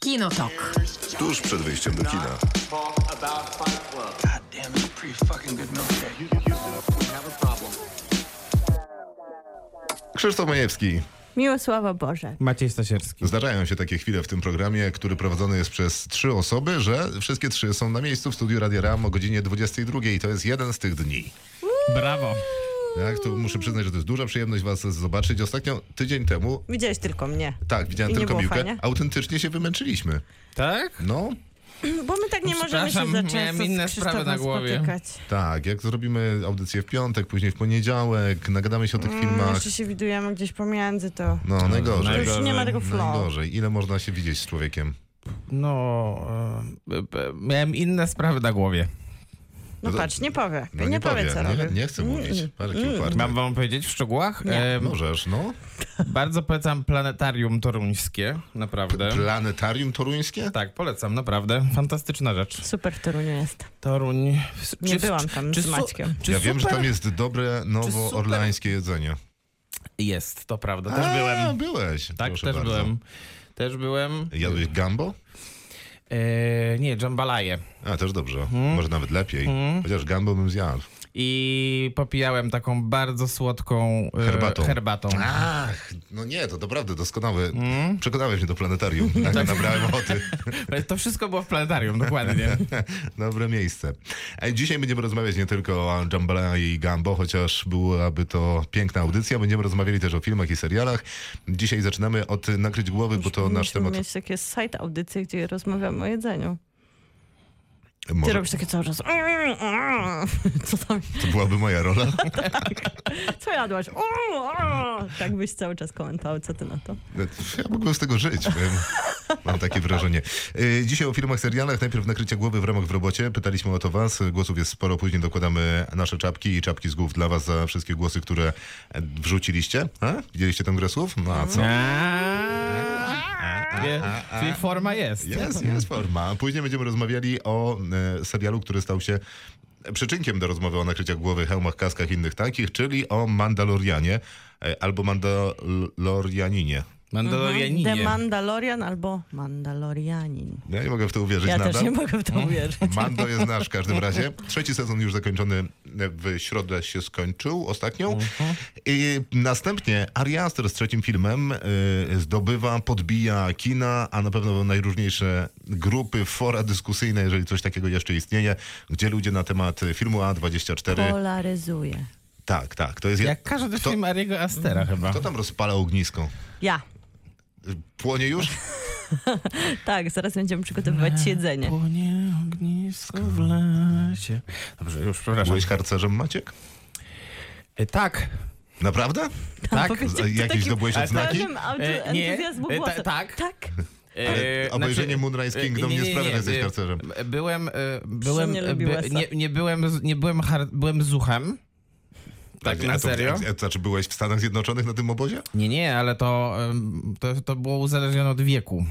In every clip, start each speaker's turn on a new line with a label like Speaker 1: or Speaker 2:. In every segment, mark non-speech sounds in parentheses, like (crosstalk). Speaker 1: Kinotok.
Speaker 2: Tuż przed wyjściem do kina.
Speaker 3: God damn, it's a pretty fucking good milkshake.
Speaker 2: Krzysztof Majewski.
Speaker 4: Miłosława Boże.
Speaker 5: Maciej Stasierski.
Speaker 2: Zdarzają się takie chwile w tym programie, który prowadzony jest przez trzy osoby, że wszystkie trzy są na miejscu w studiu Radia Ram o godzinie 22 i to jest jeden z tych dni.
Speaker 5: Brawo.
Speaker 2: Tak, to muszę przyznać, że to jest duża przyjemność was zobaczyć. Ostatnio, tydzień temu,
Speaker 4: Widziałeś tylko mnie.
Speaker 2: tak, widziałem
Speaker 4: I nie
Speaker 2: tylko
Speaker 4: było
Speaker 2: Miłkę,
Speaker 4: fajnie?
Speaker 2: autentycznie się wymęczyliśmy.
Speaker 5: Tak?
Speaker 2: No,
Speaker 4: Bo my tak nie możemy się
Speaker 5: Przepraszam,
Speaker 4: za często
Speaker 5: miałem
Speaker 4: z
Speaker 5: inne sprawy
Speaker 4: Krzysztofem
Speaker 5: na głowie.
Speaker 4: spotykać.
Speaker 2: tak, jak zrobimy audycję w piątek, później w poniedziałek, nagadamy się o tych
Speaker 4: Mm,
Speaker 2: filmach.
Speaker 4: jeszcze się widujemy gdzieś pomiędzy to.
Speaker 2: No,
Speaker 4: To
Speaker 2: najgorzej. No
Speaker 4: już nie ma tego flow.
Speaker 2: Najgorzej. Ile można się widzieć z człowiekiem?
Speaker 5: No, e, b- miałem inne sprawy na głowie.
Speaker 4: No
Speaker 2: to-
Speaker 4: patrz, nie powie.
Speaker 2: No
Speaker 4: nie, powie, co
Speaker 2: nie,
Speaker 4: robię.
Speaker 2: nie chcę mówić. Ale mm,
Speaker 5: Mam wam powiedzieć w szczegółach? E,
Speaker 2: Możesz, no.
Speaker 5: bardzo polecam Planetarium Toruńskie, naprawdę.
Speaker 2: Planetarium toruńskie?
Speaker 5: tak, polecam, naprawdę. Fantastyczna rzecz.
Speaker 4: Super w Toruniu jest.
Speaker 5: Toruń. Czy,
Speaker 4: Nie byłam tam z
Speaker 5: su-
Speaker 4: Maćkiem.
Speaker 5: czy
Speaker 2: Ja wiem, że
Speaker 5: super-
Speaker 2: tam jest dobre nowoorlańskie jedzenie.
Speaker 5: Jest, to prawda. Też
Speaker 2: A,
Speaker 5: byłem.
Speaker 2: byłeś.
Speaker 5: Tak,
Speaker 2: proszę
Speaker 5: też
Speaker 2: bardzo.
Speaker 5: byłem. Też byłem.
Speaker 2: Jadłeś gambo?
Speaker 5: E, nie, dżambalaje.
Speaker 2: A, też dobrze.
Speaker 5: Mhm.
Speaker 2: Może nawet lepiej. Chociaż gambo bym zjadł.
Speaker 5: I popijałem taką bardzo słodką e,
Speaker 2: Herbatą.
Speaker 5: herbatą.
Speaker 2: Ach, no nie, to naprawdę doskonały.
Speaker 5: Mhm.
Speaker 2: Przekonałeś mnie do
Speaker 5: (laughs)
Speaker 2: planetarium. Nagle
Speaker 5: Tak.
Speaker 2: nabrałem ochoty.
Speaker 5: To wszystko było w planetarium, (laughs) dokładnie.
Speaker 2: Dobre miejsce. E, Dzisiaj będziemy rozmawiać nie tylko o Jambalaya i Gambo, chociaż byłaby to piękna audycja. Będziemy rozmawiali też o filmach i serialach. Dzisiaj zaczynamy od Nakryć Głowy, bo to nasz
Speaker 4: Musimy
Speaker 2: temat.
Speaker 4: mieć takie side audycje, gdzie rozmawiamy o jedzeniu. Ty
Speaker 2: Może
Speaker 4: robisz takie cały czas. (laughs) Co tam?
Speaker 2: to byłaby moja rola.
Speaker 4: Co jadłaś? Tak byś cały czas komentował, co ty na to?
Speaker 2: Ja mógłbym z tego żyć. Wiem. Mam takie wrażenie. E, Dzisiaj o filmach, serialach. Najpierw nakrycie głowy w ramach w robocie. Pytaliśmy o to was. Głosów jest sporo. Później dokładamy nasze czapki i czapki z głów dla was za wszystkie głosy, które e, wrzuciliście. A? Widzieliście tę grę słów? No a co?
Speaker 5: Wie- Czyli forma jest.
Speaker 2: Jest,
Speaker 4: (laughs)
Speaker 2: jest forma. Później będziemy rozmawiali o e, serialu, który stał się przyczynkiem do rozmowy o nakryciach głowy, hełmach, kaskach i innych takich, czyli o Mandalorianie e, albo Mandalorianinie. no,
Speaker 4: The
Speaker 5: Mandalorianinie.
Speaker 4: Mhm. Mandalorian albo Mandalorianin.
Speaker 2: Ja nie mogę w to uwierzyć
Speaker 4: Ja
Speaker 2: nadal.
Speaker 4: też nie mogę w to uwierzyć.
Speaker 2: Mando jest nasz w każdym razie. Trzeci sezon już zakończony w środę się skończył, ostatnią. I następnie Ari Aster z trzecim filmem y, zdobywa, podbija kina, a na pewno najróżniejsze grupy, fora dyskusyjne, jeżeli coś takiego jeszcze istnieje, gdzie ludzie na temat filmu A24...
Speaker 4: Polaryzuje.
Speaker 2: Tak, tak, to jest...
Speaker 5: Jak każdy
Speaker 2: kto,
Speaker 5: film Ariego Astera chyba.
Speaker 2: kto tam rozpala ognisko?
Speaker 4: Ja.
Speaker 2: Płonie już?
Speaker 4: Tak, zaraz będziemy przygotowywać jedzenie.
Speaker 5: Płonie ognisko w lesie. Dobrze, już przepraszam.
Speaker 2: Byłeś harcerzem, Maciek?
Speaker 5: E, Tak,
Speaker 2: Naprawdę?
Speaker 5: tak.
Speaker 4: Pokażcie,
Speaker 2: Z-
Speaker 4: to
Speaker 2: jakieś
Speaker 4: takim
Speaker 2: zdobyłeś
Speaker 5: ale
Speaker 2: odznaki?
Speaker 4: pełnym auto-
Speaker 5: E, nie.
Speaker 4: entuzjazmu
Speaker 5: E, ta-
Speaker 4: głosem.
Speaker 5: tak. znaczy,
Speaker 4: tak.
Speaker 2: Ale E, obejrzenie Moonrise Kingdom znaczy, nie sprawia, że jesteś
Speaker 5: e,
Speaker 2: harcerzem.
Speaker 5: e, Byłem, e, byłem,
Speaker 4: nie
Speaker 5: e,
Speaker 4: lubi
Speaker 5: by-
Speaker 4: USA.
Speaker 5: nie, nie byłem, z- nie byłem, har, byłem zuchem. Tak,
Speaker 2: a
Speaker 5: na
Speaker 2: to-
Speaker 5: serio? E,
Speaker 2: A, a, znaczy byłeś w Stanach Zjednoczonych na tym obozie?
Speaker 5: Nie, nie, ale to, em, to, to było uzależnione od wieku.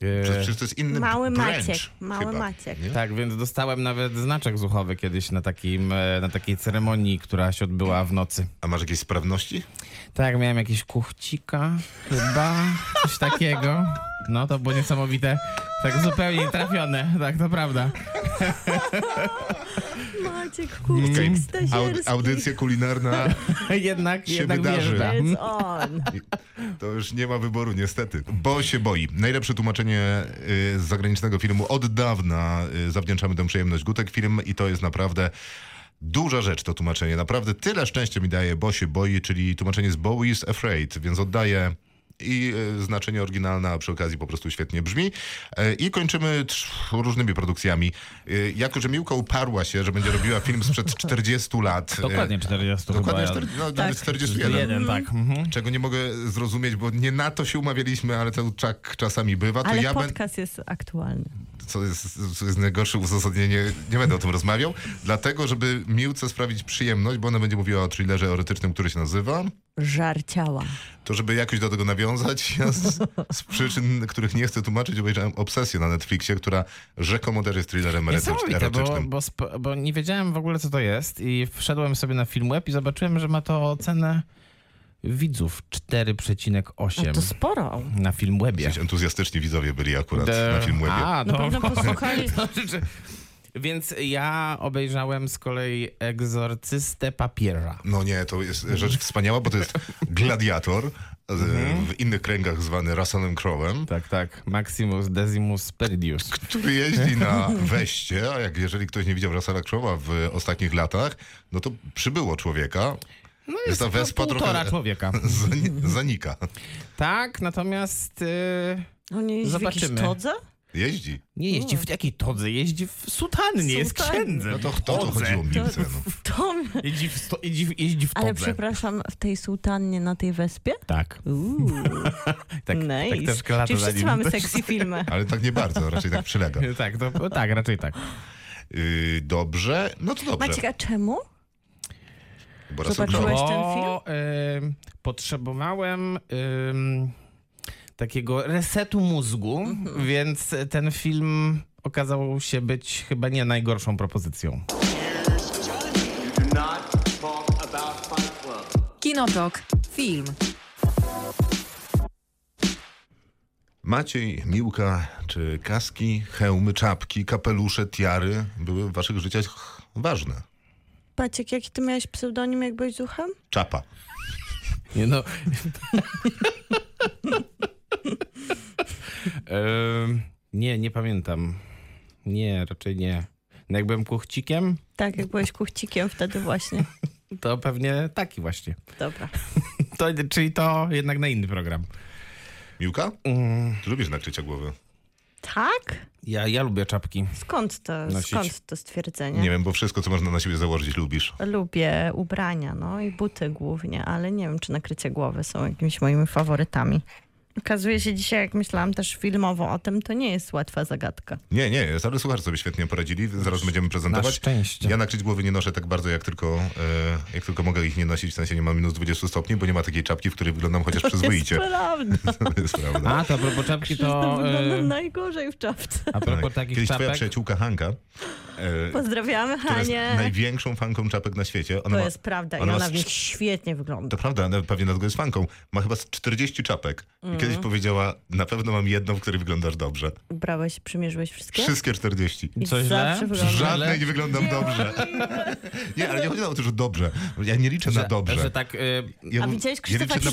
Speaker 5: E,
Speaker 2: Przecież przecież to jest inny
Speaker 4: Mały
Speaker 2: branch,
Speaker 4: Maciek, mały
Speaker 2: chyba,
Speaker 4: Maciek.
Speaker 2: nie?
Speaker 5: Tak, więc dostałem nawet znaczek zuchowy kiedyś na, takim, e, na takiej ceremonii, która się odbyła w nocy.
Speaker 2: A masz jakieś sprawności?
Speaker 5: Tak, miałem jakieś kuchcika, chyba, coś takiego. No, to było niesamowite. Tak zupełnie nietrafione, tak, to prawda.
Speaker 4: Maciek Kurczyk, Stasierski.
Speaker 2: Aud- audycja
Speaker 4: (laughs)
Speaker 2: kulinarna,
Speaker 5: Jednak,
Speaker 2: Się
Speaker 5: jednak
Speaker 2: wydarzy.
Speaker 5: wjeżdża.
Speaker 4: It's on.
Speaker 2: to już nie ma wyboru niestety, bo się boi. Najlepsze tłumaczenie y, z zagranicznego filmu od dawna y, zawdzięczamy tę przyjemność Gutek Film i to jest naprawdę duża rzecz to tłumaczenie. Naprawdę tyle szczęścia mi daje, bo się boi, czyli tłumaczenie z Bowie is Afraid, więc oddaję i y, znaczenie oryginalne, a przy okazji po prostu świetnie brzmi. E, I kończymy trz- różnymi produkcjami. E, Jako, że Miłka uparła się, że będzie robiła film sprzed 40 lat. e,
Speaker 5: Dokładnie 40
Speaker 2: Dokładnie
Speaker 5: chyba.
Speaker 2: 40, no, nawet 41.
Speaker 5: Jeden, tak. Mhm.
Speaker 2: Czego nie mogę zrozumieć, bo nie na to się umawialiśmy, ale to czak czasami bywa. To
Speaker 4: Ale
Speaker 2: ja będę.
Speaker 4: podcast jest aktualny.
Speaker 2: Co jest, co jest najgorsze uzasadnienie, nie będę o tym rozmawiał. Dlatego, żeby Miłce sprawić przyjemność, bo ona będzie mówiła o thrillerze erotycznym, który się nazywa.
Speaker 4: Żarciała.
Speaker 2: To, żeby jakoś do tego nawiązać, (laughs) ja z, z przyczyn, których nie chcę tłumaczyć, obejrzałem obsesję na Netflixie, która rzekomo też jest thrillerem erotycz-
Speaker 5: Niesamowite, bo,
Speaker 2: erotycznym.
Speaker 5: bo, sp- bo nie wiedziałem w ogóle, co to jest i wszedłem sobie na Filmweb i zobaczyłem, że ma to cenę widzów, 4,8
Speaker 4: A to sporo.
Speaker 5: na film Webie.
Speaker 2: Jacyś entuzjastyczni widzowie byli akurat
Speaker 5: The-
Speaker 2: na film Łebie.
Speaker 5: A,
Speaker 4: Na
Speaker 5: to,
Speaker 4: pewno
Speaker 5: (laughs)
Speaker 4: posłuchali.
Speaker 5: to rzeczy. Znaczy, Więc ja obejrzałem z kolei Egzorcystę Papiera.
Speaker 2: No nie, to jest rzecz wspaniała, bo to jest gladiator, z- w innych kręgach zwany Russellem Crowem,
Speaker 5: Tak, tak. Maximus Decimus Peridius.
Speaker 2: który jeździ na weście, a jak jeżeli ktoś nie widział Russella Crowa w ostatnich latach, no to przybyło człowieka, (laughs)
Speaker 5: No
Speaker 2: jest ta
Speaker 5: to
Speaker 2: wespa
Speaker 5: półtora
Speaker 2: trochę- (laughs)
Speaker 5: człowieka.
Speaker 2: zani- zanika.
Speaker 5: Tak, natomiast y,
Speaker 4: Oni jeździ w jakiejś
Speaker 5: Zobaczymy.
Speaker 4: todze?
Speaker 2: Jeździ.
Speaker 5: nie jeździ w jakiej todze, jeździ w sutannie, jest
Speaker 4: Sutannie.
Speaker 5: księdzem.
Speaker 2: No to kto to
Speaker 5: Todze.
Speaker 2: chodziło mi
Speaker 4: To-
Speaker 2: no.
Speaker 4: To...
Speaker 5: Jeździ w, sto, jeździ, w- jeździ w todze.
Speaker 4: Ale przepraszam, w tej sutannie na tej wyspie?
Speaker 5: Tak,
Speaker 4: Uuu,
Speaker 5: (laughs) tak, tak
Speaker 4: nice.
Speaker 5: też lata
Speaker 4: Czyli
Speaker 5: za
Speaker 4: wszyscy
Speaker 5: nim.
Speaker 4: mamy sexy filmy.
Speaker 2: Ale tak nie bardzo, raczej tak przylega.
Speaker 5: (laughs) Tak, to, tak, raczej tak.
Speaker 2: Yy, dobrze, no to dobrze.
Speaker 4: Maciek, a czemu?
Speaker 2: bo Russell
Speaker 4: zobaczyłeś-
Speaker 2: Crowe.
Speaker 4: Widziałeś ten film?
Speaker 5: em, potrzebowałem em, takiego resetu mózgu,
Speaker 4: Mhm.
Speaker 5: więc ten film okazał się być chyba nie najgorszą propozycją.
Speaker 3: You do not talk about Fight Club.
Speaker 1: Kinotok. Film.
Speaker 2: Maciej, Miłka, czy kaski, hełmy, czapki, kapelusze, tiary były w waszych życiach ważne?
Speaker 4: Maciek, jaki ty miałeś pseudonim, jak byłeś zuchem?
Speaker 2: Czapa.
Speaker 5: Nie no. (laughs) Em, nie, nie pamiętam. Nie, raczej nie. No jak byłem kuchcikiem,
Speaker 4: Tak, jak byłeś kuchcikiem wtedy właśnie.
Speaker 5: to pewnie taki właśnie.
Speaker 4: Dobra.
Speaker 5: To, czyli to jednak na inny program.
Speaker 2: Miłka? Ty lubisz nakrycia głowy?
Speaker 4: Tak?
Speaker 5: Ja, ja lubię czapki.
Speaker 4: Skąd to,
Speaker 5: Nosić.
Speaker 4: skąd to stwierdzenie?
Speaker 2: Nie. wiem, bo wszystko, co można na siebie założyć, lubisz.
Speaker 4: Lubię ubrania, no i buty głównie, ale nie wiem, czy nakrycie głowy są jakimiś moimi faworytami. Okazuje się dzisiaj, jak myślałam też filmowo o tym, to nie jest łatwa zagadka.
Speaker 2: Nie, nie, jest, ale słuchacze sobie świetnie poradzili. Zaraz będziemy
Speaker 5: Na
Speaker 2: prezentować.
Speaker 5: szczęście.
Speaker 2: Ja nakryć głowy nie noszę tak bardzo, jak tylko, e, jak tylko mogę ich nie nosić, w sensie nie mam minus 20 stopni, bo nie ma takiej czapki, w której wyglądam chociaż
Speaker 4: To
Speaker 2: przyzwoicie.
Speaker 4: jest
Speaker 5: (laughs)
Speaker 4: prawda.
Speaker 2: (laughs) To jest prawda.
Speaker 5: A, to a propos czapki,
Speaker 4: To
Speaker 5: to...
Speaker 4: wygląda
Speaker 5: em,
Speaker 4: najgorzej w czapce.
Speaker 5: A propos
Speaker 2: Tak.
Speaker 5: takich
Speaker 2: Kiedyś twoja
Speaker 5: czapek,
Speaker 2: przyjaciółka Hanka, e,
Speaker 4: Pozdrawiamy,
Speaker 2: która jest
Speaker 4: Hanie.
Speaker 2: największą fanką czapek na świecie. Ona
Speaker 4: To
Speaker 2: ma,
Speaker 4: jest prawda i
Speaker 2: ona ma
Speaker 4: ona
Speaker 2: z
Speaker 4: w nich
Speaker 2: cz-
Speaker 4: świetnie wygląda.
Speaker 2: To prawda, ona pewnie dlatego jest fanką. Ma chyba z 40 czapek. I
Speaker 4: Mhm.
Speaker 2: kiedyś powiedziała, na pewno mam jedną, w której wyglądasz dobrze.
Speaker 4: Ubrałeś, przymierzyłeś wszystkie?
Speaker 2: Wszystkie 40.
Speaker 4: I
Speaker 5: Coś źle?
Speaker 4: zawsze
Speaker 2: W
Speaker 4: wygląda.
Speaker 2: żadnej nie wyglądam dobrze. Nie, ale nie chodzi o to, że dobrze. Ja nie liczę na
Speaker 5: że, że
Speaker 2: dobrze.
Speaker 5: tak... y,
Speaker 2: Ja
Speaker 4: A
Speaker 2: mów-
Speaker 4: widziałeś
Speaker 2: ja liczę
Speaker 4: Krzysztofa
Speaker 2: na-
Speaker 4: Krzyś w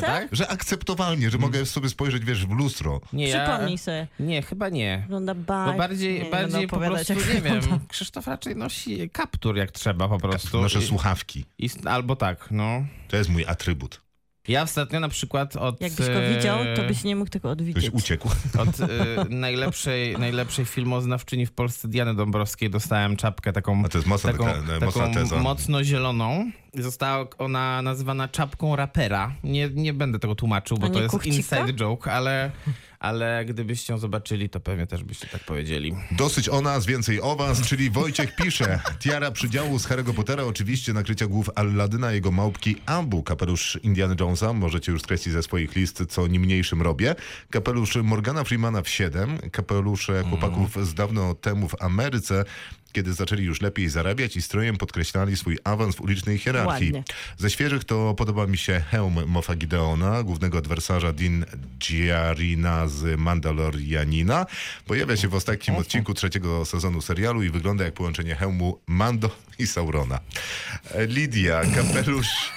Speaker 4: czapce?
Speaker 5: tak?
Speaker 2: Że akceptowalnie, że mogę sobie spojrzeć, wiesz, w lustro.
Speaker 5: Nie,
Speaker 4: Przypomnij sobie.
Speaker 5: Nie, chyba nie.
Speaker 4: Wygląda
Speaker 5: Bo
Speaker 4: bardzo.
Speaker 5: bardziej, bardziej po prostu, nie wiem, Krzysztof raczej nosi kaptur jak trzeba po prostu.
Speaker 2: Nasze
Speaker 5: I-
Speaker 2: słuchawki.
Speaker 5: i, albo tak, no.
Speaker 2: To jest mój atrybut.
Speaker 5: Ja ostatnio na przykład
Speaker 4: (laughs)
Speaker 5: od...
Speaker 4: Jakbyś go widział, to
Speaker 5: e,
Speaker 4: byś nie mógł tego
Speaker 2: Ktoś
Speaker 4: odwiedzić.
Speaker 2: uciekł. (laughs)
Speaker 5: Od e, najlepszej, najlepszej filmoznawczyni w Polsce, Diany Dąbrowskiej, dostałem czapkę taką...
Speaker 2: A to jest mocna,
Speaker 5: Taką,
Speaker 2: taka, e, mocna
Speaker 5: taką
Speaker 2: teza.
Speaker 5: mocno zieloną. Została ona nazwana czapką rapera. Nie, nie będę tego tłumaczył, bo
Speaker 4: A
Speaker 5: to
Speaker 4: nie
Speaker 5: jest
Speaker 4: kuchcika?
Speaker 5: inside joke, ale, ale gdybyście ją zobaczyli, to pewnie też byście tak powiedzieli.
Speaker 2: Dosyć o nas, więcej o was, czyli Wojciech pisze. Tiara przydziału z Harry'ego Pottera, oczywiście nakrycia głów Alladyna, jego małpki Ambu, kapelusz Indiana Jonesa, możecie już skreślić ze swoich list, co niemniejszym robię. Kapelusz Morgana Freemana w 7, kapelusze chłopaków z dawno temu w Ameryce, kiedy zaczęli już lepiej zarabiać i strojem podkreślali swój awans w ulicznej hierarchii.
Speaker 4: Ładnie.
Speaker 2: Ze świeżych to podoba mi się hełm Mofa Gideona, głównego adwersarza Din Djarin'a z Mandalorianina. Pojawia się w ostatnim
Speaker 5: Mhm.
Speaker 2: odcinku trzeciego sezonu serialu i wygląda jak połączenie hełmu Mando i Saurona. E, Lidia,
Speaker 5: (laughs)
Speaker 2: kapelusz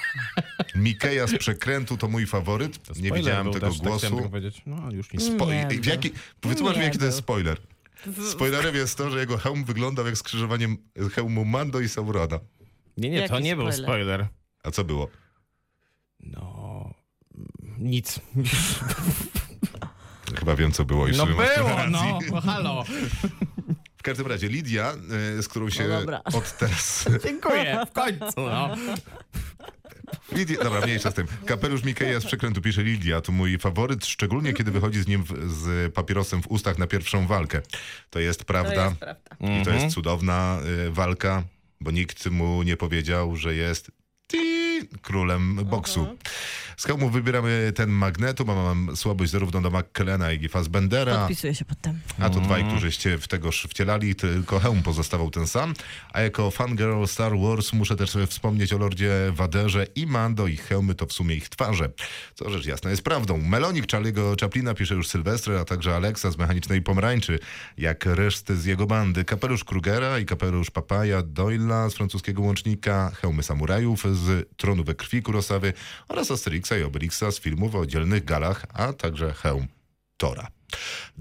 Speaker 2: Mikeja z Przekrętu to mój faworyt. Nie
Speaker 5: Spoiler
Speaker 2: widziałem
Speaker 5: był
Speaker 2: tego
Speaker 5: też, tak chciałem
Speaker 2: głosu.
Speaker 5: tylko powiedzieć. No, już nic.
Speaker 2: Spo-
Speaker 4: Nie
Speaker 2: w jaki, wytłumacz mi,
Speaker 4: Nie
Speaker 2: jaki to jest
Speaker 4: był.
Speaker 2: spoiler. Spoilerem jest to, że jego hełm wyglądał jak skrzyżowaniem hełmu Mando i Saurona.
Speaker 5: Nie, nie, to
Speaker 4: Jaki
Speaker 5: nie był
Speaker 4: spoiler?
Speaker 5: spoiler.
Speaker 2: A co było?
Speaker 5: No... Nic.
Speaker 2: Chyba wiem, co było. i w
Speaker 5: No
Speaker 2: sumie masz
Speaker 5: było,
Speaker 2: rację.
Speaker 5: no, halo.
Speaker 2: W każdym razie Lidia, y, z którą się
Speaker 4: dobra.
Speaker 2: od teraz... (laughs)
Speaker 5: Dziękuję, w końcu, no.
Speaker 2: Lidia, dobra, mniejsza z tym. Kapelusz Mikeja z przekrętu pisze Lidia, to mój faworyt, szczególnie kiedy wychodzi z nim w, z papierosem w ustach na pierwszą walkę. To jest prawda
Speaker 4: prawda.
Speaker 2: i to
Speaker 5: Mhm.
Speaker 2: e, jest cudowna y, walka, bo nikt mu nie powiedział, że jest... Ti, i królem boksu. Z hełmu wybieramy ten magnetum, a mam słabość zarówno do McKellena, jak i Fassbendera.
Speaker 4: Podpisuję się pod tym.
Speaker 2: A to dwaj, którzy się w tegoż wcielali, tylko hełm pozostawał ten sam. A jako fangirl Star Wars muszę też sobie wspomnieć o Lordzie Waderze i Mando. Ich hełmy to w sumie ich twarze. Co rzecz jasna jest prawdą. Melonik Charlie'ego Chaplina pisze już Sylwestry, a także Alexa z Mechanicznej Pomarańczy, jak reszty z jego bandy. Kapelusz Krugera i kapelusz Papaja Doyla z francuskiego łącznika, hełmy samurajów z Tronu we krwi Kurosawy oraz Asterixa i Obelixa z filmów o dzielnych galach, a także hełm Tora.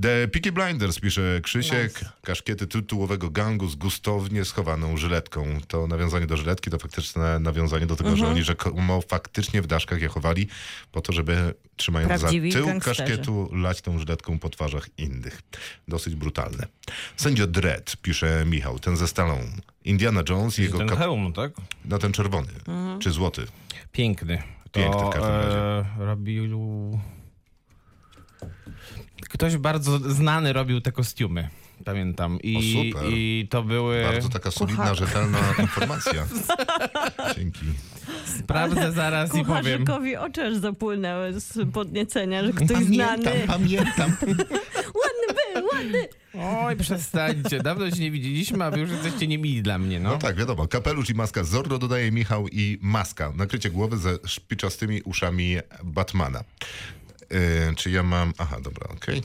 Speaker 2: The Peaky Blinders, pisze Krzysiek, kaszkiety tytułowego gangu z gustownie schowaną żyletką. To nawiązanie do żyletki to faktyczne nawiązanie do tego, że
Speaker 4: Mhm.
Speaker 2: oni rzekomo faktycznie w daszkach je chowali po to, żeby trzymając
Speaker 4: Prawdziwi
Speaker 2: za tył
Speaker 4: gangsterzy.
Speaker 2: kaszkietu lać tą żyletką po twarzach innych. Dosyć brutalne. Sędzio Dredd, pisze Michał, ten ze stalą. Indiana Jones i jego
Speaker 5: Ten
Speaker 2: kap-
Speaker 5: hełm, tak?
Speaker 2: na ten czerwony,
Speaker 4: Mhm.
Speaker 2: czy złoty.
Speaker 5: Piękny.
Speaker 2: Piękny w każdym razie.
Speaker 5: e, robił... Ktoś bardzo znany robił te kostiumy, pamiętam. I,
Speaker 2: O, super.
Speaker 5: i to były...
Speaker 2: Bardzo taka solidna, rzetelna
Speaker 4: (laughs)
Speaker 2: informacja. Dzięki.
Speaker 5: Sprawdzę zaraz i powiem.
Speaker 4: Kucharzykowi oczy aż zapłynęły z podniecenia, że ktoś znany.
Speaker 2: pamiętam.
Speaker 4: Ładny był, ładny.
Speaker 5: Oj, przestańcie, dawno się nie widzieliśmy, a wy już jesteście niemili dla mnie, no.
Speaker 2: No tak, wiadomo. Kapelusz i maska Zorro dodaje Michał i maska. Nakrycie głowy ze szpiczastymi uszami Batmana. Yy, czy ja mam... Aha, dobra, okej.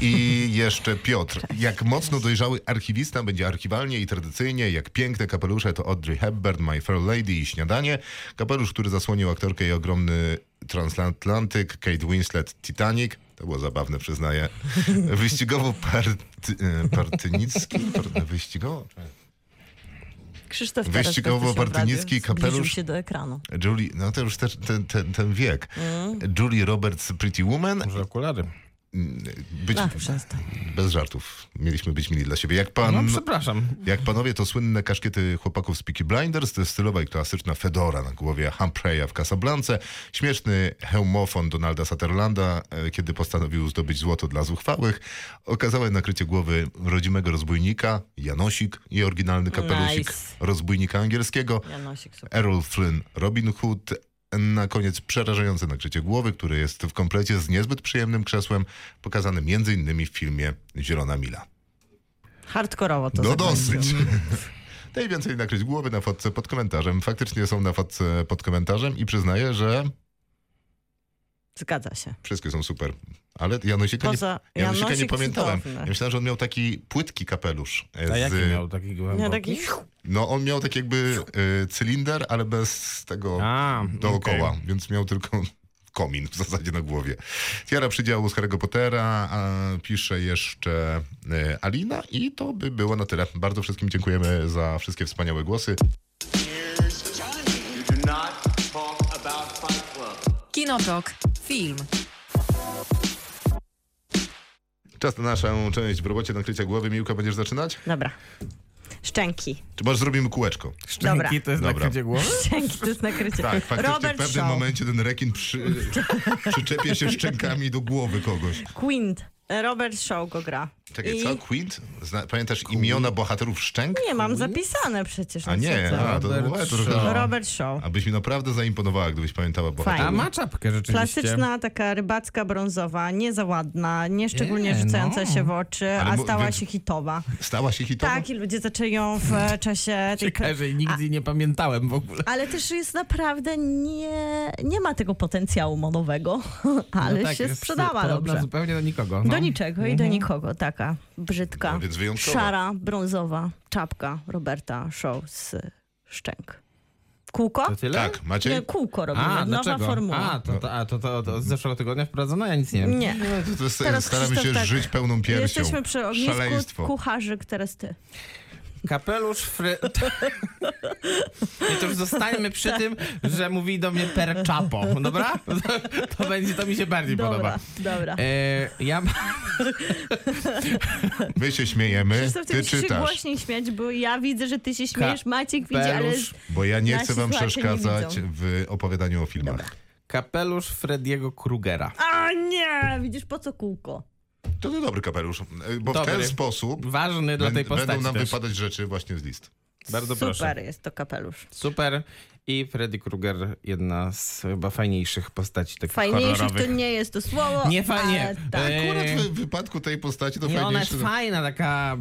Speaker 2: I jeszcze Piotr. Jak mocno dojrzały archiwista będzie archiwalnie i tradycyjnie, jak piękne kapelusze to Audrey Hepburn, My Fair Lady i Śniadanie. Kapelusz, który zasłonił aktorkę i ogromny transatlantyk, Kate Winslet, Titanic. To było zabawne, przyznaję. Wyścigowo party, e, partynicki? Par- Wyścigowo?
Speaker 4: Krzysztof
Speaker 2: Wyścigowo-partynicki kapelusz.
Speaker 4: Zbliżył się do ekranu.
Speaker 2: Julie, no to już te, ten, ten, ten wiek.
Speaker 4: Mm.
Speaker 2: Julie Roberts, Pretty Woman.
Speaker 5: Może okulary.
Speaker 2: Być,
Speaker 4: Ach, przestań.
Speaker 2: bez żartów. Mieliśmy być mili dla siebie. Jak pan...
Speaker 5: No przepraszam.
Speaker 2: Jak panowie, to słynne kaszkiety chłopaków z Peaky Blinders, to jest stylowa i klasyczna fedora na głowie Humphreya w Casablance, śmieszny hełmofon Donalda Sutherlanda, e, kiedy postanowił zdobyć złoto dla zuchwałych, okazałe nakrycie głowy rodzimego rozbójnika, Janosik i oryginalny kapelusik
Speaker 4: Nice.
Speaker 2: rozbójnika angielskiego,
Speaker 4: Janosik, super.
Speaker 2: Errol Flynn, Robin Hood. Na koniec przerażające nakrycie głowy, które jest w komplecie z niezbyt przyjemnym krzesłem, pokazane m.in. w filmie Zielona Mila.
Speaker 4: Hardkorowo to tak
Speaker 2: No
Speaker 4: zakończył.
Speaker 2: dosyć. (laughs) Najwięcej nakryć głowy na fotce pod komentarzem. Faktycznie są na fotce pod komentarzem i przyznaję, że
Speaker 4: Zgadza się.
Speaker 2: wszystkie są super. Ale Janosika,
Speaker 4: Poza
Speaker 2: nie, Janosika nie
Speaker 4: Janosik
Speaker 2: pamiętałem.
Speaker 4: cudowny.
Speaker 2: Ja myślałem, że on miał taki płytki kapelusz. e,
Speaker 5: A
Speaker 2: z-
Speaker 5: jaki miał taki głęboki?
Speaker 4: Ja taki...
Speaker 2: No on miał tak jakby y, cylinder, ale bez tego
Speaker 5: A,
Speaker 2: dookoła,
Speaker 5: okej.
Speaker 2: więc miał tylko (laughs) komin w zasadzie na głowie. Tiara przydziału z Harry'ego Pottera, a pisze jeszcze y, Alina i to by było na tyle. Bardzo wszystkim dziękujemy za wszystkie wspaniałe głosy.
Speaker 3: You do not talk about Fight Club.
Speaker 1: Kinotok. Film.
Speaker 2: Czas na naszą część w robocie nakrycia głowy. Miłka, będziesz zaczynać?
Speaker 4: Dobra. Szczęki.
Speaker 2: Czy może zrobimy kółeczko?
Speaker 4: Dobra.
Speaker 5: Szczęki to jest
Speaker 2: Dobra.
Speaker 5: nakrycie głowy?
Speaker 4: Szczęki to jest nakrycie.
Speaker 2: Tak,
Speaker 4: (laughs)
Speaker 2: faktycznie w
Speaker 4: Robert
Speaker 2: pewnym
Speaker 4: Shaw.
Speaker 2: momencie ten rekin przy,
Speaker 4: (laughs)
Speaker 2: przyczepia się szczękami do głowy kogoś.
Speaker 4: Quint. Robert Shaw go gra.
Speaker 2: Czekaj,
Speaker 4: I-
Speaker 2: co? Quint? Zna, pamiętasz imiona bohaterów szczęk?
Speaker 4: Nie, mam zapisane przecież.
Speaker 2: A
Speaker 4: no co
Speaker 2: nie,
Speaker 4: ty.
Speaker 2: a, to
Speaker 5: Robert
Speaker 2: było
Speaker 5: Shaw.
Speaker 2: trochę...
Speaker 4: Robert Shaw.
Speaker 2: Abyś mi naprawdę zaimponowała, gdybyś pamiętała bohatera.
Speaker 5: A ma czapkę rzeczywiście.
Speaker 4: Klasyczna, taka rybacka, brązowa, nie za ładna, nie szczególnie
Speaker 5: Nie,
Speaker 4: rzucająca
Speaker 5: no.
Speaker 4: się w oczy,
Speaker 2: Ale
Speaker 4: a
Speaker 2: mu-
Speaker 4: stała
Speaker 2: wy-
Speaker 4: się hitowa.
Speaker 2: Stała się hitową?
Speaker 4: Tak, i ludzie zaczęli ją w
Speaker 5: (laughs)
Speaker 4: e, czasie tej...
Speaker 5: Ciekawe, że nigdy jej nie pamiętałem w ogóle.
Speaker 4: Ale też jest naprawdę nie, nie ma tego potencjału modowego, (laughs) ale
Speaker 5: No tak,
Speaker 4: się
Speaker 5: jest
Speaker 4: sprzedała
Speaker 5: podobna
Speaker 4: dobrze.
Speaker 5: zupełnie do nikogo. No.
Speaker 4: Do niczego i do nikogo, taka brzydka,
Speaker 2: No, więc wyjątkowa.
Speaker 4: szara, brązowa czapka Roberta Shaw z szczęk. Kółko?
Speaker 5: To tyle?
Speaker 2: Tak, macie?
Speaker 4: Nie, kółko robimy, nowa
Speaker 5: A, dlaczego?
Speaker 4: formuła.
Speaker 5: A, to, to, a to, to, to z zeszłego tygodnia wprowadzona? Ja nic nie wiem.
Speaker 4: Nie.
Speaker 2: No, to, to jest,
Speaker 4: Teraz
Speaker 2: staramy się
Speaker 4: Krzysztof, tak.
Speaker 2: żyć pełną piersią.
Speaker 4: Jesteśmy przy ognisku,
Speaker 2: Szaleństwo.
Speaker 4: kucharzyk, teraz ty.
Speaker 5: Kapelusz fry... (laughs) I to już zostańmy przy tym, że mówi do mnie per chapo, dobra? (laughs) To, będzie, to mi się bardziej
Speaker 4: Dobra,
Speaker 5: podoba.
Speaker 4: dobra.
Speaker 5: E, ja mam...
Speaker 2: My się śmiejemy,
Speaker 4: Krzysztof, ty
Speaker 2: ty
Speaker 4: musisz się
Speaker 2: czytasz.
Speaker 4: głośniej śmiać, bo ja widzę, że ty się śmiejesz, Maciek widzi, ale...
Speaker 5: Kapelusz,
Speaker 2: Bo ja nie
Speaker 4: Nasi
Speaker 2: chcę wam
Speaker 4: słuchacze nie
Speaker 2: przeszkadzać
Speaker 4: widzą.
Speaker 2: w opowiadaniu o filmach.
Speaker 5: kapelusz Frediego Krugera.
Speaker 4: A nie, widzisz, po co kółko?
Speaker 2: To to dobry kapelusz, bo
Speaker 5: Dobry.
Speaker 2: w ten sposób
Speaker 5: Ważny dla
Speaker 2: bę-
Speaker 5: tej postaci
Speaker 2: będą nam
Speaker 5: też.
Speaker 2: wypadać rzeczy właśnie z list.
Speaker 5: Bardzo
Speaker 4: Super
Speaker 5: proszę.
Speaker 4: jest to kapelusz.
Speaker 5: Super. I Freddy Krueger, jedna z chyba fajniejszych postaci takich
Speaker 4: Fajniejszych to
Speaker 5: horrorowych.
Speaker 4: nie jest to słowo.
Speaker 5: Nie fajnie.
Speaker 4: ale Tak.
Speaker 5: E,
Speaker 2: Akurat w wypadku tej postaci to
Speaker 5: Nie, ona
Speaker 2: fajniejsze.
Speaker 5: jest fajna, taka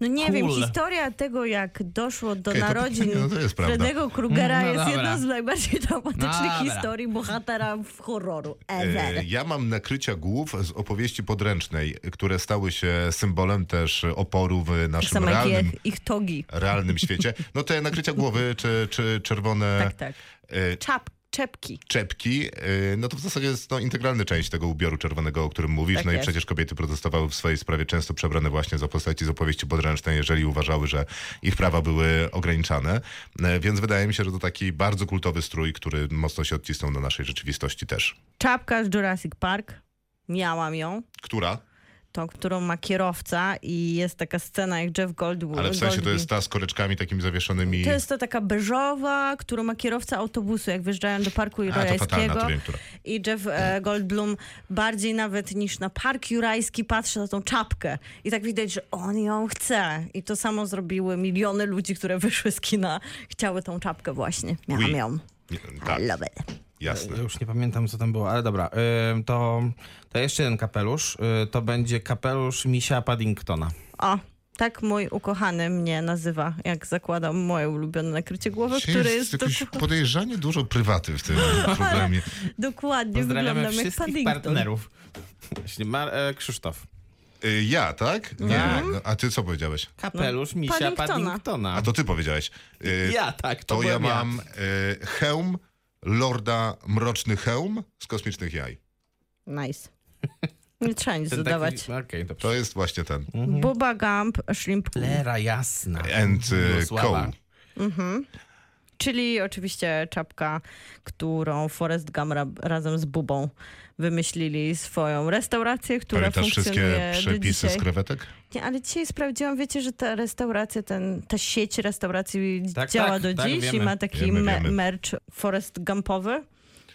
Speaker 4: No nie wiem,
Speaker 5: cool.
Speaker 4: historia tego, jak doszło do
Speaker 2: Okej, to-
Speaker 4: narodzin
Speaker 2: (laughs) no to jest prawda.
Speaker 4: Freddy'ego Krugera
Speaker 5: No
Speaker 4: jest
Speaker 5: dobra.
Speaker 4: jedną z najbardziej traumatycznych
Speaker 5: Dobra.
Speaker 4: historii bohatera w horroru ever.
Speaker 2: E, Ja mam nakrycia głów z opowieści podręcznej, które stały się symbolem też oporu w naszym
Speaker 4: Same Tak jak
Speaker 2: realnym,
Speaker 4: ich, ich togi.
Speaker 2: realnym świecie. No te nakrycia głowy czy, czy czerwone
Speaker 4: Tak, tak.
Speaker 2: e,
Speaker 4: Czap, czepki.
Speaker 2: czepki, y, no to w zasadzie jest to integralna część tego ubioru czerwonego, o którym mówisz.
Speaker 4: Tak
Speaker 2: no i
Speaker 4: jest.
Speaker 2: przecież kobiety protestowały w swojej sprawie, często przebrane właśnie za postaci z opowieści podręcznej, jeżeli uważały, że ich prawa były ograniczane. E, Więc wydaje mi się, że to taki bardzo kultowy strój, który mocno się odcisnął na naszej rzeczywistości też.
Speaker 4: Czapka z Jurassic Park. Miałam ją.
Speaker 2: Która?
Speaker 4: Tą, którą ma kierowca i jest taka scena jak Jeff Goldblum.
Speaker 2: Ale w sensie to
Speaker 4: Goldblum.
Speaker 2: jest ta z koreczkami takimi zawieszonymi.
Speaker 4: To jest to taka beżowa, którą ma kierowca autobusu, jak wjeżdżają do Parku
Speaker 2: A, to fatalna
Speaker 4: Jurajskiego.
Speaker 2: triumfura.
Speaker 4: I Jeff e, Goldblum bardziej nawet niż na Park Jurajski patrzy na tą czapkę. I tak widać, że on ją chce. I to samo zrobiły miliony ludzi, które wyszły z kina. Chciały tą czapkę właśnie. Miałam
Speaker 2: Oui.
Speaker 4: ją.
Speaker 2: Nie,
Speaker 4: I
Speaker 2: Tak,
Speaker 4: love it.
Speaker 2: jasne.
Speaker 5: Ja już nie pamiętam, co tam było, ale dobra. Ym, to, to jeszcze jeden kapelusz. Y, to będzie kapelusz Misia Paddingtona.
Speaker 4: O, tak mój ukochany mnie nazywa, jak zakładam moje ulubione nakrycie głowy, które No, jest
Speaker 2: jakoś
Speaker 4: doku-
Speaker 2: podejrzanie dużo prywaty
Speaker 4: (laughs)
Speaker 2: w tym programie.
Speaker 4: dokładnie
Speaker 5: Pozdrawiamy
Speaker 4: wyglądam jak
Speaker 5: wszystkich
Speaker 4: Paddington.
Speaker 5: partnerów. Właśnie, Mar- e, Krzysztof.
Speaker 2: Y, Ja, tak? Nie. No, a ty co powiedziałeś?
Speaker 5: Kapelusz Misia
Speaker 4: Paddingtona.
Speaker 5: Paddingtona.
Speaker 2: A to ty powiedziałeś. Y,
Speaker 5: Ja tak, to,
Speaker 2: to ja
Speaker 5: byłem
Speaker 2: mam y, hełm Lorda Mroczny Hełm z kosmicznych jaj.
Speaker 4: Nice. (laughs) Nie trzeba nic
Speaker 5: Ten
Speaker 4: dodawać.
Speaker 5: taki- Mhm. Okej, dobrze.
Speaker 2: To jest właśnie ten.
Speaker 4: Mm. Bubba Gump, Shrimp Cool.
Speaker 5: Lera jasna.
Speaker 2: And y,
Speaker 5: Mirosława.
Speaker 2: Coal.
Speaker 4: Czyli oczywiście czapka, którą Forrest Gump ra- razem z Bubą wymyślili swoją restaurację, która
Speaker 2: Pamiętasz wszystkie
Speaker 4: funkcjonuje do
Speaker 2: przepisy
Speaker 4: dzisiaj.
Speaker 2: z krewetek?
Speaker 4: Nie, ale dzisiaj sprawdziłam, wiecie, że ta restauracja, ten, ta sieć restauracji
Speaker 5: Tak,
Speaker 4: działa
Speaker 5: tak,
Speaker 4: do
Speaker 5: tak,
Speaker 4: dziś i
Speaker 5: wiemy.
Speaker 4: ma taki
Speaker 2: Wiemy,
Speaker 4: me-
Speaker 2: wiemy.
Speaker 4: merch Forrest Gumpowy.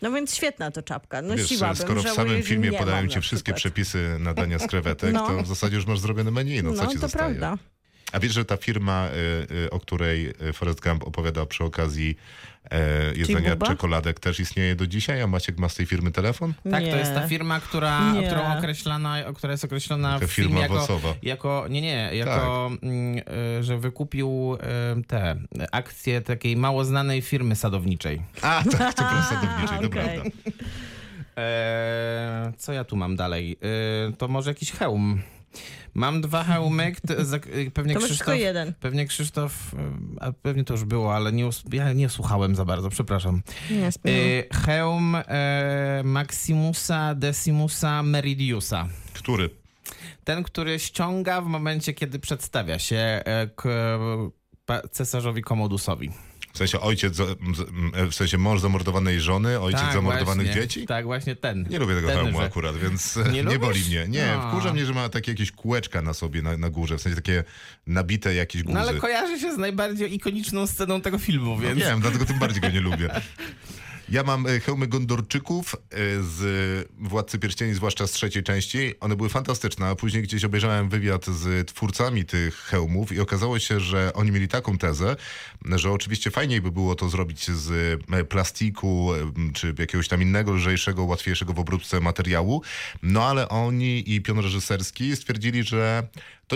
Speaker 4: No więc świetna to czapka. No
Speaker 2: Wiesz,
Speaker 4: siłabym,
Speaker 2: skoro w
Speaker 4: żałuję,
Speaker 2: samym
Speaker 4: że
Speaker 2: filmie
Speaker 4: nie
Speaker 2: podają
Speaker 4: mam
Speaker 2: ci
Speaker 4: na
Speaker 2: wszystkie
Speaker 4: przykład.
Speaker 2: przepisy nadania z krewetek,
Speaker 4: No.
Speaker 2: to w zasadzie już masz zrobione menu, no co
Speaker 4: No
Speaker 2: ci
Speaker 4: to
Speaker 2: zostaje?
Speaker 4: prawda.
Speaker 2: A wiesz, że ta firma, y, y, o której y, Forrest Gump opowiadał przy okazji y, jedzenia
Speaker 4: Buba?
Speaker 2: czekoladek, też istnieje do dzisiaj, a Maciek ma z tej firmy telefon?
Speaker 5: Tak,
Speaker 4: nie.
Speaker 5: to jest ta firma, która,
Speaker 4: Nie.
Speaker 5: którą określana, która jest określona
Speaker 2: Ta
Speaker 5: w filmie
Speaker 2: firma Tak.
Speaker 5: jako,
Speaker 4: (laughs)
Speaker 2: owocowa.
Speaker 5: jako, nie, nie, jako, mm, y, że wykupił y, te y, akcje takiej mało znanej firmy sadowniczej.
Speaker 2: A, (laughs) tak, to prosto sadowniczej, to
Speaker 4: (laughs) okej.
Speaker 2: prawda.
Speaker 5: E, co ja tu mam dalej? E, to może jakiś hełm. Mam dwa hełmy, kt-
Speaker 4: (laughs)
Speaker 5: za, e, pewnie
Speaker 4: To masz tylko
Speaker 5: Krzysztof...
Speaker 4: jeden.
Speaker 5: Pewnie Krzysztof, e, a pewnie to już było, ale nie, us- ja nie słuchałem za bardzo, przepraszam.
Speaker 4: Nie,
Speaker 5: E,
Speaker 4: spinam.
Speaker 5: hełm e, Maximusa Decimusa Meridiusa.
Speaker 2: Który?
Speaker 5: Ten, który ściąga w momencie, kiedy przedstawia się e, k, pa, cesarzowi Komodusowi.
Speaker 2: W sensie ojciec, za- m- z- m- w sensie mąż zamordowanej żony, ojciec zamordowanych
Speaker 5: Tak właśnie,
Speaker 2: dzieci?
Speaker 5: Tak, właśnie ten.
Speaker 2: Nie lubię tego
Speaker 5: Tenże.
Speaker 2: hełmu akurat, więc
Speaker 5: (laughs) Nie
Speaker 2: nie,
Speaker 5: lubisz?
Speaker 2: boli mnie. Nie,
Speaker 5: A.
Speaker 2: wkurza mnie, że ma takie jakieś kółeczka na sobie, na, na górze, w sensie takie nabite jakieś guzy.
Speaker 5: No ale kojarzy się z najbardziej ikoniczną sceną tego filmu,
Speaker 2: No
Speaker 5: więc...
Speaker 2: wiem, dlatego tym bardziej go nie lubię. Ja mam e, hełmy Gondorczyków e, z e, Władcy Pierścieni, zwłaszcza z trzeciej części. One były fantastyczne, a później gdzieś obejrzałem wywiad z twórcami tych hełmów i okazało się, że oni mieli taką tezę, że oczywiście fajniej by było to zrobić z e, plastiku e, m, czy jakiegoś tam innego, lżejszego, łatwiejszego w obróbce materiału, no ale oni i pion reżyserski stwierdzili, że to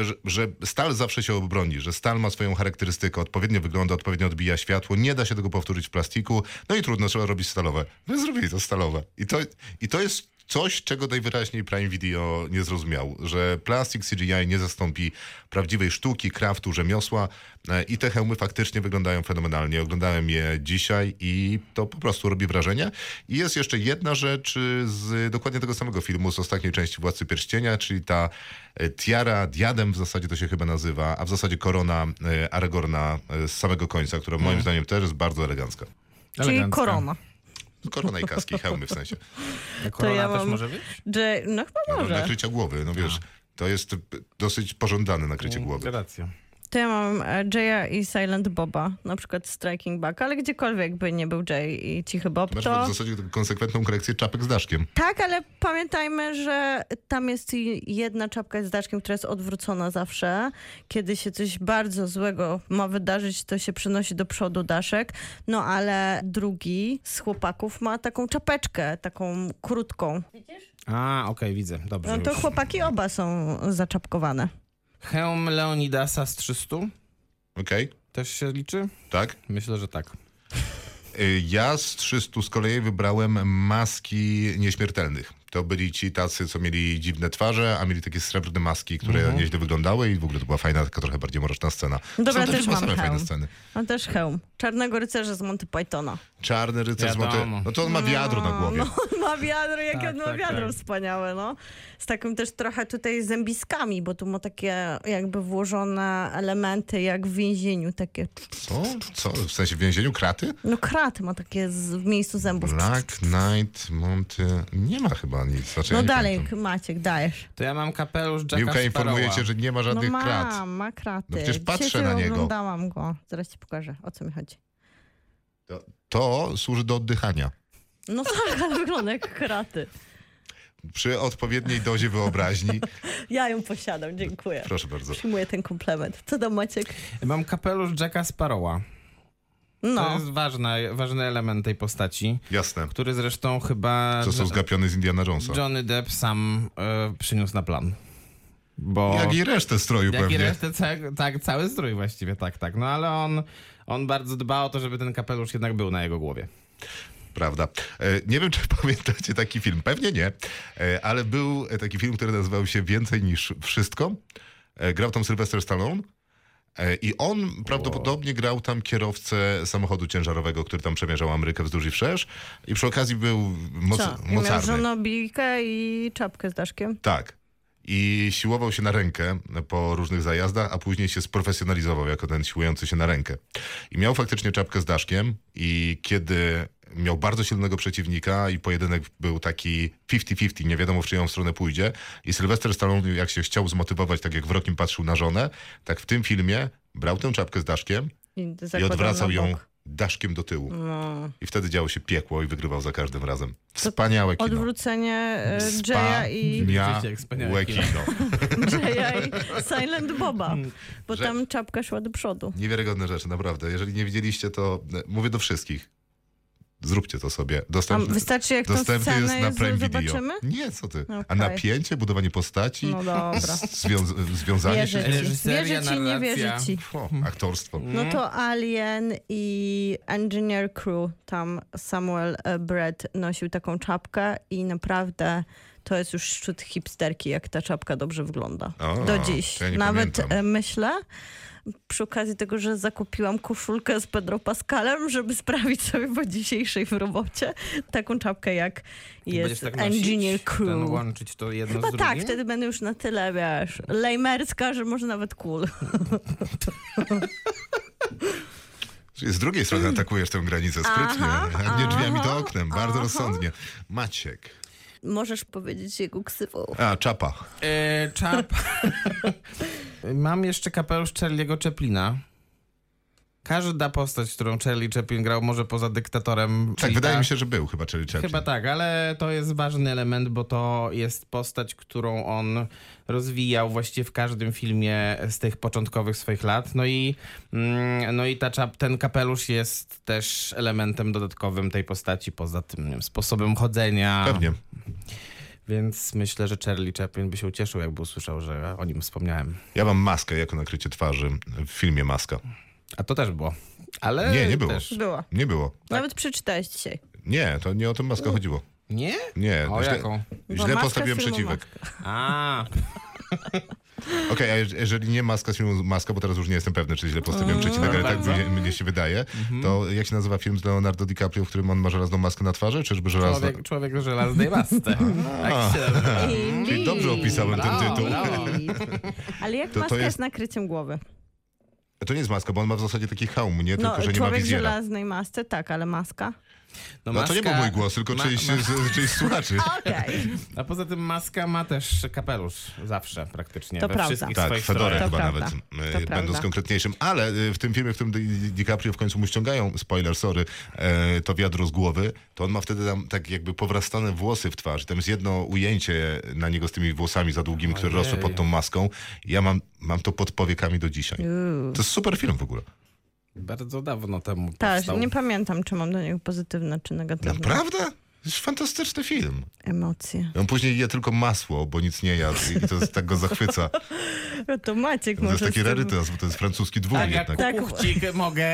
Speaker 2: że, że stal zawsze się obroni, że stal ma swoją charakterystykę, odpowiednio wygląda, odpowiednio odbija światło, nie da się tego powtórzyć w plastiku, no i trudno, trzeba robić stalowe. No i zrobili to stalowe. I to, i to jest coś, czego najwyraźniej Prime Video nie zrozumiał, że plastik CGI nie zastąpi prawdziwej sztuki, kraftu, rzemiosła e, i te hełmy faktycznie wyglądają fenomenalnie. Oglądałem je dzisiaj i to po prostu robi wrażenie. I jest jeszcze jedna rzecz y, z dokładnie tego samego filmu, z ostatniej części Władcy Pierścienia, czyli ta e, tiara, diadem w zasadzie to się chyba nazywa, a w zasadzie korona e, Aragorna e, z samego końca, która
Speaker 4: Mm.
Speaker 2: moim zdaniem też jest bardzo elegancka.
Speaker 4: Czyli
Speaker 5: Elegancka.
Speaker 4: korona.
Speaker 2: Korona i kaski, hełmy w sensie.
Speaker 5: A Korona
Speaker 4: ja
Speaker 5: też
Speaker 4: mam-
Speaker 5: może być?
Speaker 4: Że, no chyba
Speaker 2: No,
Speaker 4: (laughs) może. Mm.
Speaker 2: nakrycia głowy, no wiesz, to jest y, dosyć pożądane nakrycie głowy.
Speaker 5: Racja.
Speaker 4: To ja mam e, Jaya i Silent Boba, na przykład Striking Back, ale gdziekolwiek by nie był Jay i Cichy Bob,
Speaker 2: Masz
Speaker 4: to...
Speaker 2: w zasadzie taką konsekwentną korekcję czapek z daszkiem.
Speaker 4: Tak, ale pamiętajmy, że tam jest i jedna czapka z daczkiem, która jest odwrócona zawsze. Kiedy się coś bardzo złego ma wydarzyć, to się przynosi do przodu daszek. No ale drugi z chłopaków ma taką czapeczkę, taką krótką.
Speaker 5: A, okej, widzę. Dobrze.
Speaker 4: No to
Speaker 5: już.
Speaker 4: chłopaki oba są zaczapkowane.
Speaker 5: Hełm Leonidasa z 300
Speaker 2: Okej,
Speaker 5: też się liczy?
Speaker 2: tak?
Speaker 5: Myślę, że tak.
Speaker 2: Y, Ja z 300 z kolei wybrałem maski nieśmiertelnych. To byli ci tacy, co mieli dziwne twarze, a mieli takie srebrne maski, które nieźle wyglądały i w ogóle to była fajna, taka trochę bardziej mroczna scena.
Speaker 4: Mhm. Dobra,
Speaker 2: Są
Speaker 4: też
Speaker 2: chyba
Speaker 4: mam
Speaker 2: same fajne
Speaker 4: hełm.
Speaker 2: sceny.
Speaker 4: Mam też hełm. Czarnego rycerza z Monty Pythona.
Speaker 2: Czarny rycerz,
Speaker 5: Wiadomo.
Speaker 2: Monty- no to on ma wiadro na głowie.
Speaker 4: On ma wiadro, jakie
Speaker 5: Tak,
Speaker 4: on ma
Speaker 5: tak,
Speaker 4: wiadro
Speaker 5: tak.
Speaker 4: wspaniałe, no. Z takim też trochę tutaj zębiskami, bo tu ma takie jakby włożone elementy jak w więzieniu, takie...
Speaker 2: Co? Co? W sensie w więzieniu kraty?
Speaker 4: No krat ma takie z, w miejscu zębów.
Speaker 2: Black Knight, Monty... Nie ma chyba nic. Znaczy, ja
Speaker 4: No
Speaker 2: nie
Speaker 4: dalej,
Speaker 2: pamiętam.
Speaker 4: Maciek, dajesz.
Speaker 5: To ja mam kapelusz Jacka
Speaker 2: Miłka informuje cię, że nie ma
Speaker 4: No
Speaker 2: żadnych
Speaker 4: mam,
Speaker 2: krat.
Speaker 4: ma kraty.
Speaker 2: No przecież
Speaker 4: Dzisiaj
Speaker 2: patrzę
Speaker 4: sobie
Speaker 2: na niego.
Speaker 4: oglądałam go. Zaraz ci pokażę, o co mi chodzi.
Speaker 2: To, to służy do oddychania.
Speaker 4: No tak, (laughs) ale wygląda jak kraty.
Speaker 2: Przy odpowiedniej dozie wyobraźni.
Speaker 4: Ja ją posiadam, dziękuję.
Speaker 2: Proszę bardzo.
Speaker 4: Przyjmuję ten komplement. Co tam, Maciek?
Speaker 5: Mam kapelusz Jacka Sparrowa. To
Speaker 4: No,
Speaker 5: jest ważny, ważny element tej postaci,
Speaker 2: Jasne.
Speaker 5: który zresztą chyba
Speaker 2: Co są zgapiony z Indiana Jonesa.
Speaker 5: Johnny Depp sam e, przyniósł na plan. Bo...
Speaker 2: Jak i resztę stroju
Speaker 5: Jak i
Speaker 2: pewnie.
Speaker 5: resztę, tak, tak, cały strój właściwie, tak, tak. No ale on, on bardzo dba o to, żeby ten kapelusz jednak był na jego głowie.
Speaker 2: Prawda. E, Nie wiem, czy (laughs) pamiętacie taki film. Pewnie nie, E, ale był e, taki film, który nazywał się Więcej niż Wszystko. E, Grał tam Sylvester Stallone. E, I on prawdopodobnie grał tam kierowcę samochodu ciężarowego, który tam przemierzał Amerykę wzdłuż i wszerz. I przy okazji był moc,
Speaker 4: co? I Miał
Speaker 2: mocarny.
Speaker 4: żonobijkę i czapkę z daszkiem.
Speaker 2: Tak. I siłował się na rękę po różnych zajazdach, a później się sprofesjonalizował jako ten siłujący się na rękę. I miał faktycznie czapkę z daszkiem i kiedy miał bardzo silnego przeciwnika i pojedynek był taki 50-50, nie wiadomo w czyją stronę pójdzie i Sylwester Stallone jak się chciał zmotywować, tak jak w Rokim patrzył na żonę, tak w tym filmie brał tę czapkę z daszkiem
Speaker 4: I,
Speaker 2: i
Speaker 4: zakładał
Speaker 2: odwracał
Speaker 4: na
Speaker 2: ją
Speaker 4: bok.
Speaker 2: daszkiem do tyłu.
Speaker 4: No.
Speaker 2: I wtedy działo się piekło i wygrywał za każdym razem. Wspaniałe kino.
Speaker 4: Odwrócenie e, Jaya
Speaker 2: (laughs)
Speaker 4: i,
Speaker 5: Rzeczywiście, jak
Speaker 2: Wspaniałe
Speaker 5: wspaniałe kino.
Speaker 2: kino.
Speaker 4: Jaya i Silent Boba, bo
Speaker 2: Że-
Speaker 4: tam czapka szła do przodu.
Speaker 2: Niewiarygodne rzeczy, naprawdę. Jeżeli nie widzieliście, to e, mówię do wszystkich. Zróbcie to sobie.
Speaker 4: A
Speaker 2: Dostępny,
Speaker 4: wystarczy jak tą
Speaker 2: dostępny
Speaker 4: scenę
Speaker 2: jest na
Speaker 4: z-
Speaker 2: Prime Video.
Speaker 4: zobaczymy?
Speaker 2: Nie, co ty. A
Speaker 4: Okej.
Speaker 2: napięcie, budowanie postaci,
Speaker 4: No
Speaker 2: (laughs)
Speaker 4: dobra.
Speaker 2: z- związ- związanie
Speaker 4: Wierzę
Speaker 2: się...
Speaker 4: ci,
Speaker 5: Reżyseria,
Speaker 4: wierzę ci, nie wierzę
Speaker 5: narracja.
Speaker 4: ci.
Speaker 2: O, aktorstwo.
Speaker 4: No to Alien i Engineer Crew, tam Samuel e, Brett nosił taką czapkę i naprawdę to jest już szczyt hipsterki, jak ta czapka dobrze wygląda.
Speaker 2: O,
Speaker 4: Do dziś.
Speaker 2: to ja nie
Speaker 4: Nawet
Speaker 2: pamiętam.
Speaker 4: e, myślę, przy okazji tego, że zakupiłam koszulkę z Pedro Pascalem, żeby sprawić sobie po dzisiejszej w robocie taką czapkę, jak
Speaker 5: Będziesz
Speaker 4: jest
Speaker 5: tak nosić,
Speaker 4: Engineer
Speaker 5: Ten
Speaker 4: Crew.
Speaker 5: łączyć to jedno z
Speaker 4: Chyba
Speaker 5: drugim?
Speaker 4: tak, wtedy będę już na tyle, wiesz, lejmerska, że może nawet cool.
Speaker 2: Czyli Z drugiej strony
Speaker 4: mm.
Speaker 2: atakujesz tę granicę sprytnie, a nie drzwiami do oknem. Bardzo rozsądnie. Maciek. Tak,
Speaker 4: Możesz powiedzieć jego ksywą.
Speaker 2: A, czapa.
Speaker 5: E, czap. (laughs) Mam jeszcze kapelusz Charlie'ego Chaplina. Każda postać, którą Charlie Chaplin grał, może poza dyktatorem.
Speaker 2: Tak,
Speaker 5: czyli
Speaker 2: wydaje
Speaker 5: ta-
Speaker 2: mi się, że był chyba, czyli Chaplin.
Speaker 5: Chyba tak, ale to jest ważny element, bo to jest postać, którą on rozwijał właściwie w każdym filmie z tych początkowych swoich lat. No i, mm, no i ta, czap- ten kapelusz jest też elementem dodatkowym tej postaci, poza tym nie wiem, sposobem chodzenia.
Speaker 2: Pewnie.
Speaker 5: Więc myślę, że Charlie Chaplin by się ucieszył, jakby usłyszał, że o nim wspomniałem.
Speaker 2: Ja mam maskę jako nakrycie twarzy w filmie Maska.
Speaker 5: A to też było. Ale
Speaker 2: Nie, nie było.
Speaker 5: Też.
Speaker 4: Była.
Speaker 2: Nie było.
Speaker 4: Nawet przeczytałeś dzisiaj.
Speaker 2: Nie, to nie o tę maskę chodziło.
Speaker 5: Nie?
Speaker 2: Nie,
Speaker 5: O
Speaker 2: źle,
Speaker 5: jaką?
Speaker 4: Była
Speaker 2: źle
Speaker 4: maska
Speaker 2: postawiłem
Speaker 4: z filmu
Speaker 2: przeciwek.
Speaker 4: Maska.
Speaker 5: A,
Speaker 2: Okej, a jeż- jeżeli nie maska z filmu Maska, bo teraz już nie jestem pewny, czy źle postawiłem przecinek, ale tak
Speaker 5: Mm, Bardzo.
Speaker 2: mnie, mnie się wydaje,
Speaker 5: Mhm.
Speaker 2: to jak się nazywa film z Leonardo DiCaprio, w którym on ma żelazną maskę na twarzy, czyżby żelazna...
Speaker 5: człowiek, człowiek z żelaznej
Speaker 2: (laughs)
Speaker 5: masce. Tak się nazywa.
Speaker 2: Czyli dobrze opisałem ten
Speaker 5: Mm. Brawo,
Speaker 2: tytuł. (laughs)
Speaker 5: brawo.
Speaker 4: Ale jak
Speaker 2: To- to
Speaker 4: maska
Speaker 2: jest-
Speaker 4: jest... nakryciem głowy?
Speaker 2: To nie jest maska, bo on ma w zasadzie taki hełm, nie? Tylko,
Speaker 4: No,
Speaker 2: że nie ma
Speaker 4: człowiek w
Speaker 2: wizjera.
Speaker 4: żelaznej masce, tak, ale maska.
Speaker 5: No,
Speaker 2: No to nie był mój głos, tylko
Speaker 5: ma-
Speaker 2: czyjś,
Speaker 5: ma-
Speaker 2: (laughs) z- czyjś z słuchaczy.
Speaker 4: Okej.
Speaker 5: A poza tym maska ma też kapelusz zawsze praktycznie.
Speaker 4: To
Speaker 5: we
Speaker 4: prawda.
Speaker 5: wszystkich
Speaker 2: Tak,
Speaker 5: swoich
Speaker 2: Fedorę
Speaker 5: strojach.
Speaker 2: chyba
Speaker 4: prawda.
Speaker 2: nawet,
Speaker 4: To
Speaker 2: y,
Speaker 4: prawda.
Speaker 2: będąc konkretniejszym. Ale y, w tym filmie, w którym Di- Di- DiCaprio w końcu mu ściągają, spoiler, sorry, e, to wiadro z głowy, to on ma wtedy tam tak jakby powrastane włosy w twarzy. Tam jest jedno ujęcie na niego z tymi włosami za długimi, które rosły pod tą maską. Ja mam, mam to pod powiekami do dzisiaj. To jest super film w ogóle.
Speaker 5: Bardzo dawno temu
Speaker 4: Tak,
Speaker 5: powstał.
Speaker 4: nie pamiętam, czy mam do niego pozytywne, czy negatywne
Speaker 2: Naprawdę? To jest fantastyczny film.
Speaker 4: emocje.
Speaker 2: On później je tylko masło, bo nic nie jadł i to tak go zachwyca.
Speaker 4: No to Maciek
Speaker 2: To
Speaker 4: może...
Speaker 2: jest taki
Speaker 4: z tym-
Speaker 2: rarytas, bo to jest francuski dwór
Speaker 5: Tak, jak
Speaker 2: jednak.
Speaker 4: Tak.
Speaker 5: kukuchcik mogę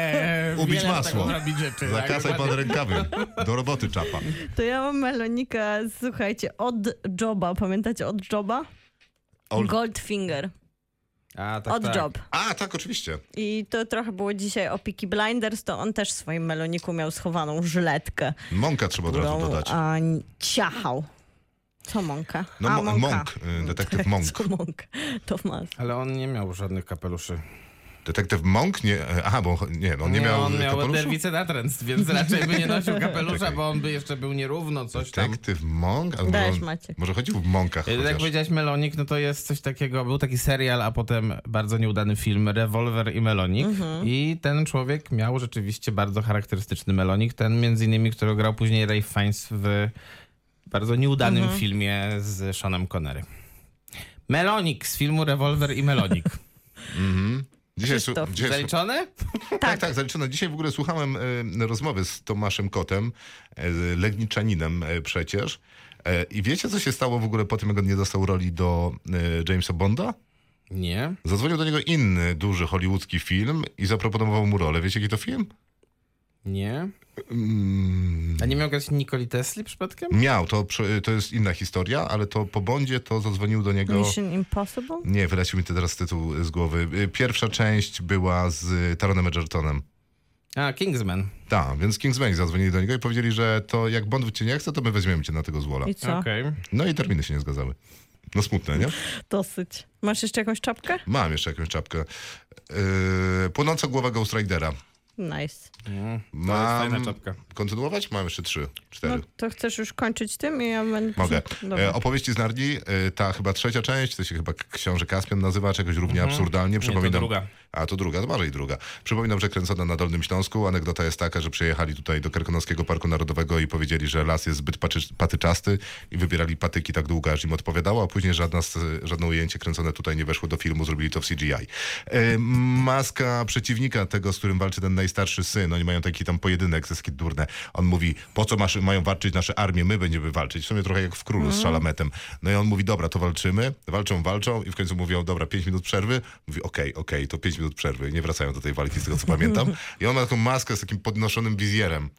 Speaker 2: Ubić
Speaker 5: wiele
Speaker 2: masło.
Speaker 5: tego robić rzeczy. tak?
Speaker 2: Zakasaj pan rękawy. Do roboty czapa.
Speaker 4: To ja mam Melonika, słuchajcie, od Joba. Pamiętacie od Joba?
Speaker 2: Old-
Speaker 4: Goldfinger.
Speaker 5: A, tak,
Speaker 4: Od
Speaker 5: tak.
Speaker 4: Job.
Speaker 2: A, tak, oczywiście.
Speaker 4: I to trochę było dzisiaj o Peaky Blinders, to on też w swoim meloniku miał schowaną żletkę,
Speaker 2: Mąka trzeba od razu
Speaker 4: którą
Speaker 2: dodać.
Speaker 4: No, a, ciachał. Co mąka?
Speaker 2: No,
Speaker 4: a,
Speaker 2: mo-
Speaker 4: mąka.
Speaker 2: Mąk, y, detektyw Mąk.
Speaker 4: (laughs) Co mąk? To masz.
Speaker 5: Ale on nie miał żadnych kapeluszy.
Speaker 2: Detektyw Mąk? Nie, e, aha, bo nie, on nie, miał
Speaker 5: on miał
Speaker 2: kapeluszu?
Speaker 5: derwicę natręst, więc raczej by nie
Speaker 2: (laughs)
Speaker 5: nosił kapelusza,
Speaker 2: Czekaj.
Speaker 5: bo on by jeszcze był nierówno, coś tam.
Speaker 2: Detektyw Mąk? Albo
Speaker 4: Dajesz,
Speaker 2: on-
Speaker 4: Maciek.
Speaker 2: Może chodził w Mąkach
Speaker 5: Tak jak
Speaker 2: chociaż.
Speaker 5: powiedziałeś Melonik, no to jest coś takiego, był taki serial, a potem bardzo nieudany film Revolver i Melonik i ten człowiek miał rzeczywiście bardzo charakterystyczny Melonik, ten między innymi, który grał później Ray Fiennes w bardzo nieudanym filmie z Seanem Connery. Melonik z filmu Revolver
Speaker 2: (laughs)
Speaker 5: i Melonik.
Speaker 2: Dzisiaj, su-
Speaker 4: Krzysztof,
Speaker 2: dzisiaj, su-
Speaker 5: Zaliczony?
Speaker 2: tak, tak, zaliczone. Dzisiaj w ogóle słuchałem e, rozmowy z Tomaszem Kotem, e, z Legniczaninem e, przecież. E, I wiecie, co się stało w ogóle po tym, jak on nie dostał roli do e, Jamesa Bonda?
Speaker 5: Nie.
Speaker 2: Zadzwonił do niego inny duży hollywoodzki film i zaproponował mu rolę. Wiecie, jaki to film?
Speaker 5: Nie.
Speaker 2: Mm,
Speaker 5: A nie miał grać Nikoli Tesli przypadkiem?
Speaker 2: miał, to, przy- to jest inna historia, ale to po Bondzie to zadzwonił do niego...
Speaker 4: Mission Impossible?
Speaker 2: Nie, wylecił mi teraz tytuł z głowy. Y, Pierwsza część była z Taronem Edgertonem.
Speaker 5: A, Kingsman.
Speaker 2: Tak, więc Kingsman zadzwonili do niego i powiedzieli, że to jak Bond cię nie chce, to my weźmiemy cię na tego złola.
Speaker 4: I co?
Speaker 5: Okej.
Speaker 2: No i terminy się nie zgadzały. No smutne, nie?
Speaker 4: Dosyć. Masz jeszcze jakąś czapkę?
Speaker 2: Mam jeszcze jakąś czapkę. Yy, płonąca głowa Ghost Ridera.
Speaker 4: Nice.
Speaker 2: No, Mam...
Speaker 5: fajna czapka.
Speaker 2: Kontynuować? Mam jeszcze trzy, cztery.
Speaker 4: No to chcesz już kończyć tym i ja będę...
Speaker 2: Mogę.
Speaker 4: Mhm. Dobra.
Speaker 2: E, opowieści z Narni, e, ta chyba trzecia część, to się chyba k- książę Kaspian nazywa, czegoś równie absurdalnie. Przypominam,
Speaker 5: druga.
Speaker 2: A to druga, to może i druga. Przypominam, że kręcona na Dolnym Śląsku. Anegdota jest taka, że przyjechali tutaj do Kerkonowskiego Parku Narodowego i powiedzieli, że las jest zbyt paczy- patyczasty i wybierali patyki tak długo, aż im odpowiadało, a później żadna, z- żadne ujęcie kręcone tutaj nie weszło do filmu, zrobili to w CGI. E, maska przeciwnika tego, z którym walczy ten najstarszy syn, oni mają taki tam pojedynek, ze skit durne. On mówi, po co masz, mają walczyć nasze armie, my będziemy walczyć. W sumie trochę jak w Królu z Szalametem. No i on mówi, dobra, to walczymy. Walczą, walczą i w końcu mówią, dobra, 5 minut przerwy. Mówi, okej, okej, to 5 minut przerwy. I nie wracają do tej walki, z tego co pamiętam. I on ma taką maskę z takim podnoszonym wizjerem.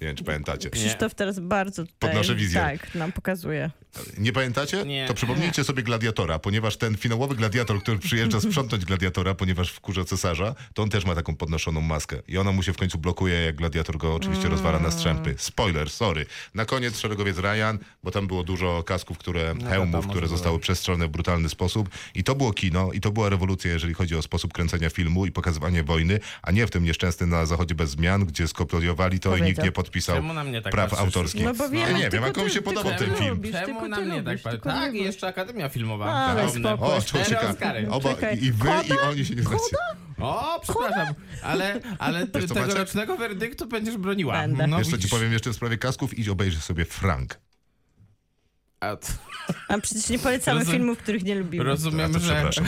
Speaker 2: Nie wiem, czy pamiętacie.
Speaker 4: Krzysztof teraz bardzo tutaj,
Speaker 2: Podnoszę wizję.
Speaker 4: Tak, nam pokazuje.
Speaker 2: Nie pamiętacie?
Speaker 5: Nie.
Speaker 2: To przypomnijcie sobie Gladiatora, ponieważ ten finałowy gladiator, który przyjeżdża sprzątnąć Gladiatora, ponieważ wkurza cesarza, to on też ma taką podnoszoną maskę. I ona mu się w końcu blokuje, jak Gladiator go oczywiście
Speaker 5: Mm.
Speaker 2: rozwala na strzępy. Spoiler, sorry. Na koniec szeregowiec Ryan, bo tam było dużo kasków, które, hełmów,
Speaker 5: No wiadomo,
Speaker 2: które
Speaker 5: że
Speaker 2: zostały przestrzelone w brutalny sposób. I to było kino, i to była rewolucja, jeżeli chodzi o sposób kręcenia filmu i pokazywanie wojny, a nie w tym nieszczęsnym na zachodzie bez zmian, gdzie skopiowali to i nikt
Speaker 4: Powiedział.
Speaker 2: nie podpisał
Speaker 5: Czemu na mnie tak
Speaker 2: praw
Speaker 5: patrzysz?
Speaker 2: autorskich.
Speaker 4: No bo wiemy,
Speaker 2: ja nie wiem,
Speaker 4: tylko
Speaker 2: a komu
Speaker 4: ty-
Speaker 2: się podobał
Speaker 4: tylko
Speaker 2: ten
Speaker 4: ty
Speaker 2: film.
Speaker 4: lubisz, tylko
Speaker 5: Czemu
Speaker 4: ty
Speaker 5: na mnie tak
Speaker 4: lubisz,
Speaker 5: patrzy?
Speaker 4: tylko
Speaker 5: Tak,
Speaker 4: ty
Speaker 5: i jeszcze Akademia Filmowa. Tak.
Speaker 4: Ale
Speaker 5: Podobne.
Speaker 4: spoko.
Speaker 2: O,
Speaker 4: Kogoś
Speaker 2: czekaj,
Speaker 5: Cztery
Speaker 2: czekaj.
Speaker 5: Oscary.
Speaker 2: Oba,
Speaker 4: Czekaj.
Speaker 2: I wy, i
Speaker 4: Koda?
Speaker 2: oni się nie znacie.
Speaker 5: O, przepraszam, ale, ale ty,
Speaker 2: Wiesz co, Maciek?
Speaker 5: tegorocznego werdyktu będziesz broniła.
Speaker 4: Będę.
Speaker 5: No,
Speaker 2: Wiesz co ci
Speaker 5: widzisz.
Speaker 2: powiem jeszcze w sprawie kasków? Idź obejrzyj sobie Frank.
Speaker 5: A, t-
Speaker 4: A przecież nie polecamy
Speaker 5: Rozum-
Speaker 4: filmów, których nie lubimy.
Speaker 2: A
Speaker 5: Rozumiem,
Speaker 2: to
Speaker 5: że...
Speaker 2: przepraszam.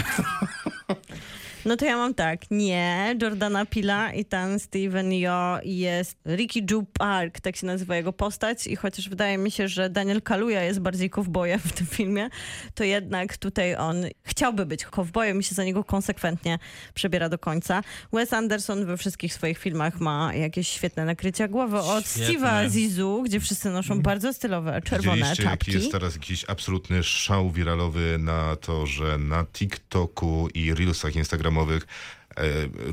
Speaker 4: No to ja mam tak, nie, Jordana Pila i ten Steven Yo jest Ricky Ju Park, tak się nazywa jego postać i chociaż wydaje mi się, że Daniel Kaluja jest bardziej kowbojem w tym filmie, to jednak tutaj on chciałby być kowbojem i się za niego konsekwentnie przebiera do końca. Wes Anderson we wszystkich swoich filmach ma jakieś świetne nakrycia głowy od
Speaker 5: Świetne.
Speaker 4: Steve'a Zizu, gdzie wszyscy noszą bardzo stylowe (laughs) czerwone
Speaker 2: Mhm. Widzieliście, jaki
Speaker 4: czapki.
Speaker 2: jest teraz jakiś absolutny szał wiralowy na to, że na TikToku i Reelsach instagramowych e,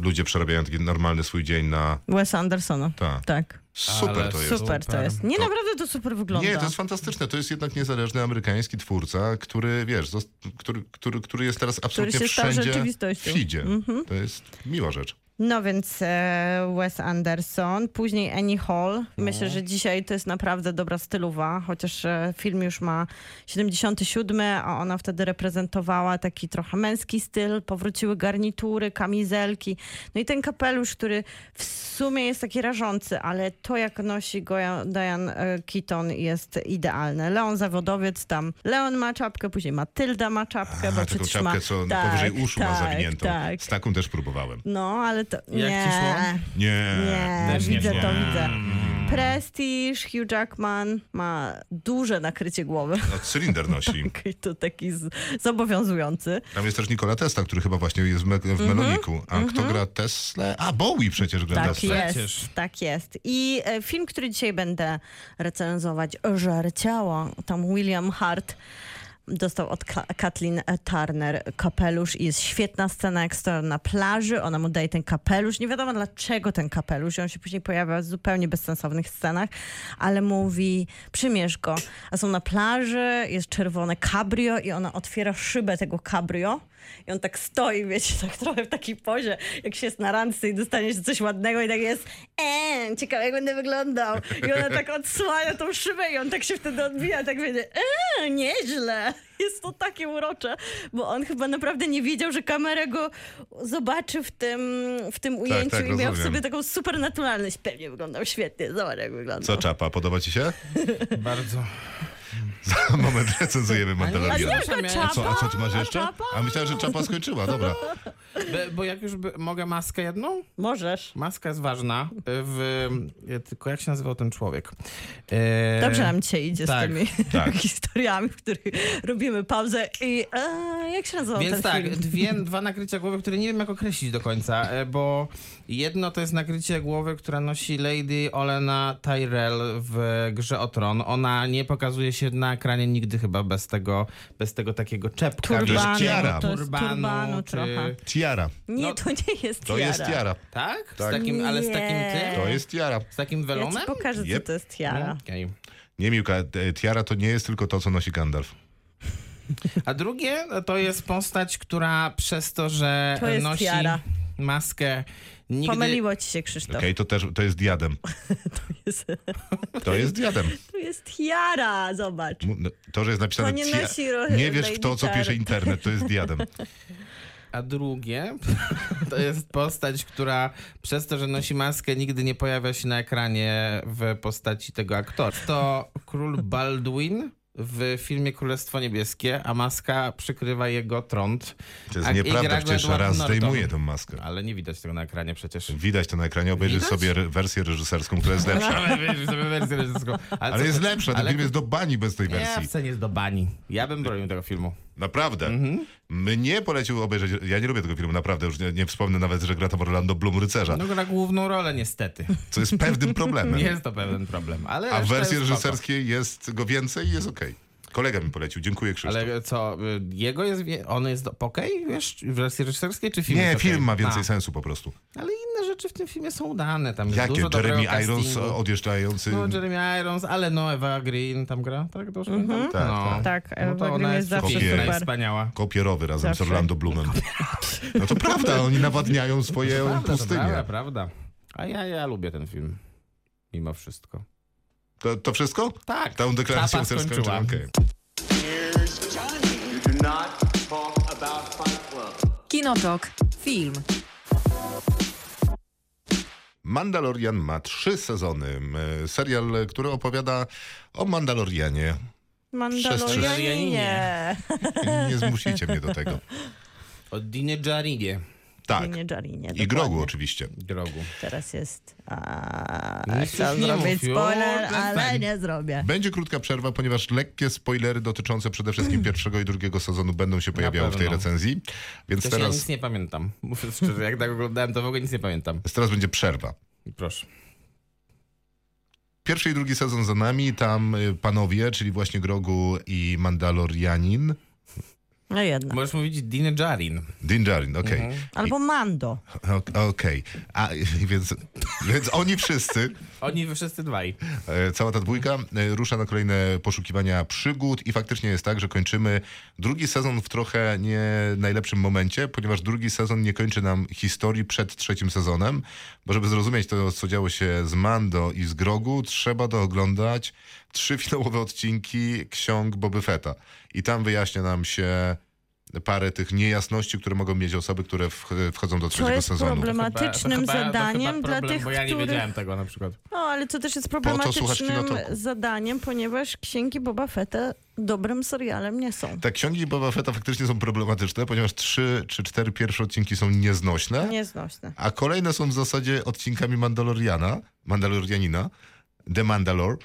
Speaker 2: ludzie przerabiają taki normalny swój dzień na...
Speaker 4: Wes Andersona.
Speaker 2: Tak.
Speaker 4: Tak.
Speaker 2: Super
Speaker 5: Ale
Speaker 2: to jest.
Speaker 4: Super to
Speaker 5: Super.
Speaker 4: jest. Nie, naprawdę to super wygląda.
Speaker 2: Nie, to jest fantastyczne. To jest jednak niezależny amerykański twórca, który, wiesz, zost- który, który, który jest teraz absolutnie
Speaker 4: się stał
Speaker 2: wszędzie
Speaker 4: rzeczywistością.
Speaker 2: w
Speaker 4: Mhm.
Speaker 2: feedzie. To jest miła rzecz.
Speaker 4: No więc e, Wes Anderson, później Annie Hall.
Speaker 2: No.
Speaker 4: Myślę, że dzisiaj to jest naprawdę dobra stylowa, chociaż e, film już ma 77, a ona wtedy reprezentowała taki trochę męski styl. Powróciły garnitury, kamizelki. No i ten kapelusz, który w sumie jest taki rażący, ale to jak nosi go ja- Diane e, Keaton jest idealne. Leon zawodowiec tam. Leon ma czapkę, później Matylda ma czapkę, bo
Speaker 2: Aha, taką
Speaker 4: przytrzyma...
Speaker 2: czapkę, co
Speaker 4: Tak,
Speaker 2: powyżej uszu ma
Speaker 4: tak,
Speaker 2: zawiniętą.
Speaker 4: Tak.
Speaker 2: Z taką też próbowałem.
Speaker 4: No, ale to.
Speaker 5: ci
Speaker 4: nie.
Speaker 5: szło? E,
Speaker 2: Nie.
Speaker 4: Nie,
Speaker 5: Też nie
Speaker 4: widzę
Speaker 5: szło. Mm.
Speaker 4: to, widzę. Prestige, Hugh Jackman ma duże nakrycie głowy. (laughs)
Speaker 2: No, cylinder nosi.
Speaker 4: I To taki z- zobowiązujący.
Speaker 2: Tam jest też Nikola Tesla, który chyba właśnie jest w, me- w
Speaker 4: Mhm,
Speaker 2: Meloniku. A kto gra Tesla? A Bowie przecież gra
Speaker 4: Tak
Speaker 2: Tesla.
Speaker 4: jest, tak jest. I e, film, który dzisiaj będę recenzować, Żar ciała, tam William Hart dostał od Ka- Kathleen Turner kapelusz i jest świetna scena, jak stoją na plaży, ona mu daje ten kapelusz, nie wiadomo dlaczego ten kapelusz i on się później pojawia w zupełnie bezsensownych scenach, ale mówi, przymierz go, a są na plaży, jest czerwone cabrio i ona otwiera szybę tego cabrio i on tak stoi, wiecie, tak trochę w takiej pozie, jak się jest na randce i dostanie się coś ładnego i tak jest eee, ciekawe jak będę wyglądał i ona tak odsłania tą szybę i on tak się wtedy odbija, tak wiecie, eee, nieźle. Jest to takie urocze, bo on chyba naprawdę nie wiedział, że kamera go zobaczy w tym, w tym ujęciu
Speaker 2: tak,
Speaker 4: i miał w
Speaker 2: rozumiem.
Speaker 4: sobie taką supernaturalność. Pewnie wyglądał świetnie, zobacz jak wyglądał.
Speaker 2: Co czapa, podoba ci się? (laughs)
Speaker 5: Bardzo.
Speaker 2: Za moment recenzujemy Mandalorian.
Speaker 4: Tylko
Speaker 5: A
Speaker 4: czapa,
Speaker 2: Co, a co ty masz
Speaker 4: a
Speaker 2: jeszcze?
Speaker 4: czapa?
Speaker 2: A myślałem, że czapa skończyła, dobra.
Speaker 5: Be- Bo jak już by, mogę maskę jedną?
Speaker 4: Możesz.
Speaker 5: Maska jest ważna. y, W, y, tylko jak się nazywał ten człowiek? E,
Speaker 4: Dobrze nam dzisiaj idzie
Speaker 5: tak,
Speaker 4: z tymi (laughs)
Speaker 2: tak.
Speaker 4: historiami, w których robimy pauzę i e, jak się nazywał
Speaker 5: Więc
Speaker 4: ten
Speaker 5: tak,
Speaker 4: film? (laughs)
Speaker 5: dwie, dwa nakrycia głowy, które nie wiem jak określić do końca, e, bo jedno to jest nakrycie głowy, która nosi Lady Olena Tyrell w Grze o Tron. Ona nie pokazuje się na ekranie nigdy chyba bez tego, bez tego takiego czepka.
Speaker 4: Turbanu,
Speaker 2: To jest tiara.
Speaker 4: to jest turbanu
Speaker 5: czy...
Speaker 4: trochę.
Speaker 2: Tiara.
Speaker 4: Nie,
Speaker 5: No,
Speaker 4: to nie jest
Speaker 2: To
Speaker 4: tiara.
Speaker 2: jest tiara.
Speaker 5: Tak?
Speaker 2: Tak.
Speaker 5: Z takim, ale z takim
Speaker 4: Nie.
Speaker 5: tym?
Speaker 2: To jest tiara.
Speaker 5: Z takim
Speaker 4: Ja
Speaker 5: welonem? No,
Speaker 4: ci pokażę,
Speaker 2: Jep.
Speaker 4: co to jest tiara.
Speaker 5: Okej.
Speaker 2: Nie, Miłka, e, tiara to nie jest tylko to, co nosi Gandalf.
Speaker 5: A drugie to jest postać, która przez to, że
Speaker 4: To jest
Speaker 5: nosi
Speaker 4: tiara.
Speaker 5: maskę, nigdy...
Speaker 4: Pomyliło ci się, Krzysztof.
Speaker 2: Okej, to też to jest diadem.
Speaker 4: (laughs) Jest-
Speaker 2: To jest diadem.
Speaker 4: To jest tiara, zobacz.
Speaker 2: M- no, To, że jest napisane
Speaker 4: To nie
Speaker 2: tia-
Speaker 4: nosi ro-
Speaker 2: nie wiesz w to, co
Speaker 4: Lady
Speaker 2: pisze
Speaker 4: Tiara.
Speaker 2: internet, to jest diadem.
Speaker 5: A drugie (laughs) to jest postać, która przez to, że nosi maskę, nigdy nie pojawia się na ekranie w postaci tego aktora. To król Baldwin w filmie Królestwo Niebieskie, a maska przykrywa jego trąd.
Speaker 2: To jest
Speaker 5: A- i
Speaker 2: nieprawda,
Speaker 5: gra
Speaker 2: przecież
Speaker 5: Edward
Speaker 2: raz
Speaker 5: Norton.
Speaker 2: zdejmuje tą maskę.
Speaker 5: Ale nie widać tego na ekranie przecież.
Speaker 2: Widać to na ekranie, obejrzysz
Speaker 5: Widać?
Speaker 2: sobie re- wersję reżyserską, która jest lepsza.
Speaker 5: Ale wiesz, sobie wersję reżyserską.
Speaker 2: Ale
Speaker 5: co-
Speaker 2: jest lepsza, ten
Speaker 5: No. ale-
Speaker 2: film jest do bani bez tej
Speaker 5: Nie,
Speaker 2: wersji.
Speaker 5: w scenie jest do bani. Ja bym bronił tego filmu.
Speaker 2: Naprawdę.
Speaker 5: Mhm.
Speaker 2: Mnie polecił obejrzeć, ja nie lubię tego filmu, naprawdę, już nie, nie wspomnę nawet, że gra tam Orlando Bloom Rycerza,
Speaker 5: No gra główną rolę niestety.
Speaker 2: co jest pewnym
Speaker 5: (laughs)
Speaker 2: problemem.
Speaker 5: Jest to pewien problem, ale
Speaker 2: A w
Speaker 5: reszta
Speaker 2: wersji
Speaker 5: jest spoko.
Speaker 2: reżyserskiej jest go więcej i jest okej. Kolega mi polecił, dziękuję Krzysztof.
Speaker 5: Ale co, y, jego jest, wie- on jest do- okej, wiesz, w wersji reżyserskiej, czy film
Speaker 2: Nie,
Speaker 5: jest
Speaker 2: film
Speaker 5: okej?
Speaker 2: ma więcej
Speaker 5: A,
Speaker 2: sensu po prostu.
Speaker 5: Ale inne rzeczy w tym filmie są udane, tam jest
Speaker 2: Jakie?
Speaker 5: dużo
Speaker 2: Jeremy
Speaker 5: dobrego
Speaker 2: Irons
Speaker 5: castingu.
Speaker 2: odjeżdżający.
Speaker 5: No, Jeremy Irons, ale no, Eva Green tam gra, tak dobrze pamiętam?
Speaker 2: Tak,
Speaker 5: no.
Speaker 4: Mhm. tak.
Speaker 5: no
Speaker 4: Eva
Speaker 5: to
Speaker 4: Green
Speaker 5: ona
Speaker 4: jest
Speaker 5: jest
Speaker 4: zawsze
Speaker 5: przecież
Speaker 2: super.
Speaker 5: najwspaniała.
Speaker 2: Kopierowy razem z
Speaker 4: Zawsze.
Speaker 2: Orlando Bloomem. (laughs) No to prawda, oni nawadniają swoje
Speaker 5: Prawda, to prawda,
Speaker 2: pustynie.
Speaker 5: prawda. A ja, ja lubię ten film, mimo wszystko.
Speaker 2: To, to wszystko?
Speaker 5: Tak,
Speaker 2: Tą deklaracją
Speaker 5: Czapa
Speaker 2: chcesz skończyć?
Speaker 5: skończyła.
Speaker 2: Okej.
Speaker 3: Here's Johnny. You do not talk about Fight Club.
Speaker 1: Kinotok. Film.
Speaker 2: Mandalorian ma trzy sezony. M, Serial, który opowiada o Mandalorianie.
Speaker 4: Mandalorianie.
Speaker 2: Nie zmusicie mnie do
Speaker 5: (laughs)
Speaker 2: tego.
Speaker 5: O Dine Jarinie.
Speaker 2: Tak.
Speaker 4: Tak. Nie Jarinie.
Speaker 2: I Grogu oczywiście.
Speaker 5: Drogu.
Speaker 4: Teraz jest. A,
Speaker 5: Nic
Speaker 4: chciałam
Speaker 5: już nie
Speaker 4: zrobić
Speaker 5: mów.
Speaker 4: spoiler,
Speaker 5: Już
Speaker 4: ale
Speaker 5: przestań.
Speaker 4: nie zrobię.
Speaker 2: Będzie krótka przerwa, ponieważ lekkie spoilery dotyczące przede wszystkim pierwszego i drugiego sezonu będą się pojawiały w tej
Speaker 5: pewno.
Speaker 2: recenzji. Więc
Speaker 5: Też ja
Speaker 2: teraz,
Speaker 5: nic nie pamiętam. Mówię (laughs) szczerze, jak tak oglądałem, to w ogóle nic nie pamiętam.
Speaker 2: teraz będzie przerwa.
Speaker 5: Proszę.
Speaker 2: Pierwszy i drugi sezon za nami, tam y, panowie, czyli właśnie Grogu i Mandalorianin.
Speaker 4: No jednak.
Speaker 5: Możesz mówić Dine Jarin.
Speaker 2: Din Djarin, okej.
Speaker 4: Albo Mando.
Speaker 2: Ok- Okej, a więc, więc oni wszyscy,
Speaker 5: Oni wszyscy dwaj.
Speaker 2: e, cała ta dwójka e, rusza na kolejne poszukiwania przygód i faktycznie jest tak, że kończymy drugi sezon w trochę nie najlepszym momencie, ponieważ drugi sezon nie kończy nam historii przed trzecim sezonem, bo żeby zrozumieć to, co działo się z Mando i z Grogu, trzeba dooglądać trzy finałowe odcinki ksiąg Boby Fetta i tam wyjaśnia nam się parę tych niejasności, które mogą mieć osoby, które wch- wchodzą do
Speaker 4: Co
Speaker 2: trzeciego
Speaker 4: jest
Speaker 2: sezonu.
Speaker 4: problematycznym
Speaker 5: to chyba-
Speaker 4: zadaniem
Speaker 5: to chyba
Speaker 4: dla
Speaker 5: problem,
Speaker 4: tych,
Speaker 5: bo ja nie
Speaker 4: których...
Speaker 5: wiedziałem tego na przykład.
Speaker 4: No, ale to też jest
Speaker 2: słuchasz
Speaker 4: problematycznym
Speaker 2: Kinotoku.
Speaker 4: zadaniem, ponieważ Księgi Boba Fetta dobrym serialem nie są.
Speaker 2: Te książki Tak, Boba Fetta faktycznie są problematyczne, ponieważ trzy czy cztery pierwsze odcinki są nieznośne,
Speaker 4: Nieznośne.
Speaker 2: a kolejne są w zasadzie odcinkami Mandaloriana, Mandalorianina, The Mandalor,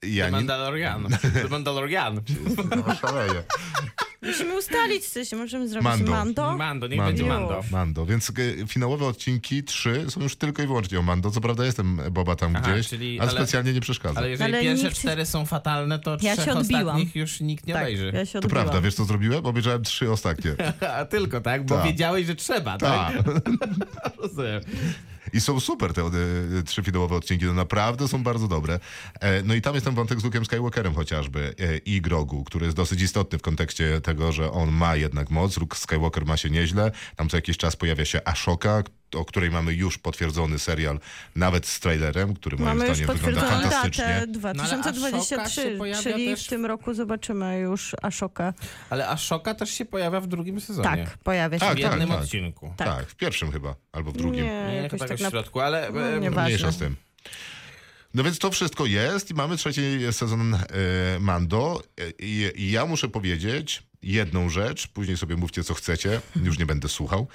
Speaker 5: The
Speaker 2: Janin.
Speaker 5: Mandalorian. The
Speaker 4: (laughs)
Speaker 5: Mandalorian.
Speaker 2: No, szaleje.
Speaker 4: Musimy ustalić coś, możemy zrobić
Speaker 2: Mando.
Speaker 4: Mando.
Speaker 5: Mando, (laughs) niech
Speaker 2: Mando.
Speaker 5: będzie Mando.
Speaker 2: Mando, więc e, finałowe odcinki trzy są już tylko i wyłącznie o Mando. Co prawda jestem e, Boba tam
Speaker 5: Aha,
Speaker 2: gdzieś,
Speaker 5: czyli-
Speaker 2: ale
Speaker 5: ale-
Speaker 2: specjalnie nie przeszkadza.
Speaker 5: Ale jeżeli
Speaker 4: Ale
Speaker 5: pierwsze
Speaker 4: nikt-
Speaker 5: cztery są fatalne, to
Speaker 4: Ja
Speaker 5: trzech
Speaker 4: się odbiłam. Tak.
Speaker 5: ostatnich już nikt nie obejrzy.
Speaker 4: ja się
Speaker 2: To
Speaker 4: odbiłam.
Speaker 2: prawda, wiesz co zrobiłem? Obejrzałem trzy
Speaker 5: (laughs)
Speaker 2: ostatnie.
Speaker 5: A tylko tak, bo
Speaker 2: Tak.
Speaker 5: wiedziałeś, że trzeba, tak?
Speaker 2: Tak.
Speaker 5: Rozumiem.
Speaker 2: I są super te e, trzy finałowe odcinki, no naprawdę są bardzo dobre. E, no i tam jest ten wątek z Luke'em Skywalkerem chociażby e, i Grogu, który jest dosyć istotny w kontekście tego, że on ma jednak moc, Luke Skywalker ma się nieźle, tam co jakiś czas pojawia się Ashoka, o której mamy już potwierdzony serial, nawet z trailerem, który moim
Speaker 4: Mamy już
Speaker 2: zdaniem wygląda
Speaker 4: potwierdzoną
Speaker 2: fantastycznie.
Speaker 4: datę No,
Speaker 5: No, Ashoka się
Speaker 4: 2023,
Speaker 5: pojawia
Speaker 4: czyli
Speaker 5: też-
Speaker 4: w tym roku zobaczymy już Ashoka.
Speaker 5: Ale Ashoka też się pojawia w drugim sezonie.
Speaker 4: Tak, pojawia się.
Speaker 2: A,
Speaker 5: W jednym
Speaker 2: tak, tak.
Speaker 5: odcinku.
Speaker 2: Tak.
Speaker 4: Tak.
Speaker 2: w pierwszym chyba, albo w
Speaker 4: Nie,
Speaker 2: drugim.
Speaker 5: Nie,
Speaker 4: jakoś
Speaker 5: chyba
Speaker 4: tak
Speaker 5: tak w
Speaker 4: na...
Speaker 5: środku, ale... e,
Speaker 4: Nie
Speaker 5: m-
Speaker 4: ważne.
Speaker 2: Mniejsza z tym. No więc to wszystko jest i mamy trzeci sezon e, Mando. E, I i ja muszę powiedzieć jedną rzecz, później sobie mówcie co chcecie, już nie będę słuchał,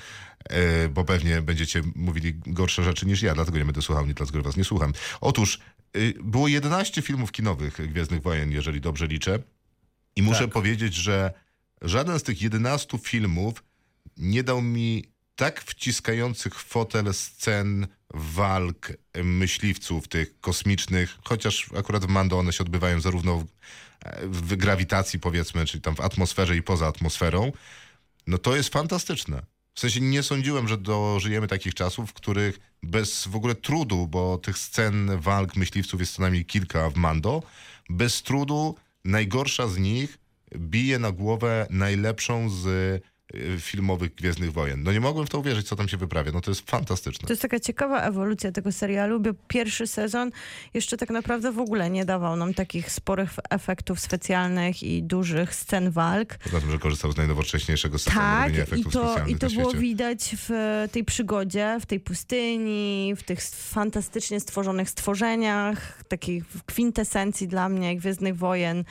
Speaker 2: e, bo pewnie będziecie mówili gorsze rzeczy niż ja, dlatego nie będę słuchał, nie dlatego że was nie słucham. Otóż y, było 11 filmów kinowych Gwiezdnych Wojen, jeżeli dobrze liczę. I muszę powiedzieć, że żaden z tych 11 filmów nie dał mi tak wciskających w fotel scen walk e, myśliwców tych kosmicznych, chociaż akurat w Mando one się odbywają zarówno w, e, w grawitacji powiedzmy, czyli tam w atmosferze i poza atmosferą, no to jest fantastyczne. W sensie nie sądziłem, że dożyjemy takich czasów, w których bez w ogóle trudu, bo tych scen walk myśliwców jest co najmniej kilka w Mando, bez trudu najgorsza z nich bije na głowę najlepszą z y, filmowych Gwiezdnych Wojen. No nie mogłem w to uwierzyć, co tam się wyprawia. No to jest fantastyczne.
Speaker 4: To jest taka ciekawa ewolucja tego serialu, bo pierwszy sezon jeszcze tak naprawdę w ogóle nie dawał nam takich sporych efektów specjalnych i dużych scen walk.
Speaker 2: Poza tym, że korzystał z najnowocześniejszego systemu
Speaker 4: Tak,
Speaker 2: robienia
Speaker 4: i
Speaker 2: efektów
Speaker 4: to,
Speaker 2: specjalnych
Speaker 4: i to
Speaker 2: na
Speaker 4: było
Speaker 2: świecie.
Speaker 4: widać w e, tej przygodzie, w tej pustyni, w tych fantastycznie stworzonych stworzeniach, takich w kwintesencji dla mnie Gwiezdnych Wojen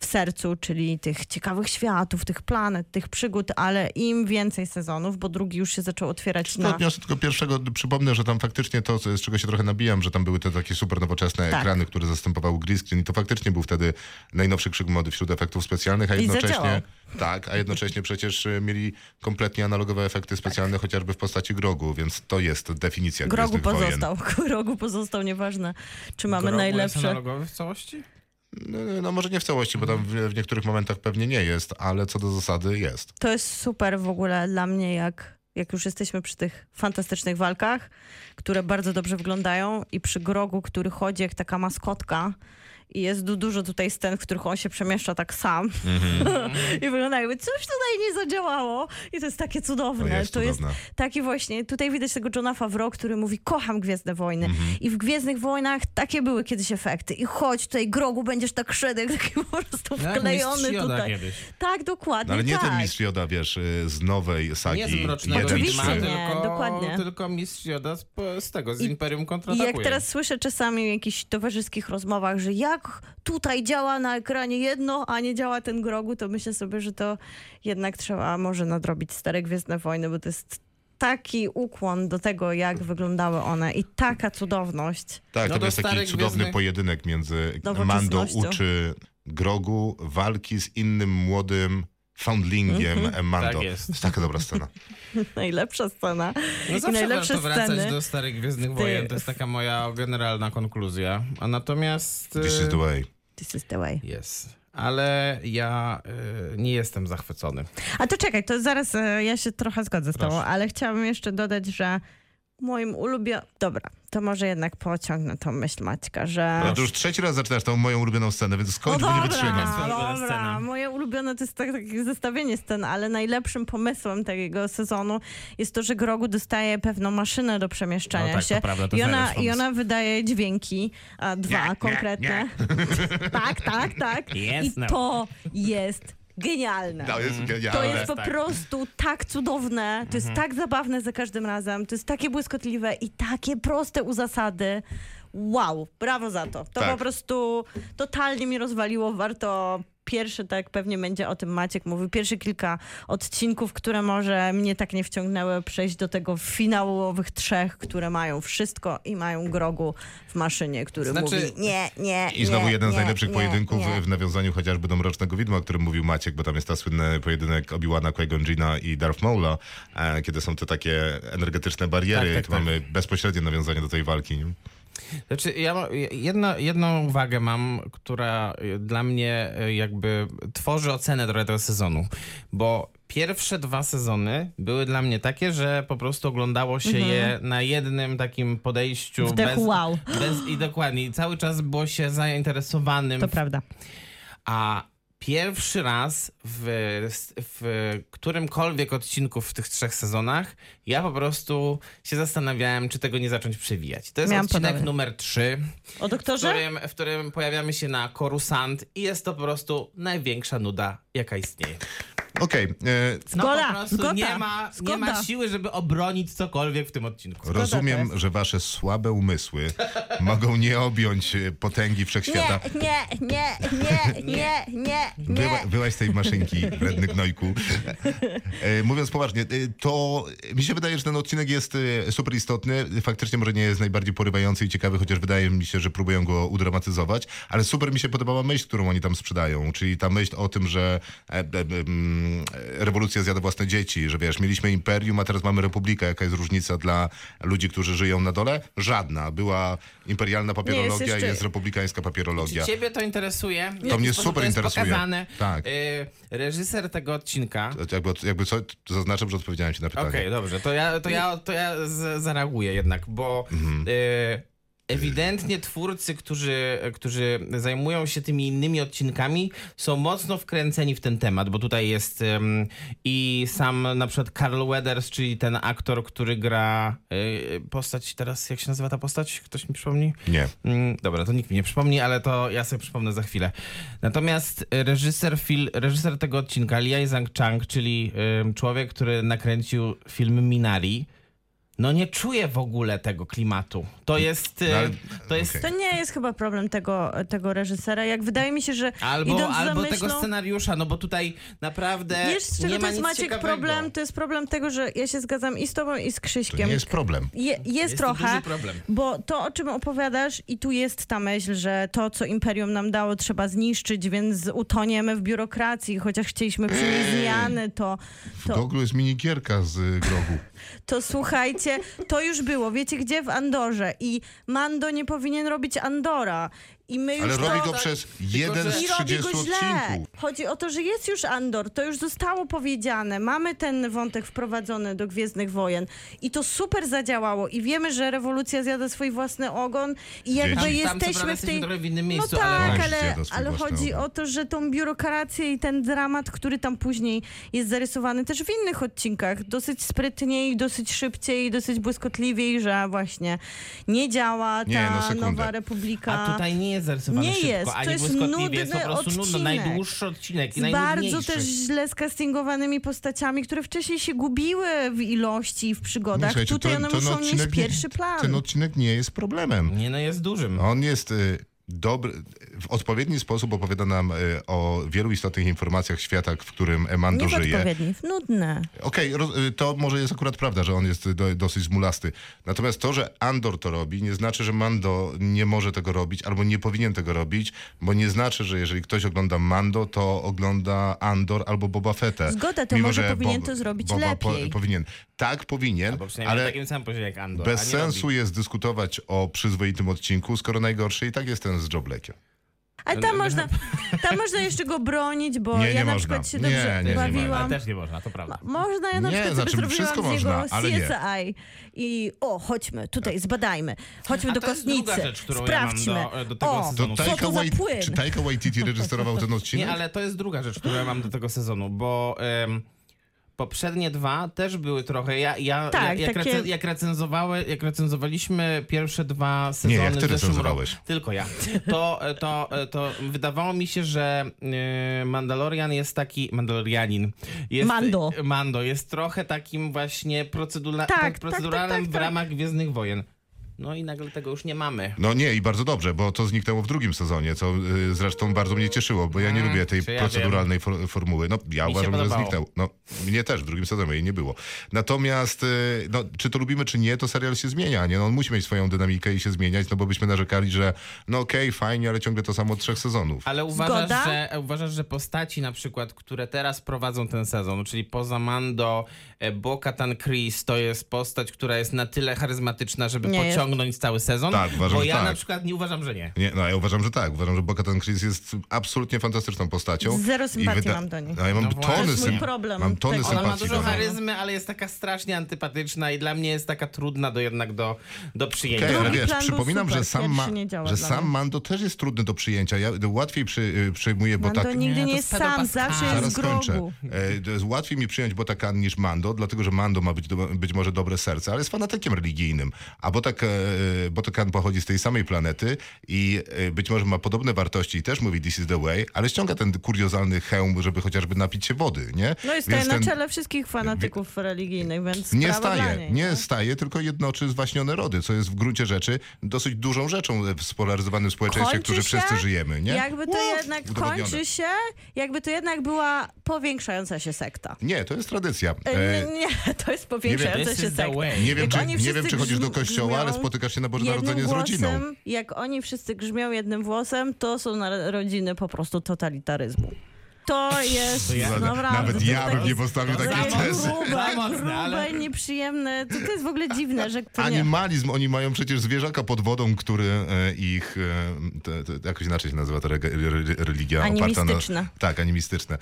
Speaker 4: w sercu, czyli tych ciekawych światów, tych planet, tych przygód, ale im więcej sezonów, bo drugi już się zaczął otwierać
Speaker 2: To
Speaker 4: na...
Speaker 2: odniosę tylko pierwszego, przypomnę, że tam faktycznie to, co- z czego się trochę nabijam, że tam były te takie super nowoczesne
Speaker 4: Tak.
Speaker 2: ekrany, które zastępowały green screen i to faktycznie był wtedy najnowszy krzyk mody wśród efektów specjalnych, a
Speaker 4: I
Speaker 2: jednocześnie
Speaker 4: zadziałał.
Speaker 2: tak, a jednocześnie przecież y, mieli kompletnie analogowe efekty specjalne, chociażby w postaci Grogu, więc to jest definicja
Speaker 4: Grogu
Speaker 2: Gwiezdnych Wojen.
Speaker 4: pozostał, (laughs) Grogu pozostał, nieważne, czy mamy
Speaker 5: Grogu Jest
Speaker 4: najlepsze...
Speaker 5: analogowy w całości?
Speaker 2: No, no może nie w całości, bo tam w, w niektórych momentach pewnie nie jest, ale co do zasady jest.
Speaker 4: To jest super w ogóle dla mnie, jak, jak już jesteśmy przy tych fantastycznych walkach, które bardzo dobrze wyglądają i przy Grogu, który chodzi jak taka maskotka i jest du- dużo tutaj scen, w których on się przemieszcza tak sam
Speaker 2: Mhm.
Speaker 4: (laughs) i wygląda jakby coś tutaj nie zadziałało i to jest takie cudowne.
Speaker 2: To jest
Speaker 4: No, to jest
Speaker 2: cudowne.
Speaker 4: taki właśnie, tutaj widać tego Johna Favreau, który mówi kocham Gwiezdne Wojny
Speaker 2: Mhm.
Speaker 4: i w Gwiezdnych Wojnach takie były kiedyś efekty i chodź tutaj Grogu, będziesz tak szedł, (laughs) jak taki po prostu
Speaker 5: Jak
Speaker 4: wklejony
Speaker 5: Tak, Mistrz Yoda
Speaker 4: tutaj.
Speaker 5: kiedyś.
Speaker 4: Tak, dokładnie
Speaker 2: No, ale nie
Speaker 4: tak.
Speaker 2: ten Mistrz Joda, wiesz, y, z nowej sagi.
Speaker 5: Nie z Mrocznego
Speaker 2: jeden,
Speaker 4: Oczywiście
Speaker 5: Widma,
Speaker 2: trzy.
Speaker 4: nie.
Speaker 5: tylko,
Speaker 4: dokładnie.
Speaker 5: tylko Mistrz Yoda z, z tego, z
Speaker 4: I-
Speaker 5: Imperium
Speaker 4: I
Speaker 5: kontratakuje.
Speaker 4: jak teraz słyszę czasami w jakichś towarzyskich rozmowach, że jak tutaj działa na ekranie jedno, a nie działa ten grogu, to myślę sobie, że to jednak trzeba może nadrobić Stare Gwiezdne Wojny, bo to jest taki ukłon do tego, jak wyglądały one i taka cudowność. (laughs)
Speaker 2: Tak,
Speaker 5: No
Speaker 2: to
Speaker 5: do
Speaker 2: jest taki
Speaker 5: starych
Speaker 2: cudowny
Speaker 5: Gwiezdnych-
Speaker 2: pojedynek między Mando
Speaker 4: Nowoczesnością.
Speaker 2: uczy Grogu walki z innym młodym foundlingiem
Speaker 4: Mhm.
Speaker 2: Mando.
Speaker 5: Tak jest.
Speaker 2: To jest taka dobra
Speaker 5: (laughs)
Speaker 2: scena.
Speaker 4: Najlepsza scena.
Speaker 5: No
Speaker 4: I
Speaker 5: zawsze
Speaker 4: najlepsze
Speaker 5: warto wracać
Speaker 4: sceny.
Speaker 5: do Starych Gwiezdnych Wojen, to jest taka moja generalna konkluzja. A natomiast...
Speaker 2: This is
Speaker 5: e,
Speaker 2: the way.
Speaker 4: This is the way.
Speaker 5: Jest. Ale ja y, nie jestem zachwycony.
Speaker 4: A to czekaj, to zaraz e, ja się trochę zgodzę z tobą,
Speaker 5: Proszę.
Speaker 4: ale chciałabym jeszcze dodać, że moim ulubionym... Dobra, to może jednak pociągnę tą myśl Maćka, że...
Speaker 2: Ale to już trzeci raz zaczynasz tą moją ulubioną scenę, więc
Speaker 4: No
Speaker 2: skończ, bo nie wytrzymam.
Speaker 4: dobra,
Speaker 6: Ulubiona scena.
Speaker 4: Moje ulubione to jest tak, takie zestawienie scen, ale najlepszym pomysłem takiego sezonu jest to, że Grogu dostaje pewną maszynę do przemieszczania
Speaker 6: No tak,
Speaker 4: się.
Speaker 6: to prawda, to
Speaker 4: i,
Speaker 6: jest
Speaker 4: ona,
Speaker 6: najlepszy
Speaker 4: I ona wydaje dźwięki, a dwa
Speaker 2: nie,
Speaker 4: konkretne. (laughs) tak, tak, tak.
Speaker 6: Yes,
Speaker 4: I
Speaker 6: no.
Speaker 4: to jest genialne.
Speaker 2: To jest
Speaker 4: To
Speaker 2: genialne.
Speaker 4: jest po
Speaker 6: tak.
Speaker 4: prostu tak cudowne, to jest
Speaker 2: Mhm.
Speaker 4: tak zabawne za każdym razem, to jest takie błyskotliwe i takie proste usasady. Wow, brawo za to. To
Speaker 2: Tak.
Speaker 4: po prostu totalnie mi rozwaliło, warto pierwszy, tak pewnie będzie o tym Maciek mówił, pierwsze kilka odcinków, które może mnie tak nie wciągnęły, przejść do tego finałowych trzech, które mają wszystko i mają grogu w maszynie, który
Speaker 5: Znaczy-
Speaker 4: mówi nie, nie,
Speaker 2: I znowu
Speaker 4: nie,
Speaker 2: jeden z
Speaker 4: nie,
Speaker 2: najlepszych
Speaker 4: nie,
Speaker 2: pojedynków
Speaker 4: nie.
Speaker 2: w nawiązaniu chociażby do Mrocznego Widma, o którym mówił Maciek, bo tam jest ta słynny pojedynek Obi-Wana, Qui-Gon i Darth Maula, e, kiedy są te takie energetyczne bariery,
Speaker 5: Tak, tak,
Speaker 2: to
Speaker 5: tak.
Speaker 2: mamy bezpośrednie nawiązanie do tej walki. nie?
Speaker 5: Znaczy, ja ma- jedna, jedną uwagę mam, która y, dla mnie y, jakby tworzy ocenę trochę tego sezonu, bo pierwsze dwa sezony były dla mnie takie, że po prostu oglądało się je na jednym takim podejściu.
Speaker 4: Wdech Mhm. wow.
Speaker 5: bez I dokładnie, i cały czas było się zainteresowanym
Speaker 4: To prawda.
Speaker 5: a pierwszy raz w, w którymkolwiek odcinku w tych trzech sezonach ja po prostu się zastanawiałem, czy tego nie zacząć przewijać. To jest
Speaker 4: Miałam
Speaker 5: odcinek
Speaker 4: podobnie.
Speaker 5: numer 3,
Speaker 4: O
Speaker 5: w
Speaker 4: doktorze?
Speaker 5: którym, w którym pojawiamy się na Korusant i jest to po prostu największa nuda, jaka istnieje.
Speaker 2: Okej, e,
Speaker 4: Zgoda,
Speaker 5: no, po prostu
Speaker 4: zgoda,
Speaker 5: nie, ma, nie ma
Speaker 4: zgoda.
Speaker 5: siły, żeby obronić cokolwiek w tym odcinku.
Speaker 2: rozumiem, że wasze słabe umysły (laughs) mogą nie objąć e, potęgi wszechświata.
Speaker 4: Nie, nie, nie,
Speaker 5: (laughs)
Speaker 4: nie, nie, nie.
Speaker 2: Była, byłaś z tej maszynki, wredny gnojku. E, Mówiąc poważnie, e, to mi się wydaje, że ten odcinek jest e, super istotny. Faktycznie może nie jest najbardziej porywający i ciekawy, chociaż wydaje mi się, że próbują go udramatyzować, ale super mi się podobała myśl, którą oni tam sprzedają, czyli ta myśl o tym, że e, e, mm, rewolucja zjada własne dzieci, że wiesz, mieliśmy imperium, a teraz mamy republikę. Jaka jest różnica dla ludzi, którzy żyją na dole? Żadna. Była imperialna papierologia, jest,
Speaker 4: jeszcze-
Speaker 2: jest republikańska papierologia.
Speaker 5: Czy ciebie to interesuje? W
Speaker 2: mnie
Speaker 5: jaki sposób
Speaker 2: super
Speaker 5: to jest
Speaker 2: interesuje.
Speaker 5: Pokazane.
Speaker 2: Tak.
Speaker 5: Y, reżyser tego odcinka
Speaker 2: Jakby, jakby co, to zaznaczam, że odpowiedziałem ci na pytanie.
Speaker 5: Okej, dobrze, to ja, to ja, to ja z, zareaguję jednak, bo
Speaker 2: Mhm.
Speaker 5: e, ewidentnie twórcy, którzy, którzy zajmują się tymi innymi odcinkami, są mocno wkręceni w ten temat, bo tutaj jest em, i sam na przykład Carl Weathers, czyli ten aktor, który gra e, postać teraz, jak się nazywa ta postać? Ktoś mi przypomni?
Speaker 2: Nie.
Speaker 5: Mm, Dobra, to nikt mi nie przypomni, ale to ja sobie przypomnę za chwilę. Natomiast e, reżyser, fil, reżyser tego odcinka, Liai Zhang Chang, czyli ym, człowiek, który nakręcił film Minari, no nie czuje w ogóle tego klimatu. To jest. y,
Speaker 2: No ale-
Speaker 5: to jest
Speaker 2: okej.
Speaker 4: To nie jest chyba problem tego, tego reżysera. Jak wydaje mi się, że
Speaker 5: Albo,
Speaker 4: idąc za
Speaker 5: albo
Speaker 4: myślą,
Speaker 5: tego scenariusza, no bo tutaj naprawdę.
Speaker 4: Wiesz, z
Speaker 5: nie
Speaker 4: czego
Speaker 5: ma
Speaker 4: to jest
Speaker 5: nic
Speaker 4: Maciek
Speaker 5: ciekawego.
Speaker 4: problem? To jest problem tego, że ja się zgadzam i z tobą, i z
Speaker 2: To
Speaker 4: Krzyśkiem.
Speaker 2: nie jest problem.
Speaker 4: Je, jest,
Speaker 5: to
Speaker 4: trochę,
Speaker 5: duży problem.
Speaker 4: bo to, o czym opowiadasz, i tu jest ta myśl, że to, co imperium nam dało, trzeba zniszczyć, więc utoniemy w biurokracji, chociaż chcieliśmy przynieść zmiany, to,
Speaker 2: W
Speaker 4: to
Speaker 2: Google jest minigierka z y, grogu.
Speaker 4: to słuchajcie, to już było. Wiecie gdzie? W Andorze. I Mando nie powinien robić Andora. I my
Speaker 2: Ale
Speaker 4: już
Speaker 2: robi
Speaker 4: to...
Speaker 2: go przez jeden
Speaker 5: że-
Speaker 2: z
Speaker 4: I robi
Speaker 2: 30
Speaker 4: go źle.
Speaker 2: odcinków.
Speaker 4: Chodzi o to, że jest już Andor, to już zostało powiedziane. Mamy ten wątek wprowadzony do Gwiezdnych Wojen i to super zadziałało i wiemy, że rewolucja zjada swój własny ogon i jakby
Speaker 5: Tam, tam, co
Speaker 4: jesteśmy
Speaker 5: prawda,
Speaker 4: w tej...
Speaker 5: trochę w innym
Speaker 4: No
Speaker 5: miejscu, ale.
Speaker 4: tak,
Speaker 2: właśnie.
Speaker 4: ale,
Speaker 2: Zjada swój
Speaker 4: ale
Speaker 2: własny
Speaker 4: chodzi
Speaker 2: ogon.
Speaker 4: o to, że tą biurokrację i ten dramat, który tam później jest zarysowany też w innych odcinkach, dosyć sprytniej, dosyć szybciej, dosyć błyskotliwiej, że właśnie nie działa ta
Speaker 2: Nie, no sekundę.
Speaker 4: nowa republika.
Speaker 5: A tutaj nie jest zarysowane
Speaker 4: Nie
Speaker 5: szybko,
Speaker 4: jest, to
Speaker 5: ani
Speaker 4: jest
Speaker 5: błyskotliwie, jest po
Speaker 4: nudny
Speaker 5: prostu nudno,
Speaker 4: odcinek.
Speaker 5: najdłuższy odcinek i
Speaker 4: z bardzo
Speaker 5: najnudniejszy.
Speaker 4: też źle skastingowanymi postaciami, które wcześniej się gubiły w ilości i w przygodach.
Speaker 2: No Słuchajcie,
Speaker 4: tak, Tutaj
Speaker 2: ten-
Speaker 4: one
Speaker 2: ten
Speaker 4: muszą mieć
Speaker 2: odcinek nie-
Speaker 4: pierwszy plan.
Speaker 2: Ten odcinek nie jest problemem.
Speaker 5: Nie no, jest dużym.
Speaker 2: On jest y, dobry. W odpowiedni sposób opowiada nam y, o wielu istotnych informacjach świata, w którym Emando
Speaker 4: nie w
Speaker 2: żyje.
Speaker 4: odpowiedni, w nudne.
Speaker 2: Okej, roz- y, to może jest akurat prawda, że on jest do, dosyć mulasty. Natomiast to, że Andor to robi, nie znaczy, że Mando nie może tego robić albo nie powinien tego robić, bo nie znaczy, że jeżeli ktoś ogląda Mando, to ogląda Andor albo Boba Fettę.
Speaker 4: Zgoda, to może powinien to zrobić lepiej.
Speaker 2: powinien. Tak, powinien,
Speaker 5: Bo przynajmniej na
Speaker 2: ale
Speaker 5: takim samym poziomie jak Andor.
Speaker 2: bez
Speaker 5: a nie
Speaker 2: sensu
Speaker 5: robi.
Speaker 2: jest dyskutować o przyzwoitym odcinku, skoro najgorszy i tak jest ten z Joe Blackiem.
Speaker 4: Ale tam można, tam można jeszcze go bronić, bo
Speaker 2: Nie, nie
Speaker 4: ja na
Speaker 2: można.
Speaker 4: przykład się
Speaker 2: Nie,
Speaker 4: dobrze
Speaker 2: nie, nie
Speaker 5: Ale
Speaker 4: bawiłam.
Speaker 5: też nie można, to prawda.
Speaker 4: Można, ja na
Speaker 2: Nie,
Speaker 4: przykład
Speaker 2: znaczy,
Speaker 4: sobie zrobiłam
Speaker 2: wszystko
Speaker 4: z niego
Speaker 2: można, ale nie.
Speaker 4: CSI i o, chodźmy, tutaj zbadajmy, chodźmy
Speaker 5: A
Speaker 4: do
Speaker 5: to jest druga
Speaker 4: kosnicy,
Speaker 5: rzecz, którą ja mam do-
Speaker 4: sprawdźmy,
Speaker 5: do tego
Speaker 4: o,
Speaker 5: sezonu.
Speaker 2: To
Speaker 5: No,
Speaker 4: co
Speaker 2: Taika
Speaker 4: to za
Speaker 2: Wait-
Speaker 4: płyn,
Speaker 2: czy Taika Waititi reżyserował ten odcinek?
Speaker 5: Nie, ale to jest druga rzecz, którą ja mam do tego sezonu, bo em, poprzednie dwa też były trochę. Ja, ja,
Speaker 4: Tak,
Speaker 5: ja, jak,
Speaker 4: takie-
Speaker 5: recen, jak, recenzowały, jak recenzowaliśmy pierwsze dwa sezony
Speaker 2: jak ty
Speaker 5: w zeszłym roku.
Speaker 2: recenzowałeś.
Speaker 5: Tylko ja. To, e, to, to wydawało mi się, że e, Mandalorian jest taki. Mandalorianin. Jest,
Speaker 4: Mando.
Speaker 5: Mando jest trochę takim właśnie procedura,
Speaker 4: Tak, tak,
Speaker 5: proceduralnym
Speaker 4: tak, tak,
Speaker 5: w
Speaker 4: tak.
Speaker 5: ramach Gwiezdnych Wojen. No i nagle tego już nie mamy.
Speaker 2: No nie, i bardzo dobrze, bo to zniknęło w drugim sezonie, co y, zresztą bardzo mnie cieszyło, bo ja nie
Speaker 5: Mm,
Speaker 2: lubię tej
Speaker 5: czy ja
Speaker 2: proceduralnej for, formuły. No ja
Speaker 5: Mi się
Speaker 2: uważam, że
Speaker 5: podobało.
Speaker 2: zniknęło. No mnie też, w drugim sezonie jej nie było. Natomiast, y, no, czy to lubimy, czy nie, to serial się zmienia, nie? No, on musi mieć swoją dynamikę i się zmieniać, no bo byśmy narzekali, że no okej, fajnie, ale ciągle to samo od trzech sezonów.
Speaker 5: Ale uważasz
Speaker 4: Zgoda?
Speaker 5: że, e, uważasz, że postaci na przykład, które teraz prowadzą ten sezon, czyli poza Mando, e, Bo-Katan Chris, to jest postać, która jest na tyle charyzmatyczna, żeby
Speaker 4: Nie jest.
Speaker 5: pociągnąć cały sezon?
Speaker 2: Tak, uważam,
Speaker 5: Bo
Speaker 2: że
Speaker 5: ja
Speaker 2: tak.
Speaker 5: na przykład nie uważam, że nie.
Speaker 2: Nie, no ja uważam, że tak. Uważam, że Bokatan Chris jest absolutnie fantastyczną postacią.
Speaker 4: Zero
Speaker 2: I
Speaker 4: sympatii mam do niej.
Speaker 2: No, ja mam
Speaker 5: No właśnie. To
Speaker 2: tony
Speaker 5: jest mój
Speaker 2: sym...
Speaker 4: problem.
Speaker 2: Mam tony
Speaker 4: Tak,
Speaker 5: Ona ma
Speaker 2: sympatii do
Speaker 5: dużo
Speaker 2: niej.
Speaker 5: charyzmy, ale jest taka strasznie antypatyczna i dla mnie jest taka trudna do jednak do, do przyjęcia.
Speaker 2: Okej, ale
Speaker 4: Drugi
Speaker 2: wiesz,
Speaker 4: plan był
Speaker 2: przypominam,
Speaker 4: super,
Speaker 2: że sam,
Speaker 4: pierwszy
Speaker 2: ma,
Speaker 4: nie działa
Speaker 2: że
Speaker 4: dla
Speaker 2: sam
Speaker 4: mnie.
Speaker 2: Mando też jest trudny do przyjęcia. Ja łatwiej przy, y, przyjmuję
Speaker 4: Mando
Speaker 2: Botak.
Speaker 4: nigdy
Speaker 5: Nie,
Speaker 4: nie,
Speaker 5: to
Speaker 4: jest
Speaker 5: z Pedro
Speaker 4: sam,
Speaker 5: Pascala.
Speaker 4: zawsze
Speaker 2: Zaraz
Speaker 4: jest w
Speaker 2: skończę.
Speaker 4: grogu.
Speaker 2: E, to jest łatwiej mi przyjąć Botakan niż Mando, dlatego że Mando ma być do, być może dobre serce, ale jest fanatykiem religijnym. A Botak, e, Botakan pochodzi z tej samej planety i e, być może ma podobne wartości i też mówi This is the way, ale ściąga ten kuriozalny hełm, żeby chociażby napić się wody, nie?
Speaker 4: No i staje
Speaker 2: Więc
Speaker 4: na
Speaker 2: ten-
Speaker 4: czele wszystkich fanatyków religijnych, więc
Speaker 2: Nie
Speaker 4: sprawa dla
Speaker 2: staje,
Speaker 4: niej,
Speaker 2: nie
Speaker 4: no.
Speaker 2: staje, tylko jednoczy zwaśnione rody, co jest w gruncie rzeczy dosyć dużą rzeczą w spolaryzowanym społeczeństwie,
Speaker 4: Kończy
Speaker 2: którzy
Speaker 4: się,
Speaker 2: wszyscy żyjemy, nie?
Speaker 4: Jakby to
Speaker 2: Ło,
Speaker 4: jednak
Speaker 2: udowodnione.
Speaker 4: kończy się, jakby to jednak była powiększająca się sekta.
Speaker 2: Nie, to jest tradycja.
Speaker 4: E,
Speaker 2: E,
Speaker 4: nie, nie, to jest
Speaker 2: wiem,
Speaker 4: powiększająca
Speaker 5: This
Speaker 4: się tak
Speaker 5: is the
Speaker 4: sekta.
Speaker 5: way.
Speaker 2: nie, wiem,
Speaker 4: Jak
Speaker 2: czy,
Speaker 4: oni
Speaker 2: nie wiem,
Speaker 4: wszyscy
Speaker 2: czy chodzisz do
Speaker 4: grzm-
Speaker 2: kościoła, ale
Speaker 4: grzmią
Speaker 2: spotykasz się na Boże
Speaker 4: jednym
Speaker 2: Narodzenie z rodziną.
Speaker 4: głosem, Jak oni wszyscy grzmią jednym włosem, to są na- rodziny po prostu totalitaryzmu. To jest
Speaker 5: ja-
Speaker 4: naprawdę...
Speaker 2: Nawet
Speaker 4: to
Speaker 2: ja
Speaker 4: tak
Speaker 2: bym nie
Speaker 4: jest-
Speaker 2: postawił
Speaker 4: to
Speaker 2: takiej
Speaker 4: jest
Speaker 2: tezy.
Speaker 5: Za
Speaker 4: Grube,
Speaker 5: mocne,
Speaker 4: grube,
Speaker 5: ale-
Speaker 4: nieprzyjemne. To, to jest w ogóle dziwne, że to nie...
Speaker 2: Animalizm, oni mają przecież zwierzaka pod wodą, który e, ich, e, te, te, jakoś inaczej się nazywa ta rege- re, re, religia oparta na...
Speaker 4: Animistyczne.
Speaker 2: Tak, animistyczne.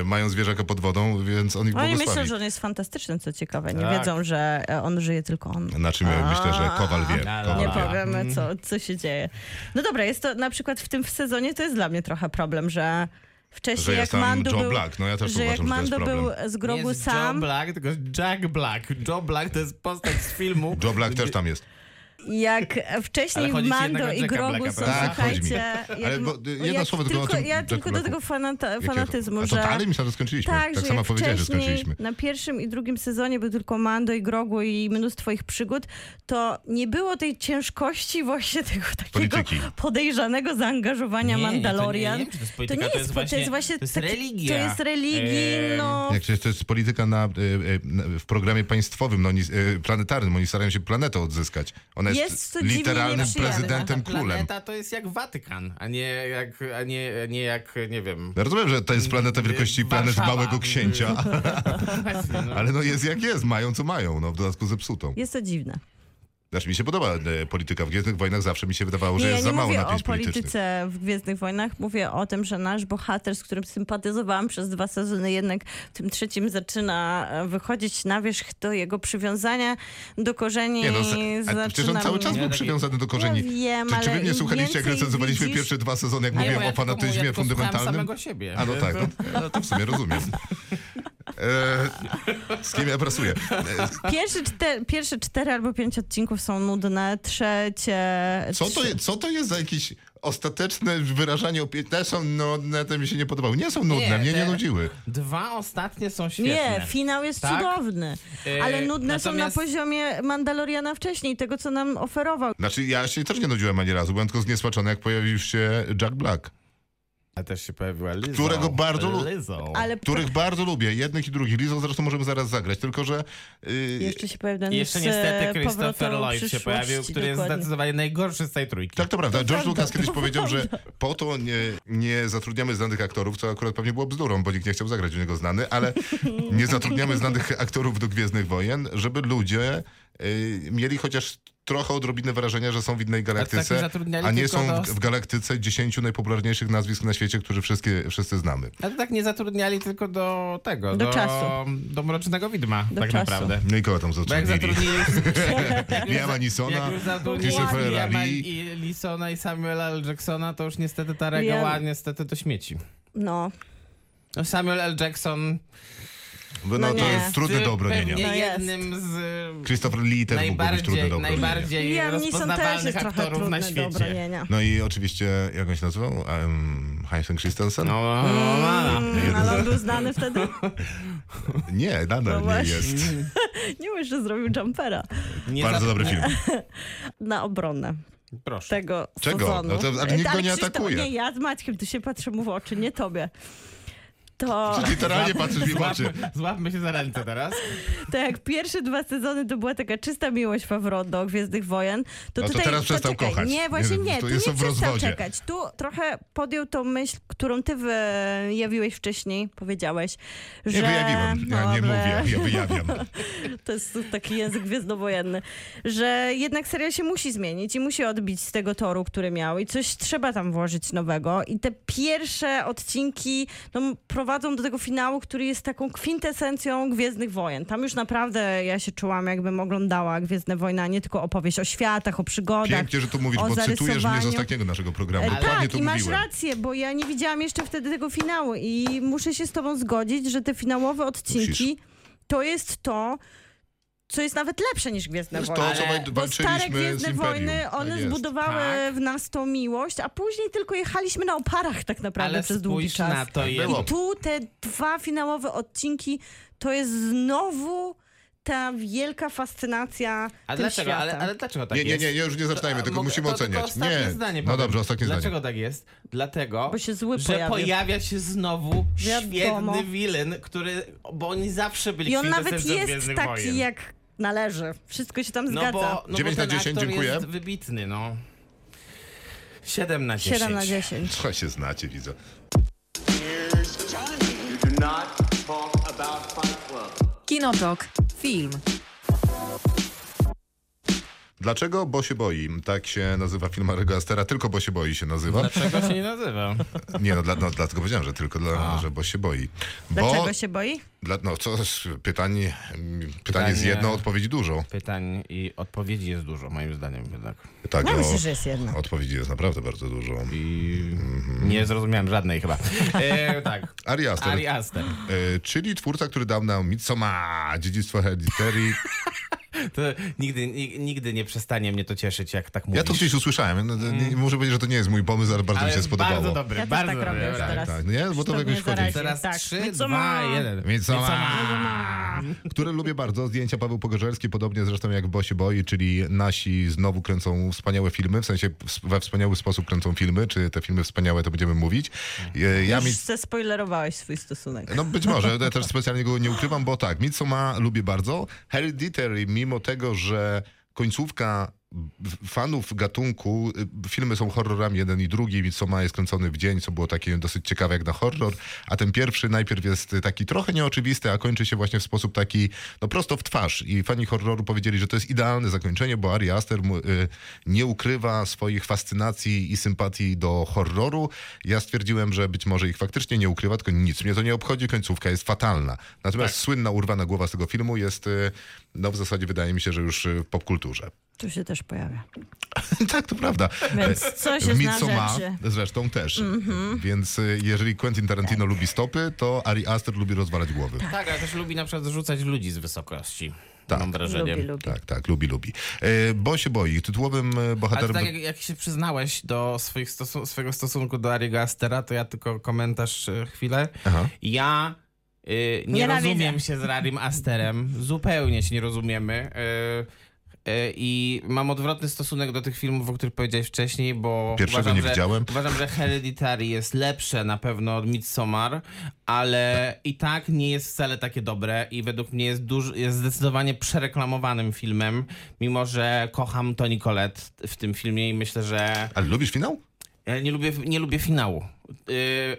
Speaker 2: E, mają zwierzaka pod wodą, więc on ich
Speaker 4: Oni
Speaker 2: błogosławi.
Speaker 4: myślą, No że on jest fantastyczny, co ciekawe. Nie
Speaker 5: Tak.
Speaker 4: wiedzą, że e, on żyje tylko on.
Speaker 2: Na czym ja Znaczy, myślę, że Kowal wie.
Speaker 5: Na-
Speaker 2: Kowal
Speaker 4: Nie
Speaker 2: wie.
Speaker 5: Dobra.
Speaker 4: powiem, co, co się dzieje. No dobra, jest to na przykład w tym sezonie to jest dla mnie trochę problem, że wcześniej
Speaker 2: Że
Speaker 4: jak
Speaker 2: jest tam
Speaker 4: Mando
Speaker 2: Joe
Speaker 4: był,
Speaker 2: Black. No ja też
Speaker 4: że jak
Speaker 2: uważam, że to jest
Speaker 4: Mando był
Speaker 2: problem.
Speaker 4: z grogu
Speaker 5: Nie jest Joe
Speaker 4: sam,
Speaker 5: Black, tylko Jack Black. Joe Black to jest postać z filmu.
Speaker 2: Joe Black też tam jest.
Speaker 4: jak
Speaker 5: Ale
Speaker 4: wcześniej
Speaker 5: chodzi ci
Speaker 4: Mando
Speaker 5: jednak o
Speaker 4: i
Speaker 5: Jacka
Speaker 4: grogu
Speaker 5: Blacka,
Speaker 4: są,
Speaker 5: prawda?
Speaker 2: Tak, chodzi mi.
Speaker 4: słuchajcie,
Speaker 2: Ale
Speaker 4: jak,
Speaker 2: bo, y, jedno
Speaker 4: jak
Speaker 2: słowo tylko
Speaker 4: tylko,
Speaker 2: o tym
Speaker 4: ja
Speaker 2: Jacku
Speaker 4: tylko do
Speaker 2: Blacku.
Speaker 4: tego fanata,
Speaker 2: Jakiego-
Speaker 4: fanatyzmu,
Speaker 2: A
Speaker 4: że...
Speaker 2: totalnie myślałem, że skończyliśmy.
Speaker 4: Tak,
Speaker 2: tak
Speaker 4: że
Speaker 2: sama
Speaker 4: jak
Speaker 2: powiedziałeś, że
Speaker 4: wcześniej
Speaker 2: skończyliśmy.
Speaker 4: na pierwszym i drugim sezonie był tylko Mando i Grogu i mnóstwo ich przygód, to nie było tej ciężkości właśnie tego takiego
Speaker 2: Polityki.
Speaker 4: podejrzanego zaangażowania
Speaker 5: Nie, nie, to nie-
Speaker 4: Mandalorian.
Speaker 5: nie wiem, czy to jest polityka, to jest właśnie- to jest
Speaker 4: taki-
Speaker 5: religia.
Speaker 4: To jest religijny,
Speaker 5: Em,
Speaker 4: no.
Speaker 2: Jak się, to jest polityka na, y, y, na- w programie państwowym, no, oni, y, planetarnym. Oni starają się planetę odzyskać. Ona jest,
Speaker 4: Jest to dziwnie
Speaker 2: literalnym
Speaker 4: nieprzyjemne.
Speaker 2: prezydentem,
Speaker 4: tak,
Speaker 2: królem.
Speaker 5: Planeta to jest jak Watykan, a nie jak, a nie, a nie jak nie wiem.
Speaker 2: Ja rozumiem, że to jest planeta wielkości planet
Speaker 5: Warszawa.
Speaker 2: małego księcia,
Speaker 4: (laughs)
Speaker 5: Właśnie, no.
Speaker 2: (laughs) ale no jest jak jest, mają co mają, no w dodatku zepsutą.
Speaker 4: Jest to dziwne.
Speaker 2: Znaczy mi się podoba e, polityka w Gwiezdnych Wojnach, zawsze mi się wydawało, że
Speaker 4: Nie, ja
Speaker 2: jest za
Speaker 4: nie
Speaker 2: mało
Speaker 4: mówię o
Speaker 2: napięć politycznych.
Speaker 4: polityce w Gwiezdnych Wojnach, mówię o tym, że nasz bohater, z którym sympatyzowałam przez dwa sezony, jednak w tym trzecim zaczyna e, wychodzić na wierzch do jego przywiązania do korzeni.
Speaker 2: Nie, no, se- a przecież on
Speaker 4: zaczyna-
Speaker 2: cały czas
Speaker 5: Nie, no
Speaker 2: był
Speaker 5: taki-
Speaker 2: przywiązany do korzeni.
Speaker 4: Ja wiem,
Speaker 2: czy, czy wy
Speaker 4: ale
Speaker 2: mnie
Speaker 4: im
Speaker 2: słuchaliście, jak
Speaker 4: więcej
Speaker 2: recenzowaliśmy
Speaker 4: widzisz-
Speaker 2: pierwsze dwa sezony, jak
Speaker 5: Nie,
Speaker 2: mówiłem
Speaker 5: bo ja
Speaker 2: o
Speaker 5: tylko mówię,
Speaker 2: fanatyzmie
Speaker 5: jak posłuchałem
Speaker 2: fundamentalnym?
Speaker 5: samego siebie.
Speaker 2: A no tak, no, no to w sumie
Speaker 5: (laughs)
Speaker 2: rozumiem. E, z kim ja pracuję? E,
Speaker 4: Pierwsze, czter, pierwsze cztery albo pięć odcinków są nudne, trzecie...
Speaker 2: co, to je, co to jest za jakieś ostateczne wyrażanie opinii? Te są nudne, te mi się nie podobały. Nie są nudne,
Speaker 5: Nie,
Speaker 2: mnie nie
Speaker 5: te-
Speaker 2: nudziły.
Speaker 5: Dwa ostatnie są świetne.
Speaker 4: Nie, finał jest
Speaker 5: Tak?
Speaker 4: cudowny,
Speaker 5: E,
Speaker 4: ale nudne są na
Speaker 5: natomiast-
Speaker 4: poziomie Mandaloriana wcześniej, tego co nam oferował.
Speaker 2: Znaczy ja się też nie nudziłem ani razu, byłem tylko zniesmaczony, jak pojawił się Jack Black.
Speaker 5: A też się pojawiła Lizzo.
Speaker 2: Którego bardzo lu-
Speaker 5: Lizzo.
Speaker 4: Ale
Speaker 2: Których bardzo lubię, jednych i drugich. Lizą zresztą możemy zaraz zagrać, tylko że... y,
Speaker 4: Jeszcze się pojawił ten
Speaker 5: Jeszcze
Speaker 4: z
Speaker 5: niestety Christopher
Speaker 4: e, powrotem
Speaker 5: Lloyd się
Speaker 4: przyszłości,
Speaker 5: pojawił, który jest
Speaker 4: dokładnie.
Speaker 5: zdecydowanie najgorszy z tej trójki.
Speaker 2: Tak, to prawda. George
Speaker 4: prawda,
Speaker 2: Lucas kiedyś
Speaker 4: to
Speaker 2: powiedział, że po to nie, nie zatrudniamy znanych aktorów, co akurat pewnie było bzdurą, bo nikt nie chciał zagrać u niego znany, ale nie zatrudniamy znanych aktorów do Gwiezdnych Wojen, żeby ludzie y, e, mieli chociaż trochę odrobinę wrażenia, że są w innej
Speaker 5: tak
Speaker 2: galaktyce,
Speaker 5: zatrudniali
Speaker 2: a nie
Speaker 5: tylko
Speaker 2: są w,
Speaker 5: do-
Speaker 2: w galaktyce 10 najpopularniejszych nazwisk na świecie, które wszystkie, wszyscy znamy.
Speaker 5: A to tak nie zatrudniali tylko do tego,
Speaker 4: Do
Speaker 5: do,
Speaker 4: czasu.
Speaker 5: do Mrocznego Widma,
Speaker 4: Do
Speaker 5: tak
Speaker 4: czasu.
Speaker 5: naprawdę.
Speaker 2: No i kogo tam
Speaker 5: Bo jak
Speaker 2: zatrudnili?
Speaker 5: zatrudnili,
Speaker 2: Liama Nisona,
Speaker 5: jak już zatrudnili
Speaker 2: Christophera
Speaker 5: Liama
Speaker 2: Lee.
Speaker 5: i Lisona i Samuela L. Jacksona, to już niestety ta reguła
Speaker 4: Wiem.
Speaker 5: niestety do śmieci.
Speaker 4: No,
Speaker 5: No Samuel L. Jackson
Speaker 2: No,
Speaker 4: No
Speaker 2: to
Speaker 4: nie.
Speaker 2: jest trudny do obronienia.
Speaker 5: pewnie
Speaker 4: No jest.
Speaker 5: jednym z
Speaker 2: Christopher Lee też mógł być trudny
Speaker 5: najbardziej,
Speaker 2: do obronienia.
Speaker 5: najbardziej
Speaker 4: Liam Neeson też
Speaker 5: rozpoznawalnych
Speaker 4: jest trochę
Speaker 5: aktorów na
Speaker 4: trudny do
Speaker 5: świecie.
Speaker 4: obronienia.
Speaker 2: No i oczywiście, jak on się nazywał? Um, Heisen Christensen?
Speaker 5: No, no, no, no.
Speaker 4: Mm, ale on był znany wtedy. (laughs)
Speaker 2: Nie, nadal
Speaker 4: No
Speaker 2: nie jest.
Speaker 4: Nie wiesz, że zrobił jumpera.
Speaker 5: Nie
Speaker 2: Bardzo
Speaker 5: za-
Speaker 2: dobry film.
Speaker 4: Na obronę
Speaker 5: Proszę. (laughs)
Speaker 4: tego
Speaker 2: Czego?
Speaker 4: sezonu.
Speaker 2: No to- ale nikt go nie
Speaker 4: Krzysztof,
Speaker 2: atakuje.
Speaker 4: Nie, ja z Maćkiem, ty się patrzę mu w oczy, nie tobie. To,
Speaker 2: Literalnie patrzysz mi w oczy.
Speaker 5: Złapmy, złapmy się za ręce teraz.
Speaker 4: to Tak jak pierwsze dwa sezony to była taka czysta miłość Favreau do Gwiezdnych Wojen, to
Speaker 2: No to
Speaker 4: tutaj...
Speaker 2: teraz przestał
Speaker 4: poczekaj,
Speaker 2: kochać.
Speaker 4: Nie, właśnie
Speaker 2: Nie,
Speaker 4: nie,
Speaker 2: to
Speaker 4: tu nie
Speaker 2: jest w
Speaker 4: przestał
Speaker 2: rozwodzie.
Speaker 4: czekać. Tu trochę podjął tą myśl, którą ty wyjawiłeś wcześniej, powiedziałeś, że...
Speaker 2: Nie wyjawiłem, ja nie
Speaker 4: Dobra.
Speaker 2: mówię, ja wyjawiam.
Speaker 4: (laughs) To jest taki język gwiezdnowojenny, że jednak serial się musi zmienić i musi odbić z tego toru, który miał i coś trzeba tam włożyć nowego i te pierwsze odcinki no, prowadzą do tego finału, który jest taką kwintesencją Gwiezdnych Wojen. Tam już naprawdę ja się czułam, jakbym oglądała Gwiezdne Wojny, a nie tylko opowieść o światach, o przygodach.
Speaker 2: Pięknie, że tu mówisz,
Speaker 4: tak. o
Speaker 2: bo cytujesz mnie z
Speaker 4: zarysowaniu.
Speaker 2: ostatniego naszego programu.
Speaker 4: E,
Speaker 2: Dokładnie
Speaker 4: Tak,
Speaker 2: to
Speaker 4: i masz
Speaker 2: mówiłem.
Speaker 4: rację, bo ja nie widziałam jeszcze wtedy tego finału i muszę się z tobą zgodzić, że te finałowe odcinki
Speaker 2: Musisz.
Speaker 4: to jest to, co jest nawet lepsze niż Gwiezdne
Speaker 2: To,
Speaker 4: Wojny.
Speaker 2: co
Speaker 5: Ale-
Speaker 2: waj-
Speaker 4: Bo stare
Speaker 2: walczyliśmy z
Speaker 4: Gwiezdne
Speaker 2: Imperium.
Speaker 4: Wojny, one
Speaker 2: Tak jest.
Speaker 4: zbudowały
Speaker 5: Tak.
Speaker 4: w nas tą miłość, a później tylko jechaliśmy na oparach tak naprawdę
Speaker 5: Ale
Speaker 4: przez długi
Speaker 5: spójrz
Speaker 4: czas.
Speaker 5: na to
Speaker 2: Tak
Speaker 5: jedno.
Speaker 2: było.
Speaker 4: I tu te dwa finałowe odcinki to jest znowu ta wielka fascynacja
Speaker 5: A
Speaker 4: tym
Speaker 5: dlaczego?
Speaker 4: światem.
Speaker 5: Ale, ale dlaczego tak
Speaker 2: Nie, nie,
Speaker 5: jest?
Speaker 2: nie, już nie zaczynajmy,
Speaker 5: To-
Speaker 2: tylko
Speaker 5: mogę-
Speaker 2: musimy
Speaker 5: to tylko
Speaker 2: oceniać.
Speaker 5: ostatnie
Speaker 2: Nie.
Speaker 5: zdanie
Speaker 2: no
Speaker 5: powiem.
Speaker 2: dobrze, ostatnie zdanie.
Speaker 5: Dlaczego tak jest? Dlatego,
Speaker 4: Bo się zły
Speaker 5: że
Speaker 4: pojawił.
Speaker 5: pojawia się znowu
Speaker 4: Wiadomo.
Speaker 5: świetny villain, który, bo oni zawsze byli
Speaker 4: I on nawet
Speaker 5: kwintesencją
Speaker 4: jest
Speaker 5: Gwiezdnych
Speaker 4: taki,
Speaker 5: Wojen.
Speaker 4: jak należy. Wszystko się tam
Speaker 5: No
Speaker 4: zgadza.
Speaker 5: bo, no
Speaker 2: 9
Speaker 5: bo
Speaker 2: na
Speaker 5: ten
Speaker 2: 10,
Speaker 5: aktor
Speaker 2: dziękuję.
Speaker 5: jest wybitny, no. 7 na 10.
Speaker 4: 7 na 10.
Speaker 2: Trochę się znacie, widzę.
Speaker 3: Here's Johnny. You do not talk about Fight Club.
Speaker 1: Kinotok. Film.
Speaker 2: Dlaczego? Bo się boi. Tak się nazywa film Arego Astera, tylko bo się boi się nazywa.
Speaker 5: Dlaczego się nie nazywa?
Speaker 2: Nie, no, dla, no dlatego powiedziałem, że tylko dla, że bo się boi. Bo,
Speaker 4: Dlaczego się boi?
Speaker 2: Dla, no co, pytanie, pytanie, pytanie
Speaker 5: Pytanie-
Speaker 2: z jedną, odpowiedzi dużo.
Speaker 5: Pytań i odpowiedzi jest dużo, moim zdaniem jednak.
Speaker 2: Tak,
Speaker 4: No
Speaker 2: o-
Speaker 4: myślę, że jest jedna.
Speaker 2: Odpowiedzi jest naprawdę bardzo dużo.
Speaker 5: I nie zrozumiałem żadnej chyba.
Speaker 2: (laughs)
Speaker 5: E, tak.
Speaker 2: Ari Aster,
Speaker 5: Ari Aster.
Speaker 2: e, czyli twórca, który dał nam Midsommar, Dziedzictwo
Speaker 5: (laughs)
Speaker 2: Hereditary.
Speaker 5: To nigdy, ni- nigdy nie przestanie mnie to cieszyć, jak tak mówisz.
Speaker 2: Ja to gdzieś usłyszałem. No, to nie, muszę powiedzieć, że to nie jest mój pomysł, ale bardzo
Speaker 5: Ale
Speaker 2: mi się spodobało.
Speaker 5: Bardzo dobry,
Speaker 4: Ja też
Speaker 5: bardzo
Speaker 4: tak robię
Speaker 5: dobry.
Speaker 4: już teraz.
Speaker 2: tak. No nie, bo to
Speaker 4: Sztywnie
Speaker 2: jakoś wchodzi.
Speaker 4: zaraźnie,
Speaker 5: Teraz
Speaker 4: tak.
Speaker 5: 3,
Speaker 4: Więc co
Speaker 5: 2,
Speaker 4: ma?
Speaker 5: 1.
Speaker 2: Midsommar, które lubię bardzo. Zdjęcia Paweł Pogorzelski, podobnie zresztą jak Bosi Boi, czyli nasi znowu kręcą wspaniałe filmy, w sensie w- we wspaniały sposób kręcą filmy, czy te filmy wspaniałe, to będziemy mówić. E, Ja
Speaker 4: No. Już
Speaker 2: mi...
Speaker 4: zespoilerowałeś swój stosunek.
Speaker 2: No być może, ja też specjalnie go nie ukrywam, bo tak, Midsommar lubię bardzo. Hereditary, mimo tego, że końcówka w- fanów gatunku, y, filmy są horrorami jeden i drugi, Midsommar jest kręcony w dzień, co było takie dosyć ciekawe jak na horror, a ten pierwszy najpierw jest y, taki trochę nieoczywisty, a kończy się właśnie w sposób taki, no prosto w twarz i fani horroru powiedzieli, że to jest idealne zakończenie, bo Ari Aster mu, y, nie ukrywa swoich fascynacji i sympatii do horroru. Ja stwierdziłem, że być może ich faktycznie nie ukrywa, tylko nic mnie to nie obchodzi, końcówka jest fatalna. Natomiast słynna urwana głowa z tego filmu jest, y, no w zasadzie wydaje mi się, że już y, w popkulturze. (laughs)
Speaker 4: Tu się też pojawia.
Speaker 2: tak, to prawda.
Speaker 4: Więc coś
Speaker 2: W
Speaker 4: jest na
Speaker 2: Midsommar
Speaker 4: rzeczy. Mhm.
Speaker 2: zresztą też. Więc y, jeżeli Quentin
Speaker 4: Tak.
Speaker 2: Tarantino lubi stopy, to Ari Aster lubi rozwalać głowy.
Speaker 5: Tak, ale też lubi na przykład rzucać ludzi z wysokości.
Speaker 2: Tak.
Speaker 5: Mam wrażenie.
Speaker 4: Lubi, lubi.
Speaker 2: Tak, tak, lubi, lubi. E, Bo się boi. Tytułowym e,
Speaker 5: Ale
Speaker 2: bohaterem...
Speaker 5: tak jak, jak się przyznałeś do swoich stosu- swojego stosunku do Ariego Astera, to ja tylko komentarz e, chwilę.
Speaker 2: Aha.
Speaker 5: Ja y, nie
Speaker 4: Nienawidzę.
Speaker 5: rozumiem się z Rarim Asterem. Zupełnie się nie rozumiemy. Y, y, I mam odwrotny stosunek do tych filmów, o których powiedziałeś wcześniej, bo
Speaker 2: Pierwszego
Speaker 5: uważam,
Speaker 2: nie
Speaker 5: że,
Speaker 2: widziałem.
Speaker 5: Uważam, że Hereditary jest lepsze na pewno od Midsommar, ale i tak nie jest wcale takie dobre i według mnie jest, duż, jest zdecydowanie przereklamowanym filmem, mimo że kocham Toni Collette w tym filmie i myślę, że
Speaker 2: Ale lubisz finał?
Speaker 5: ja E, nie lubię, nie lubię finału. Yy,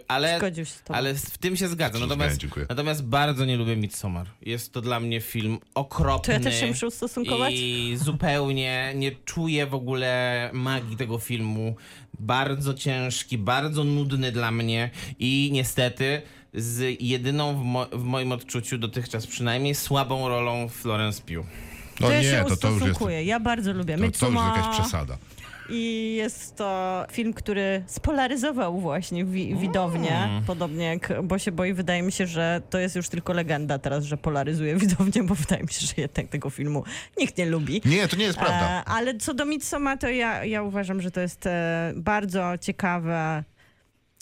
Speaker 5: ale,
Speaker 4: Zgodził się z tobą.
Speaker 5: ale w tym się zgadzam.
Speaker 2: Zgodziłem,
Speaker 5: Natomiast,
Speaker 2: dziękuję.
Speaker 5: natomiast bardzo nie lubię Midsommar. Jest to dla mnie film okropny.
Speaker 4: To ja też się muszę ustosunkować?
Speaker 5: I zupełnie nie czuję w ogóle magii tego filmu. Bardzo ciężki, bardzo nudny dla mnie i niestety z jedyną w, mo- w moim odczuciu dotychczas przynajmniej słabą rolą Florence Pugh.
Speaker 2: No
Speaker 4: to ja
Speaker 2: nie,
Speaker 4: się
Speaker 2: to, to już jest...
Speaker 4: ustosunkuję. Ja bardzo lubię
Speaker 2: To, to już
Speaker 4: Midsommar.
Speaker 2: jakaś przesada.
Speaker 4: I jest to film, który spolaryzował właśnie
Speaker 5: Mm.
Speaker 4: wi- widownię. Podobnie jak Bo się boi, wydaje mi się, że to jest już tylko legenda teraz, że polaryzuje (laughs) widownię, bo wydaje mi się, że jednak tego filmu nikt nie lubi.
Speaker 2: Nie, to nie jest prawda.
Speaker 4: E, ale co do Midsommar, to ja, ja uważam, że to jest e, bardzo ciekawe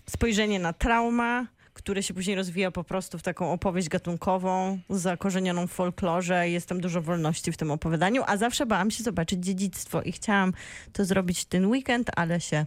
Speaker 4: spojrzenie na trauma, które się później rozwija po prostu w taką opowieść gatunkową, zakorzenioną w folklorze. Jest tam dużo wolności w tym opowiadaniu, a zawsze bałam się zobaczyć dziedzictwo i chciałam to zrobić ten weekend, ale się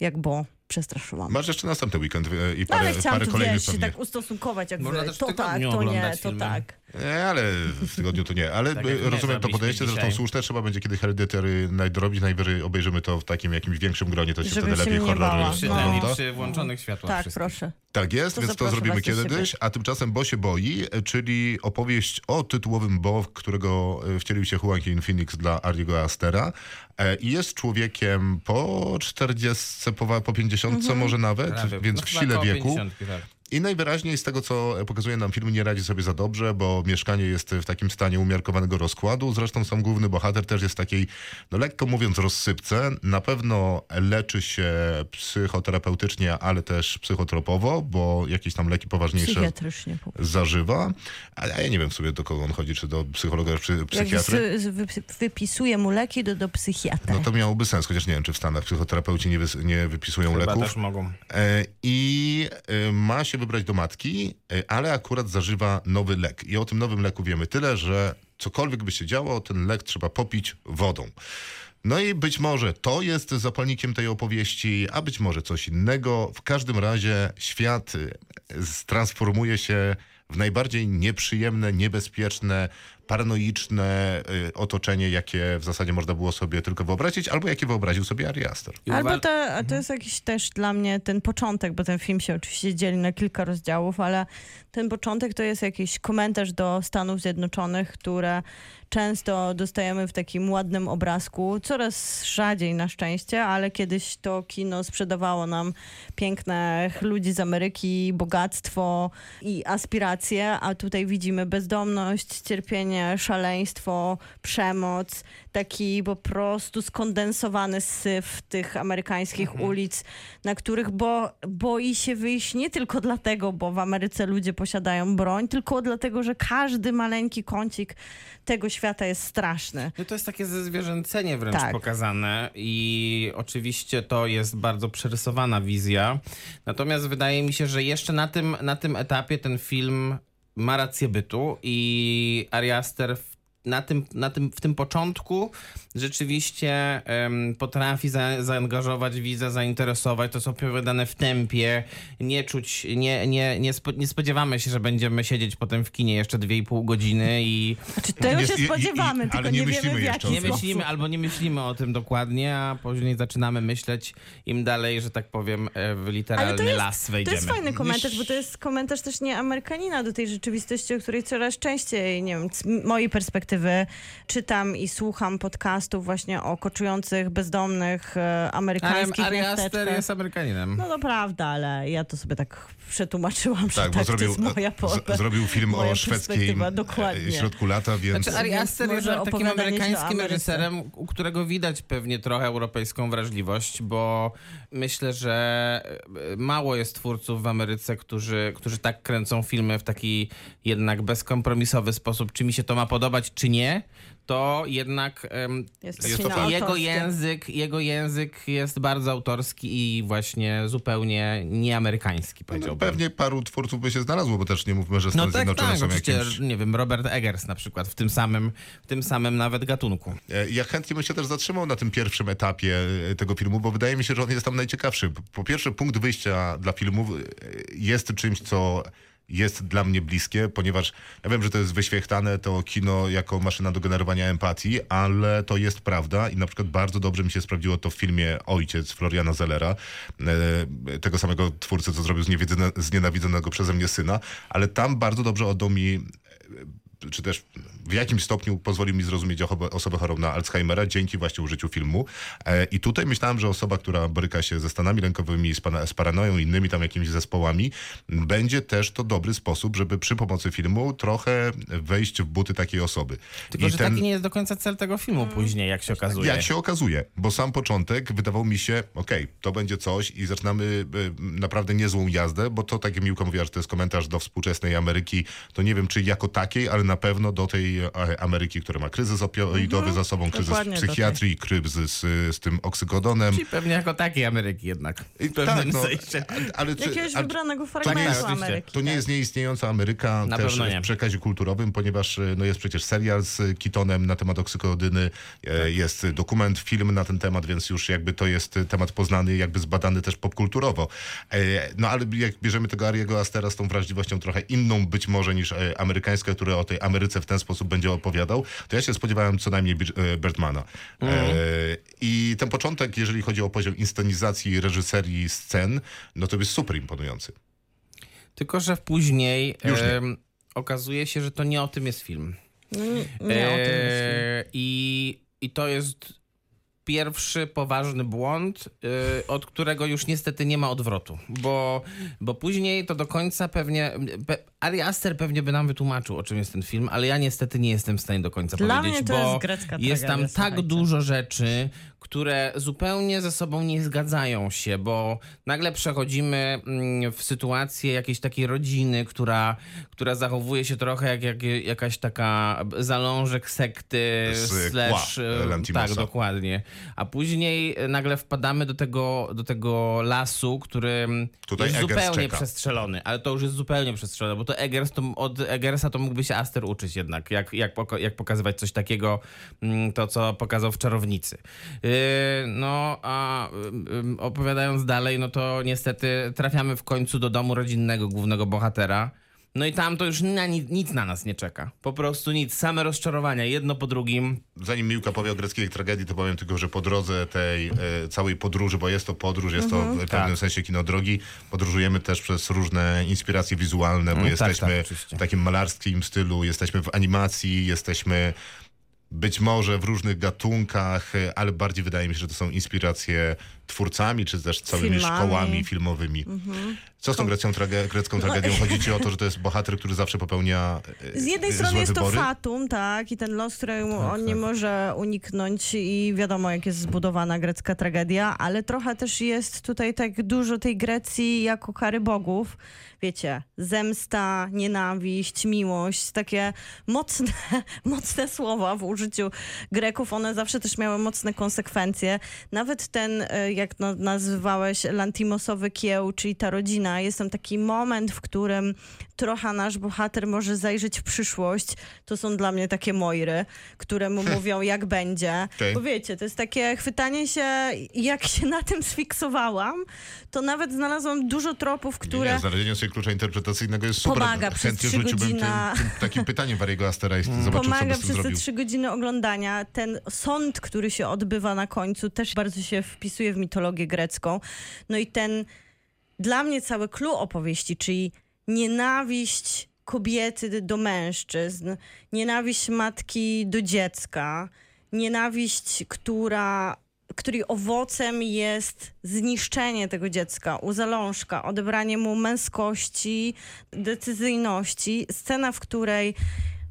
Speaker 4: jak bo przestraszyłam.
Speaker 2: Masz jeszcze następny weekend e, i
Speaker 4: No,
Speaker 2: parę,
Speaker 4: ale chciałam
Speaker 2: parę
Speaker 4: tu wiesz,
Speaker 2: kolejnych
Speaker 4: się
Speaker 2: pewnie.
Speaker 4: tak ustosunkować, jak
Speaker 5: Można
Speaker 4: wy.
Speaker 5: też w
Speaker 4: to tak,
Speaker 5: tygodniu
Speaker 4: to nie,
Speaker 5: oglądać
Speaker 4: to
Speaker 5: filmy.
Speaker 4: tak.
Speaker 2: Nie, E, ale w tygodniu to nie. Ale
Speaker 5: Tak
Speaker 2: e,
Speaker 5: jak nie
Speaker 2: rozumiem to
Speaker 5: zrobiliśmy
Speaker 2: podejście, zresztą
Speaker 5: dzisiaj.
Speaker 2: słuszne. Trzeba będzie kiedy Hereditary nadrobić. Najwyżej obejrzymy to w takim jakimś większym gronie, to się
Speaker 4: Żebym
Speaker 2: wtedy
Speaker 4: się
Speaker 2: lepiej
Speaker 4: nie
Speaker 2: horror
Speaker 4: bała.
Speaker 5: Przy,
Speaker 4: No.
Speaker 5: no.
Speaker 2: ogląda.
Speaker 5: przy włączonych światłach
Speaker 4: Tak,
Speaker 5: wszystkich.
Speaker 4: proszę.
Speaker 2: Tak jest,
Speaker 4: To
Speaker 2: więc to
Speaker 4: zapraszam
Speaker 2: zrobimy
Speaker 4: was do
Speaker 2: kiedyś. A tymczasem Bo się boi, e, czyli opowieść o tytułowym Bo, w którego e, wcielił się Joaquin Phoenix dla Ariego Astera. E, I jest człowiekiem po 40, po, po 50,
Speaker 4: Mhm.
Speaker 2: może nawet,
Speaker 5: Prawie.
Speaker 2: więc
Speaker 5: No
Speaker 2: w
Speaker 5: chyba
Speaker 2: sile
Speaker 5: koło
Speaker 2: wieku.
Speaker 5: 50, tak.
Speaker 2: I najwyraźniej z tego, co pokazuje nam film, nie radzi sobie za dobrze, bo mieszkanie jest w takim stanie umiarkowanego rozkładu. Zresztą sam główny bohater też jest w takiej, no lekko mówiąc, rozsypce. Na pewno leczy się psychoterapeutycznie, ale też psychotropowo, bo jakieś tam leki poważniejsze
Speaker 4: Psychiatrycznie po
Speaker 2: zażywa. Ale ja nie wiem w sumie, do kogo on chodzi, czy do psychologa, czy psychiatry.
Speaker 4: Jak wy, wy, wypisuje mu leki do, do psychiatra.
Speaker 2: No to miałoby sens, chociaż nie wiem, czy w Stanach psychoterapeuci nie, wys- nie wypisują
Speaker 5: Chyba
Speaker 2: leków.
Speaker 5: też mogą.
Speaker 2: E, I e, ma się wybrać do matki, e, ale akurat zażywa nowy lek. I o tym nowym leku wiemy tyle, że cokolwiek by się działo, ten lek trzeba popić wodą. No i być może to jest zapalnikiem tej opowieści, a być może coś innego. W każdym razie świat e, transformuje się w najbardziej nieprzyjemne, niebezpieczne, paranoiczne e, otoczenie, jakie w zasadzie można było sobie tylko wyobrazić, albo jakie wyobraził sobie Ari Aster.
Speaker 5: I
Speaker 4: Albo
Speaker 5: uwa-
Speaker 4: to, a to jest jakiś też dla mnie ten początek, bo ten film się oczywiście dzieli na kilka rozdziałów, ale ten początek to jest jakiś komentarz do Stanów Zjednoczonych, które często dostajemy w takim ładnym obrazku, coraz rzadziej na szczęście, ale kiedyś to kino sprzedawało nam pięknych ludzi z Ameryki, bogactwo i aspiracje, a tutaj widzimy bezdomność, cierpienie, szaleństwo, przemoc, taki po prostu skondensowany syf tych amerykańskich
Speaker 2: Mhm.
Speaker 4: ulic, na których bo, boi się wyjść nie tylko dlatego, bo w Ameryce ludzie posiadają broń, tylko dlatego, że każdy maleńki kącik tego świata jest straszny.
Speaker 5: No to jest takie zezwierzęcenie wręcz
Speaker 4: Tak.
Speaker 5: pokazane i oczywiście to jest bardzo przerysowana wizja. Natomiast wydaje mi się, że jeszcze na tym, na tym etapie ten film ma rację bytu i Ari Aster w, na tym, na tym, w tym początku rzeczywiście em, potrafi za, zaangażować widza, zainteresować. To jest opowiadane w tempie. Nie czuć, nie, nie, nie, spo, nie spodziewamy się, że będziemy siedzieć potem w kinie jeszcze 2,5 godziny i
Speaker 4: Znaczy, tego
Speaker 2: No, Jest-
Speaker 4: się
Speaker 2: i- i-
Speaker 4: spodziewamy,
Speaker 2: ale
Speaker 4: tylko
Speaker 2: nie
Speaker 4: nie, wiemy
Speaker 2: myślimy
Speaker 4: w
Speaker 2: jeszcze
Speaker 4: jaki
Speaker 2: o
Speaker 5: nie
Speaker 2: tym.
Speaker 4: sposób.
Speaker 5: myślimy albo nie myślimy o tym dokładnie, a później zaczynamy myśleć im dalej, że tak powiem, e, w literalny las
Speaker 4: To
Speaker 5: wejdziemy.
Speaker 4: jest fajny komentarz, bo to jest komentarz też nie Amerykanina do tej rzeczywistości, o której coraz częściej, nie wiem, z m- mojej perspektywy czytam i słucham podcastów właśnie o koczujących, bezdomnych e,
Speaker 5: Ale
Speaker 4: amerykańskich
Speaker 5: Ari Aster
Speaker 4: miasteczkach.
Speaker 5: jest Amerykaninem.
Speaker 4: No to prawda, ale ja to sobie tak przetłumaczyłam, że tak, to jest moja
Speaker 2: z,
Speaker 4: pora.
Speaker 2: zrobił film
Speaker 4: moja
Speaker 2: o szwedzkiej
Speaker 4: perspektywa,
Speaker 2: e,
Speaker 4: dokładnie.
Speaker 2: środku lata, więc
Speaker 5: Znaczy Ari
Speaker 4: Więc
Speaker 5: Aster jest
Speaker 4: może
Speaker 5: takim
Speaker 4: opowiadanie źle o
Speaker 5: amerykańskim
Speaker 4: Ameryce.
Speaker 5: reżyserem, u którego widać pewnie trochę europejską wrażliwość, bo myślę, że e, mało jest twórców w Ameryce, którzy, którzy tak kręcą filmy w taki jednak bezkompromisowy sposób. Czy mi się to ma podobać, czy nie, to jednak em,
Speaker 4: Jest
Speaker 2: Jest to tak.
Speaker 4: kino
Speaker 2: fakt.
Speaker 5: No, Jego
Speaker 4: autorskie.
Speaker 5: język, jego język jest bardzo autorski i właśnie zupełnie nieamerykański,
Speaker 2: no,
Speaker 5: powiedziałbym.
Speaker 2: pewnie paru twórców by się znalazło, bo też nie mówmy, że Stany
Speaker 5: No tak,
Speaker 2: Zjednoczone
Speaker 5: tak,
Speaker 2: są
Speaker 5: oczywiście,
Speaker 2: jakimś...
Speaker 5: nie wiem, Robert Eggers na przykład w tym samym, w tym samym nawet gatunku.
Speaker 2: E, Ja chętnie bym się też zatrzymał na tym pierwszym etapie e, tego filmu, bo wydaje mi się, że on jest tam najciekawszy. Po pierwsze, punkt wyjścia dla filmów e, jest czymś, co jest dla mnie bliskie, ponieważ ja wiem, że to jest wyświechtane, to kino jako maszyna do generowania empatii, ale to jest prawda i na przykład bardzo dobrze mi się sprawdziło to w filmie Ojciec Floriana Zellera, e, tego samego twórcy, co zrobił z niewiedzy- znienawidzonego przeze mnie syna, ale tam bardzo dobrze oddał mi czy też w jakimś stopniu pozwolił mi zrozumieć osobę, osobę chorą na Alzheimera dzięki właśnie użyciu filmu. E, I tutaj myślałem, że osoba, która boryka się ze stanami lękowymi, z, pana, z paranoją i innymi tam jakimiś zespołami, m, będzie też to dobry sposób, żeby przy pomocy filmu trochę wejść w buty takiej osoby.
Speaker 5: Tylko,
Speaker 2: I
Speaker 5: że taki nie jest do końca cel tego filmu później, jak się okazuje.
Speaker 2: jak się okazuje, bo sam początek wydawał mi się, okej, to będzie coś i zaczynamy y, naprawdę niezłą jazdę, bo to tak jak Miłka mówiła, że to jest komentarz do współczesnej Ameryki, to nie wiem czy jako takiej, ale na pewno do tej e, Ameryki, która ma kryzys opioidowy za sobą, kryzys w
Speaker 4: Mhm. Dokładnie do tej.
Speaker 2: psychiatrii, kryzys y, z tym oksygodonem.
Speaker 5: I pewnie jako takiej Ameryki jednak.
Speaker 2: I
Speaker 5: W pewnym
Speaker 2: tak, no,
Speaker 5: sensie.
Speaker 2: a- ale czy-
Speaker 4: Jakiegoś
Speaker 2: a-
Speaker 4: wybranego
Speaker 5: nie
Speaker 4: fragmentu
Speaker 5: jest-
Speaker 4: Ameryki. tak.
Speaker 2: to nie jest nieistniejąca Ameryka
Speaker 5: tak. Na
Speaker 2: też
Speaker 5: pewno nie.
Speaker 2: w przekazie kulturowym, ponieważ y, no, jest przecież serial z y, Kitonem na temat oksykodyny, e,
Speaker 5: Tak.
Speaker 2: jest y, dokument, film na ten temat, więc już jakby to jest y, temat poznany, jakby zbadany też popkulturowo. E, No ale jak bierzemy tego Ariego Astera z tą wrażliwością trochę inną być może niż e, amerykańska, który o tej Ameryce w ten sposób będzie opowiadał, to ja się spodziewałem co najmniej Bir- e, Bertmana.
Speaker 5: Mhm.
Speaker 2: E, I ten początek, jeżeli chodzi o poziom inscenizacji, reżyserii, scen, no to jest super imponujący.
Speaker 5: Tylko, że później
Speaker 2: Już nie.
Speaker 5: em, okazuje się, że to nie o tym jest film.
Speaker 4: No, nie, nie o tym jest film.
Speaker 5: Eee, I, I to jest pierwszy poważny błąd, y, od którego już niestety nie ma odwrotu, bo, bo później to do końca pewnie... Pe, Ari Aster pewnie by nam wytłumaczył, o czym jest ten film, ale ja niestety nie jestem w stanie do końca
Speaker 4: Dla
Speaker 5: powiedzieć,
Speaker 4: mnie to
Speaker 5: bo
Speaker 4: jest grecka
Speaker 5: jest tam
Speaker 4: tragedia,
Speaker 5: tak
Speaker 4: słuchajcie.
Speaker 5: dużo rzeczy, które zupełnie ze sobą nie zgadzają się, bo nagle przechodzimy mm, w sytuację jakiejś takiej rodziny, która, która zachowuje się trochę jak, jak jakaś taka zalążek sekty
Speaker 2: Z
Speaker 5: slash...
Speaker 2: kła,
Speaker 5: e,
Speaker 2: Lantimosa.
Speaker 5: tak, dokładnie. A później e, nagle wpadamy do tego, do tego lasu, który mm,
Speaker 2: Tutaj
Speaker 5: jest
Speaker 2: Eggers
Speaker 5: zupełnie
Speaker 2: czeka.
Speaker 5: przestrzelony, ale to już jest zupełnie przestrzelone, bo to Eggers, to m- od Eggersa to mógłby się Aster uczyć jednak, jak, jak, poko- jak pokazywać coś takiego, mm, to co pokazał w Czarownicy. Yy, no, a ym, ym, opowiadając dalej, no to niestety trafiamy w końcu do domu rodzinnego głównego bohatera, no i tam to już na nic, nic na nas nie czeka. Po prostu nic, same rozczarowania, jedno po drugim.
Speaker 2: Zanim Miłka powie o greckiej tragedii, to powiem tylko, że po drodze tej e, całej podróży, bo jest to podróż, jest to
Speaker 4: Mhm.
Speaker 2: w pewnym
Speaker 5: Tak.
Speaker 2: sensie kino drogi, podróżujemy też przez różne inspiracje wizualne, bo
Speaker 5: tak,
Speaker 2: jesteśmy
Speaker 5: tak, oczywiście.
Speaker 2: w takim malarskim stylu, jesteśmy w animacji, jesteśmy być może w różnych gatunkach, e, ale bardziej wydaje mi się, że to są inspiracje twórcami, czy też całymi
Speaker 4: Filmami. Mhm.
Speaker 2: szkołami filmowymi. Co z tą grecką, trage-
Speaker 4: No
Speaker 2: grecką tragedią? Chodzi ci o to, że to jest bohater, który zawsze popełnia e,
Speaker 4: Z jednej
Speaker 2: e,
Speaker 4: strony
Speaker 2: złe
Speaker 4: jest
Speaker 2: wybory?
Speaker 4: to fatum, tak, i ten los, którego on nie może uniknąć i wiadomo, jak jest zbudowana grecka tragedia, ale trochę też jest tutaj tak dużo tej Grecji jako kary bogów. Wiecie, zemsta, nienawiść, miłość, takie mocne, (laughs) mocne słowa w użyciu Greków, one zawsze też miały mocne konsekwencje. Nawet ten, e, jak no- nazywałeś, Lantimosowy kieł, czyli ta rodzina, jest tam taki moment, w którym trochę nasz bohater może zajrzeć w przyszłość. To są dla mnie takie Moiry, które mu mówią, jak będzie.
Speaker 2: Okej.
Speaker 4: Bo wiecie, to jest takie chwytanie się, jak się na tym sfiksowałam, to nawet znalazłam dużo tropów, które...
Speaker 2: Nie, nie, znalezienie sobie klucza interpretacyjnego jest super.
Speaker 4: Pomaga przez
Speaker 2: Chętnie
Speaker 4: trzy
Speaker 2: rzuciłbym tym,
Speaker 4: godzina.
Speaker 2: tym, takim pytaniem Wariego Astera i zobaczył, co by
Speaker 4: pomaga
Speaker 2: z tym
Speaker 4: przez te
Speaker 2: zrobił.
Speaker 4: trzy godziny oglądania. Ten sąd, który się odbywa na końcu, też bardzo się wpisuje w mitologię grecką. No i ten dla mnie cały clue opowieści, czyli nienawiść kobiety do mężczyzn, nienawiść matki do dziecka, nienawiść, która której owocem jest zniszczenie tego dziecka, uzalążka, odebranie mu męskości, decyzyjności. Scena, w której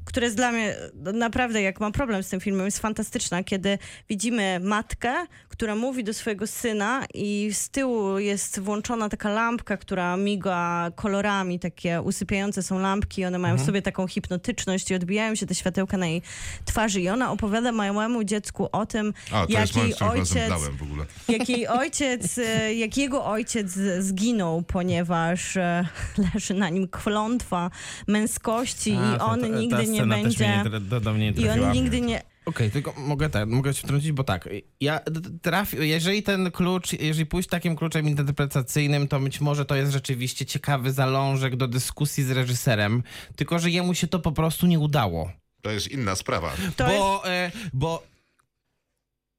Speaker 4: która jest dla mnie no, naprawdę, jak mam problem z tym filmem, jest fantastyczna, kiedy widzimy matkę, która mówi do swojego syna i z tyłu jest włączona taka lampka, która miga kolorami, takie usypiające są lampki, one mają w sobie taką hipnotyczność i odbijają się te światełka na jej twarzy i ona opowiada małemu dziecku o tym,
Speaker 2: A, to
Speaker 4: jak
Speaker 2: jest moim
Speaker 4: jej
Speaker 2: którym
Speaker 4: ojciec
Speaker 2: dałem w ogóle.
Speaker 4: jak jej ojciec, e, jak jego ojciec z- zginął, ponieważ e, leży na nim
Speaker 5: e,
Speaker 4: klątwa męskości i on nigdy nie będzie.
Speaker 5: do, mnie
Speaker 4: I on nigdy nie.
Speaker 5: Okej, tylko mogę tak, mogę się wtrącić, bo tak, ja trafi, jeżeli ten klucz, jeżeli pójść takim kluczem interpretacyjnym, to być może to jest rzeczywiście ciekawy zalążek do dyskusji z reżyserem, tylko że jemu się to po prostu nie udało.
Speaker 2: To jest inna sprawa.
Speaker 4: To
Speaker 5: bo, e, bo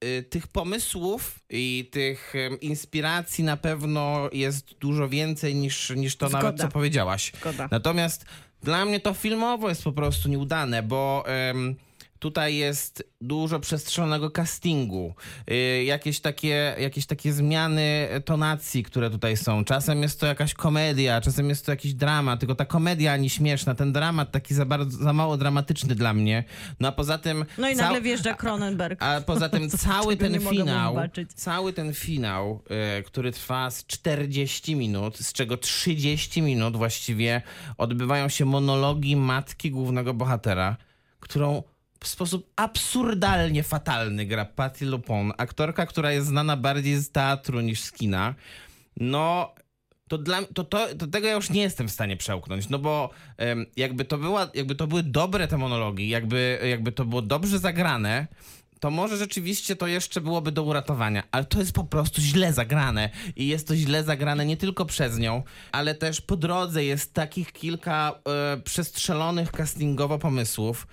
Speaker 5: e, tych pomysłów i tych e, inspiracji na pewno jest dużo więcej niż, niż to nawet,
Speaker 4: Zgoda.
Speaker 5: co powiedziałaś.
Speaker 4: Zgoda.
Speaker 5: Natomiast dla mnie to filmowo jest po prostu nieudane, bo em, tutaj jest dużo przestrzelonego castingu, y, jakieś, takie, jakieś takie zmiany tonacji, które tutaj są. Czasem jest to jakaś komedia, czasem jest to jakiś dramat, tylko ta komedia ani śmieszna, ten dramat taki za, bardzo, za mało dramatyczny dla mnie. No a poza tym...
Speaker 4: No i
Speaker 5: cał-
Speaker 4: nagle wjeżdża Cronenberg.
Speaker 5: a
Speaker 4: (laughs)
Speaker 5: poza tym cały
Speaker 4: Tego
Speaker 5: ten
Speaker 4: nie mogę
Speaker 5: finał,
Speaker 4: wybaczyć.
Speaker 5: cały ten finał, e, który trwa z 40 minut, z czego 30 minut właściwie odbywają się monologi matki głównego bohatera, którą w sposób absurdalnie fatalny gra Patty Lupon, aktorka, która jest znana bardziej z teatru niż z kina. No, to, dla, to, to, to tego ja już nie jestem w stanie przełknąć, no bo em, jakby, to była, jakby to były dobre te monologi, jakby, jakby to było dobrze zagrane, to może rzeczywiście to jeszcze byłoby do uratowania, ale to jest po prostu źle zagrane i jest to źle zagrane nie tylko przez nią, ale też po drodze jest takich kilka e, przestrzelonych castingowo pomysłów,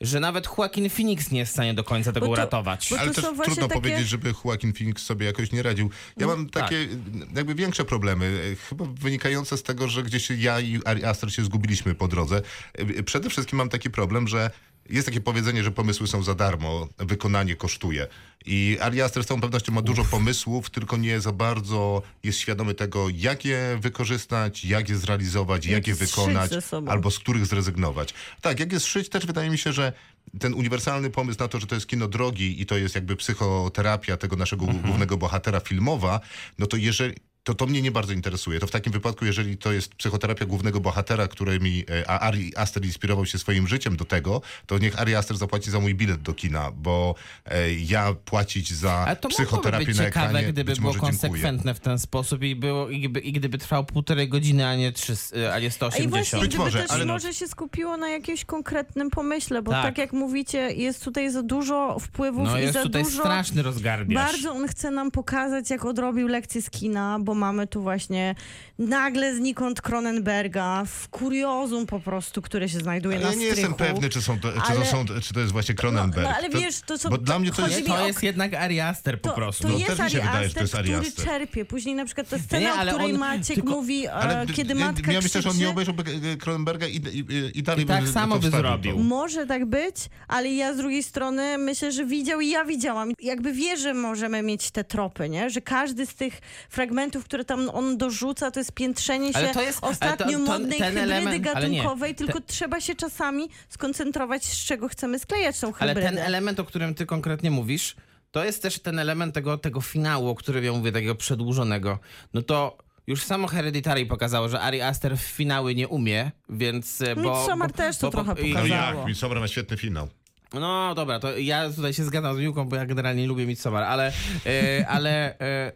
Speaker 5: że nawet Joaquin Phoenix nie jest w stanie do końca tego
Speaker 4: Bo to-
Speaker 5: uratować.
Speaker 4: bo to
Speaker 2: Ale też
Speaker 4: są właśnie
Speaker 2: trudno
Speaker 4: takie- Tak.
Speaker 2: powiedzieć, żeby Joaquin Phoenix sobie jakoś nie radził. Ja mam takie y, jakby większe problemy, y, chyba wynikające z tego, że gdzieś ja i Ari Aster się zgubiliśmy po drodze. Y, y, Przede wszystkim mam taki problem, że jest takie powiedzenie, że pomysły są za darmo, wykonanie kosztuje. I Ari Aster z całą pewnością ma dużo pomysłów, tylko nie za bardzo jest świadomy tego, jak je wykorzystać, jak je zrealizować, jak, je
Speaker 4: zszyć
Speaker 2: wykonać,
Speaker 4: ze sobą.
Speaker 2: albo z których zrezygnować. Tak, jak jest szyć, też wydaje mi się, że ten uniwersalny pomysł na to, że to jest kino drogi i to jest jakby psychoterapia tego naszego
Speaker 4: Mhm.
Speaker 2: głównego bohatera filmowa, no to jeżeli... To, to mnie nie bardzo interesuje. To w takim wypadku, jeżeli to jest psychoterapia głównego bohatera, którymi e, a Ari Aster inspirował się swoim życiem do tego, to niech Ari Aster zapłaci za mój bilet do kina, bo e, ja płacić za
Speaker 5: Ale to mogłoby
Speaker 2: psychoterapię
Speaker 5: być
Speaker 2: na
Speaker 5: ciekawe,
Speaker 2: ekranie
Speaker 5: gdyby
Speaker 2: być
Speaker 5: było
Speaker 2: może dziękuję.
Speaker 5: konsekwentne w ten sposób i, było, i, gdyby, i gdyby trwał półtorej godziny, a nie, 300, a nie
Speaker 4: A I właśnie,
Speaker 5: 180.
Speaker 2: Być
Speaker 4: gdyby
Speaker 2: może,
Speaker 4: też
Speaker 2: ale no-
Speaker 4: może się skupiło na jakimś konkretnym pomyśle, bo
Speaker 5: Tak.
Speaker 4: tak, jak mówicie, jest tutaj za dużo wpływów
Speaker 5: No
Speaker 4: i
Speaker 5: jest
Speaker 4: za
Speaker 5: tutaj
Speaker 4: dużo...
Speaker 5: straszny rozgardiasz.
Speaker 4: Bardzo on chce nam pokazać, jak odrobił lekcję z kina, bo mamy tu właśnie nagle znikąd Cronenberga w kuriozum po prostu, które się znajduje
Speaker 2: Ale
Speaker 4: na
Speaker 2: ja nie jestem
Speaker 4: strychu.
Speaker 2: pewny, czy, są to, czy, to
Speaker 4: Ale-
Speaker 2: są, czy to jest właśnie Cronenberg.
Speaker 4: No, no ale wiesz, to są-
Speaker 2: Bo dla mnie to
Speaker 4: chodzi
Speaker 2: jest...
Speaker 4: mi
Speaker 5: To
Speaker 4: o-
Speaker 5: jest jednak Ariaster po
Speaker 4: To,
Speaker 5: prostu.
Speaker 4: to
Speaker 2: No,
Speaker 4: jest
Speaker 2: też mi się
Speaker 4: Ari
Speaker 2: wydaje, że
Speaker 4: Aster,
Speaker 2: to jest Ari
Speaker 4: który
Speaker 2: Aster.
Speaker 4: czerpie. Później na przykład ta scena,
Speaker 5: Nie,
Speaker 4: o
Speaker 5: ale
Speaker 4: której
Speaker 5: on-
Speaker 4: Maciek
Speaker 5: tylko-
Speaker 4: mówi,
Speaker 2: d-
Speaker 4: e, kiedy
Speaker 2: d-
Speaker 4: matka
Speaker 2: Ja myślę, że on nie
Speaker 4: krzyczy.
Speaker 2: obejrzał e, Cronenberga i, i, i dalej
Speaker 5: I tak
Speaker 2: by
Speaker 5: samo
Speaker 2: to
Speaker 5: by
Speaker 2: wstawił.
Speaker 5: zrobił.
Speaker 4: Może tak być, ale ja z drugiej strony myślę, że widział i ja widziałam. Jakby wie, że możemy mieć te tropy, nie? Że każdy z tych fragmentów, które tam on dorzuca, to jest piętrzenie
Speaker 5: Ale
Speaker 4: się
Speaker 5: to jest- ale
Speaker 4: ostatnio
Speaker 5: to- to-
Speaker 4: modnej
Speaker 5: ten
Speaker 4: hybrydy
Speaker 5: element- ale nie.
Speaker 4: gatunkowej,
Speaker 5: Te-
Speaker 4: tylko trzeba się czasami skoncentrować, z czego chcemy sklejać tą
Speaker 5: Ale
Speaker 4: hybrydę.
Speaker 5: ten element, o którym ty konkretnie mówisz, to jest też ten element tego, tego finału, o którym ja mówię, takiego przedłużonego. No to już samo Hereditary pokazało, że Ari Aster w finały nie umie, więc... e, Bo,
Speaker 4: Midsommar
Speaker 5: bo,
Speaker 4: No też to trochę
Speaker 5: i-
Speaker 2: No
Speaker 4: pokazało.
Speaker 2: jak? Midsommar ma świetny finał.
Speaker 5: No dobra, to ja tutaj się zgadzam z Miłką, bo ja generalnie lubię Midsommar, ale, e, (laughs) ale e,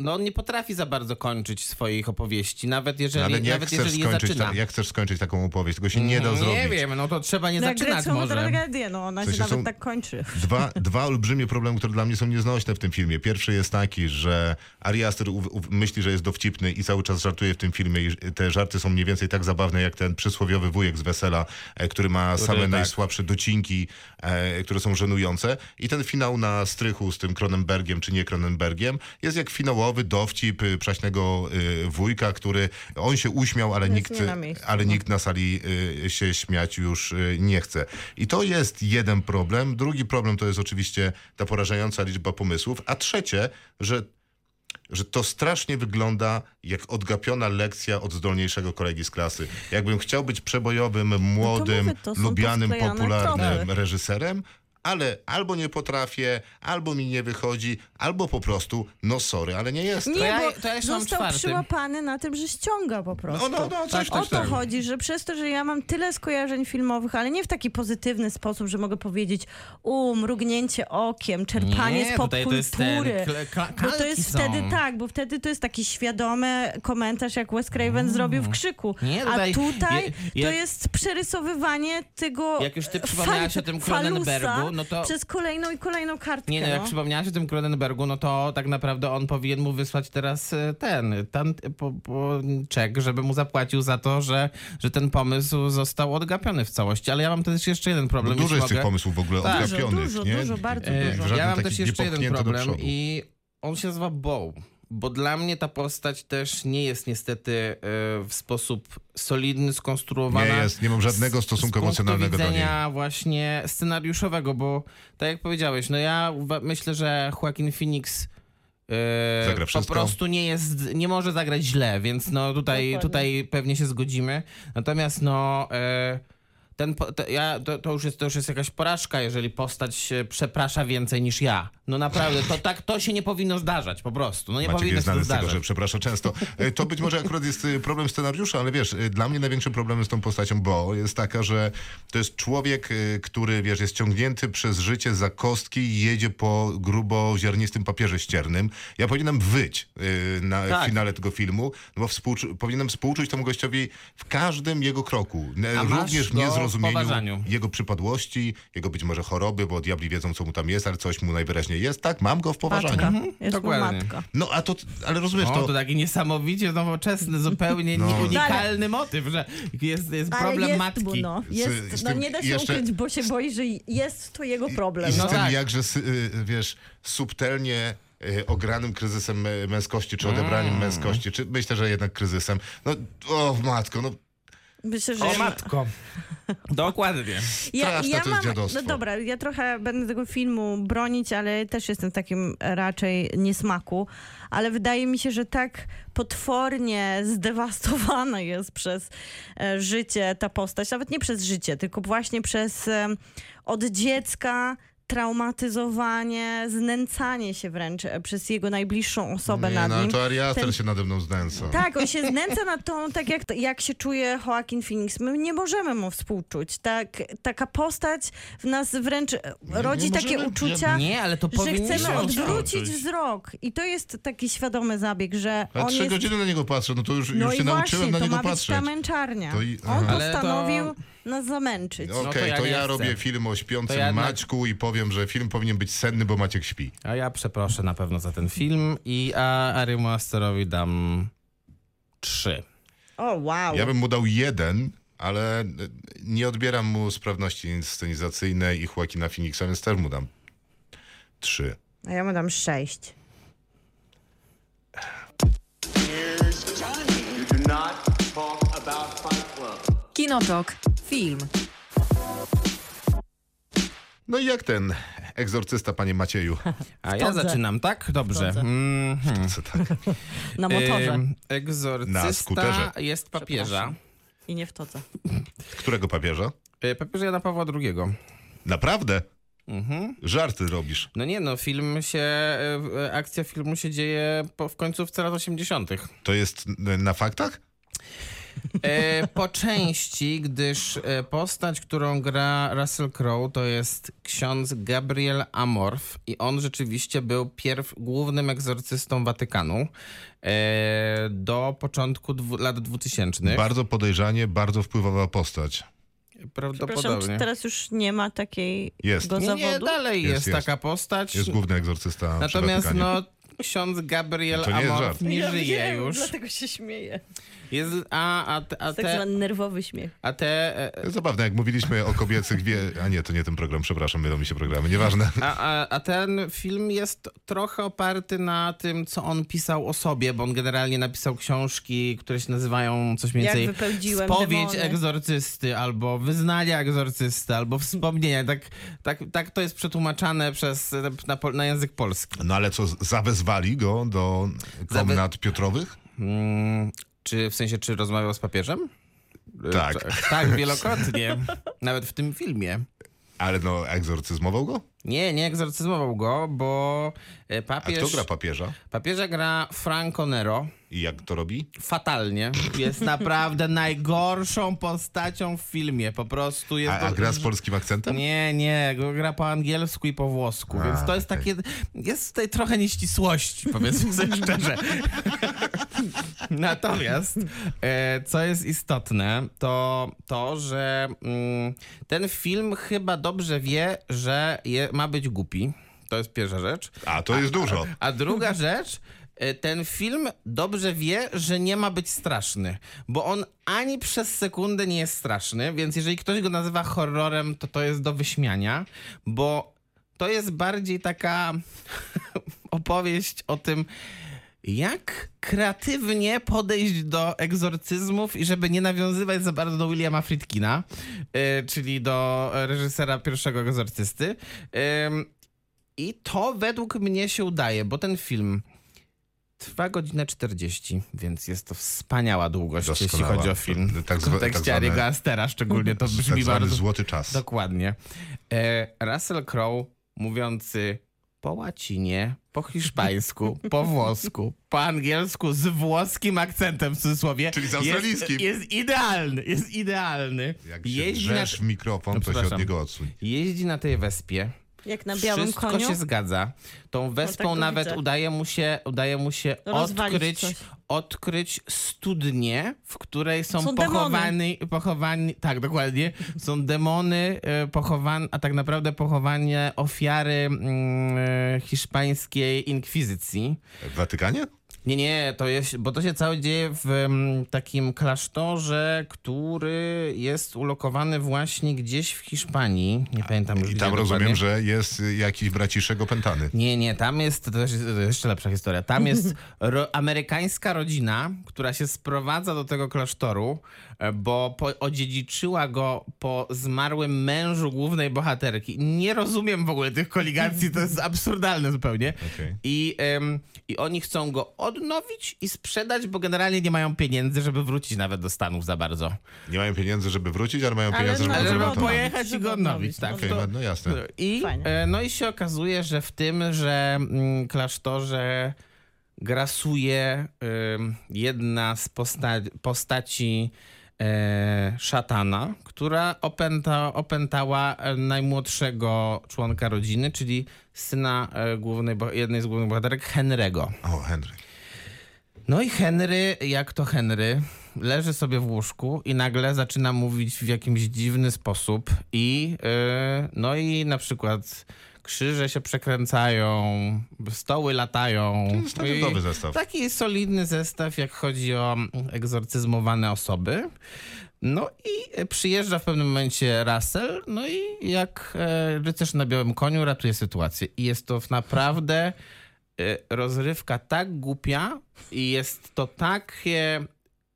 Speaker 5: no on nie potrafi za bardzo kończyć swoich opowieści, nawet jeżeli,
Speaker 2: ale nie
Speaker 5: nawet
Speaker 2: jak, chcesz
Speaker 5: jeżeli je
Speaker 2: skończyć
Speaker 5: zaczyna.
Speaker 2: ta, jak chcesz skończyć taką opowieść? Tego się nie da
Speaker 5: nie
Speaker 2: zrobić.
Speaker 5: wiem, no to trzeba nie
Speaker 4: No jak
Speaker 5: zaczynać
Speaker 4: Grecką
Speaker 5: może.
Speaker 4: tragedię, no ona
Speaker 2: W sensie
Speaker 4: się nawet
Speaker 2: są-
Speaker 4: tak kończy.
Speaker 2: Dwa, dwa olbrzymie problemy, które dla mnie są nieznośne w tym filmie. Pierwszy jest taki, że Ari Aster uw- uw- myśli, że jest dowcipny i cały czas żartuje w tym filmie i ż- te żarty są mniej więcej tak zabawne jak ten przysłowiowy wujek z Wesela, e, który ma same
Speaker 5: tak.
Speaker 2: najsłabsze docinki, e, które są żenujące. I ten finał na strychu z tym Cronenbergiem czy nie Cronenbergiem jest jak finałowy dowcip y, przaśnego y, wujka, który on się uśmiał, ale
Speaker 4: Jest
Speaker 2: nikt,
Speaker 4: nie na miejscu. no.
Speaker 2: ale nikt na sali y, się śmiać już y, nie chce. I to jest jeden problem. Drugi problem to jest oczywiście ta porażająca liczba pomysłów. A trzecie, że, że to strasznie wygląda jak odgapiona lekcja od zdolniejszego kolegi z klasy. Jakbym chciał być przebojowym, młodym,
Speaker 4: mówię, No to są
Speaker 2: lubianym,
Speaker 4: posklejane
Speaker 2: popularnym
Speaker 4: tropy.
Speaker 2: reżyserem, ale albo nie potrafię, albo mi nie wychodzi, albo po prostu, no sorry, ale nie jest.
Speaker 4: Nie,
Speaker 5: To ja-
Speaker 4: bo
Speaker 5: to ja jeszcze mam
Speaker 4: został
Speaker 5: czwarty.
Speaker 4: przyłapany na tym, że ściąga po
Speaker 2: No,
Speaker 4: prostu.
Speaker 2: no, no, coś
Speaker 4: O
Speaker 2: tak,
Speaker 4: to chodzi, że przez to, że ja mam tyle skojarzeń filmowych, ale nie w taki pozytywny sposób, że mogę powiedzieć u, mrugnięcie okiem, czerpanie
Speaker 5: Nie,
Speaker 4: z
Speaker 5: tutaj to jest ten
Speaker 4: popkultury.
Speaker 5: kle- kla-
Speaker 4: Bo to
Speaker 5: kalki
Speaker 4: jest
Speaker 5: są.
Speaker 4: wtedy tak, bo wtedy to jest taki świadomy komentarz, jak Wes Craven zrobił w Krzyku.
Speaker 5: Mm. Nie,
Speaker 4: A
Speaker 5: tutaj-
Speaker 4: tutaj
Speaker 5: je- je-
Speaker 4: to jest przerysowywanie tego
Speaker 5: Jak już ty
Speaker 4: fal-
Speaker 5: przypomniałaś o tym
Speaker 4: falusa,
Speaker 5: Cronenbergu, no to-
Speaker 4: przez kolejną i kolejną kartkę.
Speaker 5: Nie, no, jak przypomniałaś o tym Cronenbergu, no to tak naprawdę on powinien mu wysłać teraz e, ten, tam, po, po, czek, żeby mu zapłacił za to, że, że ten pomysł został odgapiony w całości. Ale ja mam też jeszcze jeden
Speaker 2: No,
Speaker 5: problem.
Speaker 2: dużo
Speaker 5: jeśli
Speaker 2: jest tych
Speaker 5: mogę.
Speaker 2: pomysłów w ogóle
Speaker 5: Tak. Dużo,
Speaker 2: odgapionych,
Speaker 4: dużo,
Speaker 2: nie?
Speaker 4: dużo, bardzo
Speaker 2: I- i
Speaker 4: dużo.
Speaker 2: E, żaden
Speaker 5: Ja mam
Speaker 2: taki
Speaker 5: też jeszcze jeden
Speaker 2: niepopchnięty do
Speaker 5: problem
Speaker 2: przodu.
Speaker 5: i on się nazywa Bow, bo dla mnie ta postać też nie jest niestety e, w sposób solidny skonstruowana.
Speaker 2: Nie jest, nie mam żadnego
Speaker 5: z-
Speaker 2: stosunku
Speaker 5: z punktu
Speaker 2: emocjonalnego do niej.
Speaker 5: widzenia właśnie scenariuszowego, bo tak jak powiedziałeś, no ja uwa- myślę, że Joaquin Phoenix e,
Speaker 2: Zagra
Speaker 5: po
Speaker 2: wszystko.
Speaker 5: prostu nie jest, nie może zagrać źle, więc no tutaj, tutaj pewnie się zgodzimy. Natomiast no e, ten, po- to, ja, to, to, już jest, to już jest jakaś porażka, jeżeli postać się przeprasza więcej niż ja. No naprawdę, to tak to się nie powinno zdarzać po prostu. No nie
Speaker 2: Maciek
Speaker 5: powinno
Speaker 2: jest
Speaker 5: się to
Speaker 2: znany z
Speaker 5: zdarzać.
Speaker 2: tego, że przeprasza często. E, To być może akurat jest e, problem scenariusza, ale wiesz, e, dla mnie największym problemem z tą postacią Bo jest taka, że to jest człowiek, e, który, wiesz, jest ciągnięty przez życie za kostki i jedzie po grubo ziarnistym papierze ściernym. Ja powinienem wyć e, na
Speaker 5: Tak.
Speaker 2: finale tego filmu, no bo współczu- powinienem współczuć temu gościowi w każdym jego kroku. E,
Speaker 5: A masz
Speaker 2: Również w
Speaker 5: go w
Speaker 2: niezrozumieniu
Speaker 5: poważaniu.
Speaker 2: jego przypadłości, jego być może choroby, bo diabli wiedzą, co mu tam jest, ale coś mu najwyraźniej jest. Tak, mam go w poważaniu.
Speaker 4: Matka. Jest mu
Speaker 5: dokładnie.
Speaker 4: matka.
Speaker 2: No a to, ale rozumiesz,
Speaker 5: O,
Speaker 2: to,
Speaker 5: to tak. taki niesamowicie nowoczesny, zupełnie
Speaker 2: No.
Speaker 5: unikalny motyw, że jest, jest problem
Speaker 4: Ale jest
Speaker 5: matki.
Speaker 4: mu, no.
Speaker 2: Z-
Speaker 4: Jest,
Speaker 2: z
Speaker 4: no
Speaker 2: tym
Speaker 4: nie da się
Speaker 2: jeszcze-
Speaker 4: ukryć, bo się boi, że jest to jego problem.
Speaker 2: I z
Speaker 4: no.
Speaker 2: tym
Speaker 5: tak.
Speaker 2: jakże, sy- y, wiesz, subtelnie y, ogranym kryzysem y, męskości, czy odebraniem
Speaker 5: Mm.
Speaker 2: męskości, czy myślę, że jednak kryzysem. No, o matko, no
Speaker 4: Myślę, że
Speaker 5: O matko. Dokładnie.
Speaker 2: Straszne to jest dziadostwo.
Speaker 4: No dobra, ja trochę będę tego filmu bronić, ale też jestem w takim raczej niesmaku. Ale wydaje mi się, że tak potwornie zdewastowana jest przez e, życie ta postać. Nawet nie przez życie, tylko właśnie przez e, od dziecka traumatyzowanie, znęcanie się wręcz e, przez jego najbliższą osobę
Speaker 2: nie,
Speaker 4: nad
Speaker 2: no
Speaker 4: nim.
Speaker 2: to Ariaster
Speaker 4: Ten-
Speaker 2: się nade mną znęca.
Speaker 4: Tak, on się znęca nad tą, tak jak, jak się czuje Joaquin Phoenix. My nie możemy mu współczuć. Tak, taka postać w nas wręcz e,
Speaker 2: nie
Speaker 4: rodzi takie
Speaker 2: możemy, nie-
Speaker 4: uczucia,
Speaker 5: Nie, ale to
Speaker 4: że
Speaker 5: powinniśmy...
Speaker 4: chcemy odwrócić
Speaker 2: odwrócić.
Speaker 4: wzrok. I to jest taki świadomy zabieg, że
Speaker 2: A
Speaker 4: on
Speaker 2: trzy
Speaker 4: jest...
Speaker 2: godziny na niego patrzę, no to już,
Speaker 4: No
Speaker 2: już
Speaker 4: i
Speaker 2: się nauczyłem
Speaker 4: właśnie,
Speaker 2: na
Speaker 4: to
Speaker 2: niego
Speaker 4: ma być
Speaker 2: patrzeć.
Speaker 4: ta męczarnia.
Speaker 2: To i-
Speaker 4: on
Speaker 2: aha.
Speaker 5: Ale to-
Speaker 4: postanowił nas zamęczyć.
Speaker 2: Okej, to
Speaker 5: No to
Speaker 2: ja,
Speaker 5: ja nie chcę.
Speaker 2: robię film o śpiącym
Speaker 5: To ja jednak-
Speaker 2: Maćku i powiem, że film powinien być senny, bo Maciek śpi.
Speaker 5: A ja przeproszę na pewno za ten film i a Arymu Asterowi dam trzy.
Speaker 4: O, wow.
Speaker 2: Ja bym mu dał jeden, ale y, nie odbieram mu sprawności scenizacyjnej i Joaquina Phoenixa, więc też mu dam trzy.
Speaker 4: A ja mu dam sześć.
Speaker 3: Here's Johnny. You do not talk about Fight Club.
Speaker 1: Kinotok. Film.
Speaker 2: No i jak ten egzorcysta, panie Macieju? (laughs)
Speaker 5: A ja
Speaker 4: Wchodzę.
Speaker 5: zaczynam, tak? Dobrze.
Speaker 4: Wchodzę.
Speaker 5: Mm, hmm.
Speaker 2: Co tak?
Speaker 4: Na motorze.
Speaker 5: Ym,
Speaker 2: Na skuterze.
Speaker 5: Egzorcysta jest papieża.
Speaker 4: I nie w to, co.
Speaker 2: Którego papieża?
Speaker 5: Y, Papież Jana Pawła II.
Speaker 2: Naprawdę?
Speaker 5: Mhm.
Speaker 2: Żarty robisz.
Speaker 5: No nie, no film się, y, y, akcja filmu się dzieje po, w końcówce lat 80.
Speaker 2: (laughs) To jest n- na faktach?
Speaker 5: E, po części, gdyż e, postać, którą gra Russell Crowe, to jest ksiądz Gabriel Amorf i on rzeczywiście był pierw głównym egzorcystą Watykanu e, do początku dwu, lat 2000.
Speaker 2: Bardzo podejrzanie, bardzo wpływowa postać.
Speaker 4: Przepraszam,
Speaker 5: Prawdopodobnie.
Speaker 4: czy teraz już nie ma takiej
Speaker 2: Jest.
Speaker 4: go
Speaker 5: Nie, nie,
Speaker 4: zawodu?
Speaker 5: dalej
Speaker 2: Jest,
Speaker 5: jest,
Speaker 2: jest.
Speaker 5: taka postać.
Speaker 2: Jest główny egzorcysta
Speaker 5: Natomiast
Speaker 2: przy Watykanie.
Speaker 5: no, ksiądz Gabriel
Speaker 2: No To nie jest żart.
Speaker 5: Amorf nie
Speaker 4: Ja
Speaker 5: żyje
Speaker 4: wiem,
Speaker 5: już.
Speaker 4: Dlatego się śmieję.
Speaker 5: Jest, a, a, te- a
Speaker 4: Tak
Speaker 5: te,
Speaker 4: zwany nerwowy śmiech.
Speaker 5: a te e,
Speaker 2: To jest Zabawne, jak mówiliśmy o kobiecych wie... A nie, to nie ten program, przepraszam, mylą mi się programy, nieważne.
Speaker 5: A, a, a ten film jest trochę oparty na tym, co on pisał o sobie, bo on generalnie napisał książki, które się nazywają coś więcej
Speaker 4: wypędziłem
Speaker 5: Spowiedź
Speaker 4: demony.
Speaker 5: egzorcysty, albo Wyznania egzorcysty, albo Wspomnienia. Tak, tak, tak to jest przetłumaczane przez, na, pol- na język polski.
Speaker 2: No ale co, zawezwali go do komnat Piotrowych?
Speaker 5: Mm, czy w sensie, czy rozmawiał z papieżem? E,
Speaker 2: Tak.
Speaker 5: Tak, wielokrotnie. (laughs) Nawet w tym filmie.
Speaker 2: Ale no, egzorcyzmował go?
Speaker 5: Nie, nie egzorcyzmował go, bo e,
Speaker 2: A
Speaker 5: papież...
Speaker 2: kto gra papieża?
Speaker 5: Papieża gra Franco Nero.
Speaker 2: I jak to robi?
Speaker 5: Fatalnie. Jest naprawdę najgorszą postacią w filmie. Po prostu jest...
Speaker 2: A, a
Speaker 5: to-
Speaker 2: gra z polskim akcentem?
Speaker 5: Nie, nie, go gra po angielsku i po włosku, więc to jest takie. Jest tutaj trochę nieścisłości, powiedzmy sobie szczerze. (laughs) Natomiast e, co jest istotne, to to, że mm, ten film chyba dobrze wie, że je, ma być głupi. To jest pierwsza rzecz.
Speaker 2: A, to jest dużo.
Speaker 5: A druga rzecz, e, ten film dobrze wie, że nie ma być straszny, bo on ani przez sekundę nie jest straszny, więc jeżeli ktoś go nazywa horrorem, to to jest do wyśmiania, bo to jest bardziej taka (laughs) opowieść o tym, jak kreatywnie podejść do egzorcyzmów i żeby nie nawiązywać za bardzo do Williama Friedkina, e, czyli do e, reżysera pierwszego egzorcysty. Em, i to według mnie się udaje, bo ten film trwa godzinę 40, więc jest to wspaniała długość,
Speaker 2: Doskonała.
Speaker 5: jeśli chodzi o film.
Speaker 2: Tak
Speaker 5: w
Speaker 2: zwa-
Speaker 5: kontekście
Speaker 2: tak zwane-
Speaker 5: Ariego Astera szczególnie to brzmi
Speaker 2: Tak zwany
Speaker 5: bardzo...
Speaker 2: złoty czas.
Speaker 5: Dokładnie. E, Russell Crowe mówiący po łacinie, po
Speaker 2: (laughs)
Speaker 5: hiszpańsku, po włosku, po angielsku z włoskim akcentem w cudzysłowie.
Speaker 2: Czyli z
Speaker 5: jest-
Speaker 2: australijskim.
Speaker 5: Jest idealny, jest idealny.
Speaker 2: Jak się drzesz w
Speaker 5: No,
Speaker 2: mikrofon, to się od
Speaker 5: przepraszam.
Speaker 2: niego odsuń.
Speaker 5: jeździ na tej wyspie.
Speaker 4: Jak na białym
Speaker 5: Wszystko
Speaker 4: koniu.
Speaker 5: się zgadza. Tą wyspą
Speaker 4: go
Speaker 5: nawet
Speaker 4: widzę.
Speaker 5: udaje mu się, udaje mu się
Speaker 4: Rozwalić
Speaker 5: odkryć,
Speaker 4: coś.
Speaker 5: odkryć studnię, w której są,
Speaker 4: Są demony.
Speaker 5: pochowani, pochowani, tak dokładnie, są demony e, pochowan, a tak naprawdę pochowanie ofiary mm, e, hiszpańskiej inkwizycji.
Speaker 2: W Watykanie?
Speaker 5: Nie, nie, to jest, bo to się całe dzieje w em, takim klasztorze, który jest ulokowany właśnie gdzieś w Hiszpanii. Nie pamiętam już
Speaker 2: I
Speaker 5: gdzie
Speaker 2: tam
Speaker 5: dokładnie.
Speaker 2: rozumiem, że jest y, jakiś braciszek opętany.
Speaker 5: Nie, nie, tam jest, to też jest jeszcze lepsza historia. Tam jest ro, amerykańska rodzina, która się sprowadza do tego klasztoru, e, bo po, odziedziczyła go po zmarłym mężu głównej bohaterki. Nie rozumiem w ogóle tych koligacji, to jest absurdalne zupełnie.
Speaker 2: Okej.
Speaker 5: I, em, I oni chcą go odnowić i sprzedać, bo generalnie nie mają pieniędzy, żeby wrócić nawet do Stanów za bardzo.
Speaker 2: Nie mają pieniędzy, żeby wrócić, ale mają
Speaker 4: Ale
Speaker 2: pieniądze, żeby
Speaker 4: no,
Speaker 5: Ale żeby
Speaker 4: odnowić.
Speaker 2: odremontować.
Speaker 5: pojechać i
Speaker 4: Żeby
Speaker 5: go
Speaker 4: odnowić,
Speaker 5: odnowić, tak.
Speaker 2: Okej,
Speaker 5: To-
Speaker 2: no jasne.
Speaker 5: i,
Speaker 4: Fajnie.
Speaker 5: e, no i się okazuje, że w tym, że mm, klasztorze grasuje ym, jedna z posta- postaci e, szatana, która opęta, opętała e, najmłodszego członka rodziny, czyli syna e, głównej, bo- jednej z głównych bohaterek, Henry'ego.
Speaker 2: O, Henry.
Speaker 5: No i Henry, jak to Henry, leży sobie w łóżku i nagle zaczyna mówić w jakimś dziwny sposób i yy, no i na przykład krzyże się przekręcają, stoły latają.
Speaker 2: jest standardowy
Speaker 5: I
Speaker 2: zestaw.
Speaker 5: Taki solidny zestaw, jak chodzi o egzorcyzmowane osoby. No i e, przyjeżdża w pewnym momencie Russell, no i jak e, rycerz na białym koniu ratuje sytuację. I jest to naprawdę e, rozrywka tak głupia i jest to takie,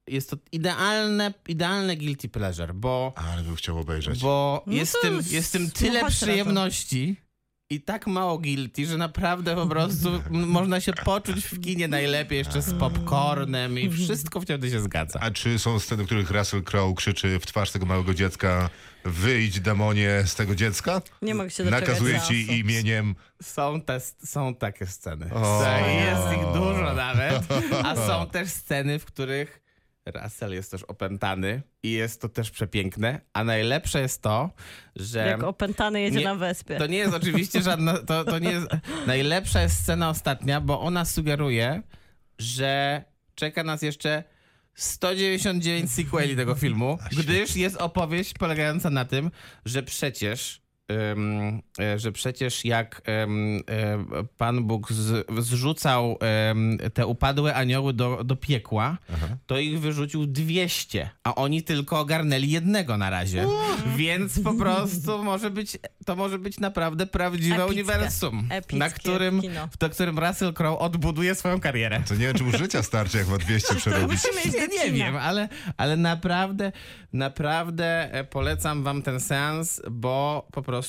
Speaker 5: jest to idealne, idealne guilty pleasure, bo,
Speaker 2: Ale bym chciał obejrzeć.
Speaker 5: bo
Speaker 4: No
Speaker 5: jest,
Speaker 4: to
Speaker 5: tym,
Speaker 4: s-
Speaker 5: jest tym tyle
Speaker 4: słuchajcie,
Speaker 5: przyjemności i tak mało guilty, że naprawdę po prostu m- można się poczuć w kinie najlepiej jeszcze z popcornem i wszystko wtedy się zgadza.
Speaker 2: A czy są sceny, w których Russell Crowe krzyczy w twarz tego małego dziecka wyjdź demonie z tego dziecka?
Speaker 4: no. Nie mogę się doczekać.
Speaker 2: Nakazuję
Speaker 4: seansu.
Speaker 2: ci imieniem.
Speaker 5: Są, te, są takie sceny.
Speaker 2: O.
Speaker 5: Jest ich dużo nawet. A są też sceny, w których Russell jest też opętany i jest to też przepiękne. A najlepsze jest to, że.
Speaker 4: Jak opętany jedzie
Speaker 5: Nie,
Speaker 4: na wyspie.
Speaker 5: To nie jest oczywiście żadna. To, to nie jest. Najlepsza jest scena ostatnia, bo ona sugeruje, że czeka nas jeszcze 199 sequeli tego filmu, gdyż jest opowieść polegająca na tym, że przecież. ym, e, że przecież jak ym, e, Pan Bóg z, zrzucał ym, te upadłe anioły do, do piekła, to ich wyrzucił 200, a oni tylko ogarnęli jednego na razie. Więc po prostu może być, to może być naprawdę prawdziwe
Speaker 4: Epickie.
Speaker 5: uniwersum, na
Speaker 4: Epickie
Speaker 5: którym,
Speaker 4: kino.
Speaker 5: w to którym Russell Crowe odbuduje swoją karierę.
Speaker 2: To nie wiem, czy mu życia starczy, jak ma 200 przerobić.
Speaker 4: Musimy iść do
Speaker 5: Nie
Speaker 4: kina.
Speaker 5: wiem, ale, ale naprawdę, naprawdę e, polecam wam ten seans, bo po prostu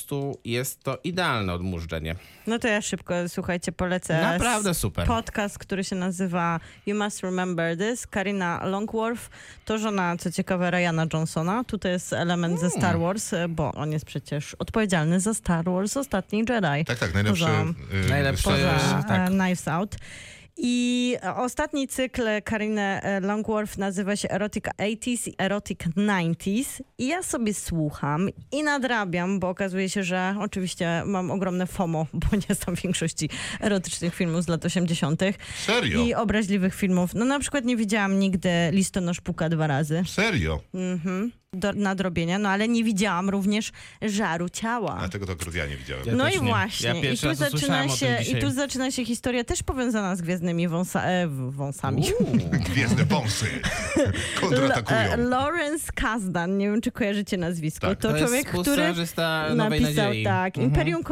Speaker 5: jest to idealne odmurzczenie.
Speaker 4: No to ja szybko, słuchajcie, polecę.
Speaker 5: Naprawdę
Speaker 4: s-
Speaker 5: super.
Speaker 4: Podcast, który się nazywa You Must Remember This. Karina Longworth to żona, co ciekawe, Ryana Johnsona. Tutaj jest element
Speaker 5: Mm.
Speaker 4: ze Star Wars, e, bo on jest przecież odpowiedzialny za Star Wars Ostatni Jedi.
Speaker 2: Tak, tak, najlepszy.
Speaker 4: Poza-
Speaker 2: y,
Speaker 5: Najlepszy-
Speaker 2: Star Wars.
Speaker 4: Poza
Speaker 5: tak.
Speaker 4: e, Knives Out. I e, ostatni cykl Kariny e, Longworth nazywa się Erotic 80s i Erotic 90s. I ja sobie słucham i nadrabiam, bo okazuje się, że oczywiście mam ogromne FOMO, (laughs) bo nie znam większości erotycznych filmów z lat 80.
Speaker 2: Serio?
Speaker 4: i obraźliwych filmów. No na przykład nie widziałam nigdy Listonosz puka dwa razy
Speaker 2: Serio?
Speaker 4: No. do nadrobienia, no ale nie widziałam również żaru ciała.
Speaker 2: A tego to akurat ja nie widziałem.
Speaker 5: Ja
Speaker 4: No
Speaker 5: też
Speaker 4: i
Speaker 5: nie.
Speaker 4: właśnie.
Speaker 5: Ja pierwszy
Speaker 4: I, tu
Speaker 5: raz
Speaker 4: zaczyna
Speaker 5: usłyszałem o tym
Speaker 4: się, I
Speaker 5: dzisiaj.
Speaker 4: tu zaczyna się historia też powiązana z gwiezdnymi wąsa, e, w- wąsami.
Speaker 2: Gwiezdne
Speaker 4: (laughs)
Speaker 2: wąsy
Speaker 4: L- e,
Speaker 2: kontratakują.
Speaker 4: Lawrence Kasdan, nie wiem czy kojarzycie nazwisko.
Speaker 2: Tak.
Speaker 4: to,
Speaker 5: To
Speaker 4: człowiek,
Speaker 5: jest
Speaker 4: który
Speaker 5: sponsorzysta Nowej
Speaker 4: napisał
Speaker 5: Nadziei. Mhm.
Speaker 4: tak, Imperium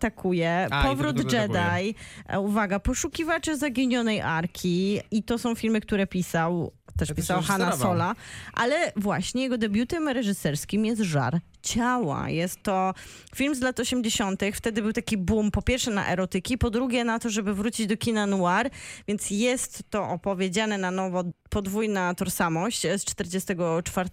Speaker 4: kontraatakuje,
Speaker 5: A,
Speaker 4: Powrót
Speaker 5: Imperium kontraatakuje.
Speaker 4: Jedi, e, uwaga, Poszukiwacze zaginionej Arki i to są filmy, które pisał, też
Speaker 5: też
Speaker 4: pisał Hanna
Speaker 5: reżyserował.
Speaker 4: Sola, ale właśnie jego debiutem reżyserskim jest Żar ciała. Jest to film z lat 80. Wtedy był taki boom po pierwsze na erotyki, po drugie na to, żeby wrócić do kina noir, więc jest to opowiedziane na nowo podwójna tożsamość e, z 44.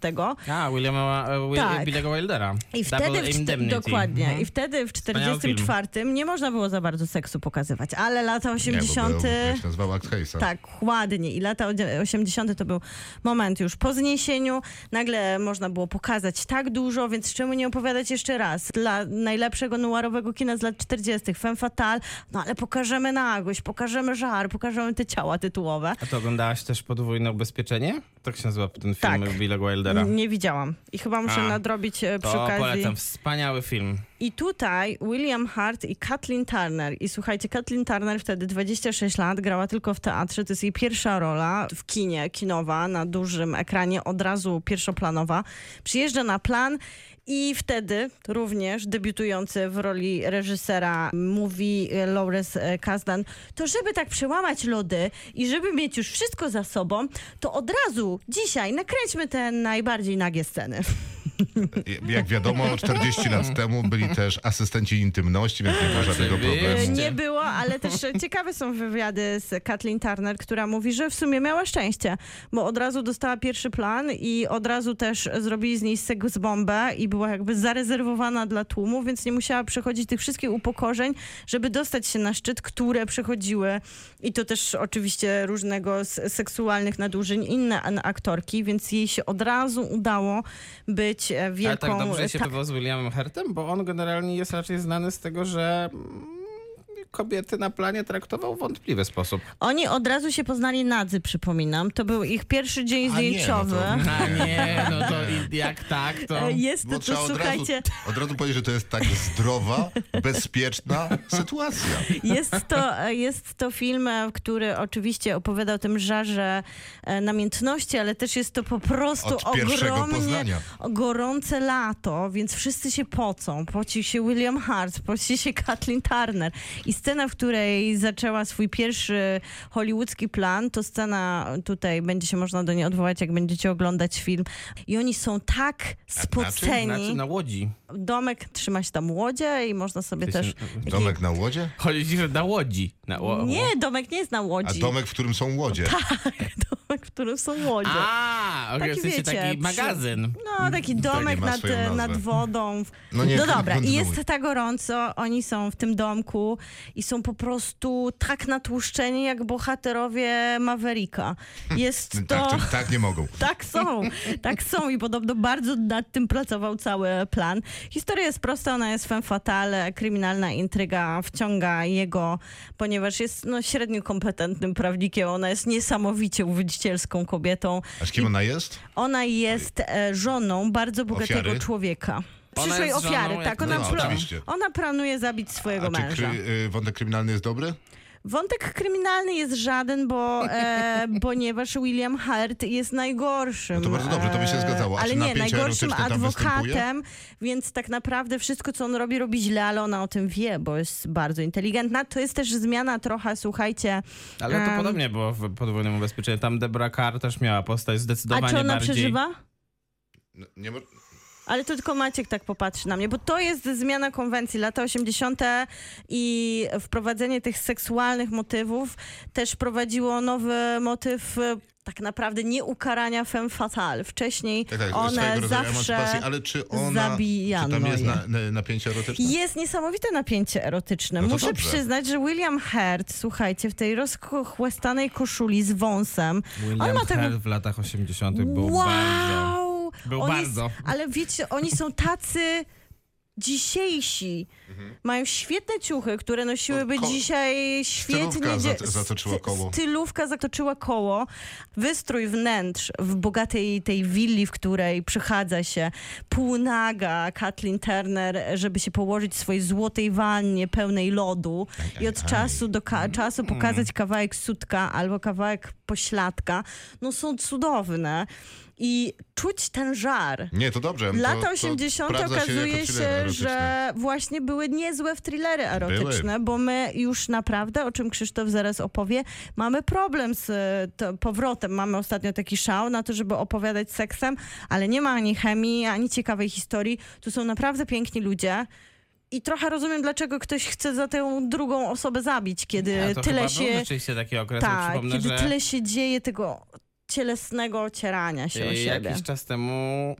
Speaker 5: A, Williama e, Will,
Speaker 4: Tak.
Speaker 5: Billego Wildera.
Speaker 4: I
Speaker 5: Double
Speaker 4: wtedy w, czte-
Speaker 5: Indemnity.
Speaker 4: dokładnie.
Speaker 5: Mhm.
Speaker 4: I wtedy w 44 nie można było za bardzo seksu pokazywać, ale lata
Speaker 2: Nie, bo
Speaker 4: 80.
Speaker 2: był, jak się nazywał Act Hayesa.
Speaker 4: Tak, ładnie. I lata odzie- 80. to był moment już po zniesieniu. Nagle można było pokazać tak dużo, więc czemu nie opowiadać jeszcze raz? Dla najlepszego noirowego kina z lat 40. Femme Fatale, no ale pokażemy nagość, pokażemy żar, pokażemy te ciała tytułowe.
Speaker 5: A to oglądałaś też podwójne ubezpieczenie? Tak się nazywa ten film
Speaker 4: Tak.
Speaker 5: Billego Wildera.
Speaker 4: Nie widziałam. I chyba muszę
Speaker 5: A,
Speaker 4: nadrobić e, przy
Speaker 5: To
Speaker 4: okazji.
Speaker 5: polecam, wspaniały film.
Speaker 4: I tutaj William Hart i Kathleen Turner. I słuchajcie, Kathleen Turner wtedy 26 lat, grała tylko w teatrze. To jest jej pierwsza rola w kinie, kinowa, na dużym ekranie, od razu pierwszoplanowa. Przyjeżdża na plan i wtedy również debiutujący w roli reżysera mówi e, Lawrence e, Kasdan, to żeby tak przełamać lody i żeby mieć już wszystko za sobą, to od razu dzisiaj nakręćmy te najbardziej nagie sceny.
Speaker 2: Jak wiadomo, 40 lat temu byli też asystenci intymności, więc nie było żadnego
Speaker 5: Oczywiście.
Speaker 2: problemu.
Speaker 4: E, Nie było, ale też ciekawe są wywiady z Kathleen Turner, która mówi, że w sumie miała szczęście, bo od razu dostała pierwszy plan i od razu też zrobili z niej seks bombę i była jakby zarezerwowana dla tłumu, więc nie musiała przechodzić tych wszystkich upokorzeń, żeby dostać się na szczyt, które przechodziły i to też oczywiście różnego z seksualnych nadużyń inne an- aktorki, więc jej się od razu udało być e,
Speaker 5: Ale
Speaker 4: wielką...
Speaker 5: tak dobrze się
Speaker 4: tak,
Speaker 5: bywało z Williamem Hertem, bo on generalnie jest raczej znany z tego, że mm, kobiety na planie traktował w wątpliwy sposób.
Speaker 4: Oni od razu się poznali nadzy, przypominam. To był ich pierwszy dzień
Speaker 2: A nie, no to-
Speaker 4: zdjęciowy.
Speaker 5: A nie, no to i jak tak, to...
Speaker 4: E, Jest
Speaker 2: Bo
Speaker 4: to,
Speaker 2: trzeba od razu, (laughs)
Speaker 4: słuchajcie,
Speaker 2: od razu powiedzieć, że to jest tak
Speaker 4: (laughs)
Speaker 2: zdrowa, bezpieczna sytuacja.
Speaker 4: jest to, e, jest to film, e, który oczywiście opowiada o tym żarze e, namiętności, ale też jest to po prostu
Speaker 2: Od pierwszego
Speaker 4: ogromnie
Speaker 2: poznania.
Speaker 4: gorące lato, więc wszyscy się pocą. Poci się William Hart, poci się (laughs) Kathleen Turner. I scena, w której zaczęła swój pierwszy hollywoodzki plan, to scena tutaj będzie się można do niej odwołać, jak będziecie oglądać film. I oni są tak spoceni.
Speaker 5: Znaczy na łodzi.
Speaker 4: Domek trzyma się tam łodzie i można sobie
Speaker 5: Ty się-
Speaker 4: też...
Speaker 2: Domek na łodzie?
Speaker 5: Chodzi, że na łodzi. Na ło-
Speaker 4: Nie, domek nie jest na
Speaker 2: A
Speaker 4: łodzi.
Speaker 2: domek, w którym są łodzie.
Speaker 4: Tak, (laughs) domek, w którym są łodzie.
Speaker 5: A, okej,
Speaker 4: Taki,
Speaker 5: w sensie
Speaker 4: wiecie,
Speaker 5: taki
Speaker 4: przy-
Speaker 5: magazyn.
Speaker 4: No, taki
Speaker 2: Tak,
Speaker 4: domek
Speaker 2: nie ma
Speaker 4: nad,
Speaker 2: swoją nazwę.
Speaker 4: nad wodą.
Speaker 2: No
Speaker 4: No,
Speaker 2: nie,
Speaker 4: dobra, i
Speaker 2: kontynuuj.
Speaker 4: jest tak gorąco, oni są w tym domku i są po prostu tak natłuszczeni, jak bohaterowie Mavericka.
Speaker 2: (laughs)
Speaker 4: Jest to...
Speaker 2: Tak, to, tak nie mogą.
Speaker 4: (laughs) Tak są, tak są i podobno bardzo nad tym pracował cały plan. Historia jest prosta, ona jest femme fatale, kryminalna intryga wciąga jego, ponieważ jest no, średnio kompetentnym prawnikiem, ona jest niesamowicie uwodzicielską kobietą.
Speaker 2: A z kim ona jest?
Speaker 4: Ona jest e, żoną bardzo bogatego
Speaker 2: Ofiary?
Speaker 4: człowieka.
Speaker 5: Ona
Speaker 4: Przyszłej
Speaker 5: jest żoną,
Speaker 4: ofiary,
Speaker 5: jak
Speaker 4: tak.
Speaker 5: to
Speaker 4: Ona,
Speaker 2: No,
Speaker 4: pla-
Speaker 2: oczywiście.
Speaker 4: ona planuje zabić swojego
Speaker 2: A czy
Speaker 4: męża.
Speaker 2: kry, y, wątek kryminalny jest dobry?
Speaker 4: Wątek kryminalny jest żaden, bo
Speaker 2: (laughs)
Speaker 4: e, ponieważ William Hart jest najgorszym.
Speaker 2: No to bardzo dobrze, to by się
Speaker 4: e,
Speaker 2: zgadzało. A czy
Speaker 4: Ale nie,
Speaker 2: napięcie
Speaker 4: najgorszym
Speaker 2: erotyczne tam
Speaker 4: adwokatem, więc tak naprawdę wszystko, co on robi, robi źle, ale ona o tym wie, bo jest bardzo inteligentna. To jest też zmiana trochę, słuchajcie.
Speaker 5: Ale to
Speaker 4: em,
Speaker 5: podobnie było w podwójnym ubezpieczeniu. Tam Debra Carr też miała postać
Speaker 4: A
Speaker 5: zdecydowanie
Speaker 4: czy ona
Speaker 5: bardziej...
Speaker 4: przeżywa?
Speaker 2: No, nie mo-
Speaker 4: Ale to tylko Maciek tak popatrzy na mnie, bo to jest zmiana konwencji. Lata 80. i wprowadzenie tych seksualnych motywów też prowadziło nowy motyw e, tak naprawdę nieukarania femme fatale. Wcześniej
Speaker 2: Tak, tak, swojego
Speaker 4: one
Speaker 2: rodzaju
Speaker 4: zawsze...
Speaker 2: emancypacji, ale czy ona, czy
Speaker 4: zabijano
Speaker 2: tam jest
Speaker 4: je.
Speaker 2: na, na, napięcie erotyczne?
Speaker 4: Jest niesamowite napięcie erotyczne.
Speaker 2: No to
Speaker 4: Muszę
Speaker 2: dobrze.
Speaker 4: przyznać, że William Hurt, słuchajcie, w tej rozchłestanej koszuli z wąsem, on
Speaker 5: William
Speaker 4: ma tego
Speaker 5: Hell w latach 80. był
Speaker 4: wow!
Speaker 5: bardzo... Był
Speaker 4: On
Speaker 5: bardzo.
Speaker 4: Jest, ale wiecie, oni są tacy dzisiejsi. Mają świetne ciuchy, które nosiłyby
Speaker 2: No, ko-
Speaker 4: dzisiaj świetnie.
Speaker 2: Stylówka
Speaker 4: dzie-
Speaker 2: za- zatoczyła
Speaker 4: sty-
Speaker 2: koło.
Speaker 4: Stylówka zatoczyła koło. Wystrój wnętrz w bogatej tej willi, w której przechadza się półnaga Kathleen Turner, żeby się położyć w swojej złotej wannie pełnej lodu
Speaker 2: Tak,
Speaker 4: i od czasu do
Speaker 2: Mm.
Speaker 4: ka- czasu pokazać kawałek sutka albo kawałek pośladka. No są cudowne. I czuć ten żar.
Speaker 2: Nie, to dobrze. to-
Speaker 4: Lata
Speaker 2: to
Speaker 4: 80.
Speaker 2: sprawdza
Speaker 4: okazuje
Speaker 2: jako thriller
Speaker 4: się,
Speaker 2: erotyczny.
Speaker 4: że właśnie były niezłe w thrillery erotyczne, bo my już naprawdę, o czym Krzysztof zaraz opowie, mamy problem z e, to, powrotem. Mamy ostatnio taki szał na to, żeby opowiadać seksem, ale nie ma ani chemii, ani ciekawej historii. Tu są naprawdę piękni ludzie. I trochę rozumiem, dlaczego ktoś chce za tę drugą osobę zabić, kiedy
Speaker 5: Nie, to
Speaker 4: tyle
Speaker 5: chyba
Speaker 4: się.
Speaker 5: Był rzeczywiście taki okres, ja
Speaker 4: tak,
Speaker 5: przypomnę,
Speaker 4: kiedy
Speaker 5: że...
Speaker 4: tyle się dzieje tego cielesnego ocierania się o
Speaker 5: Y,
Speaker 4: siebie.
Speaker 5: Jakiś czas temu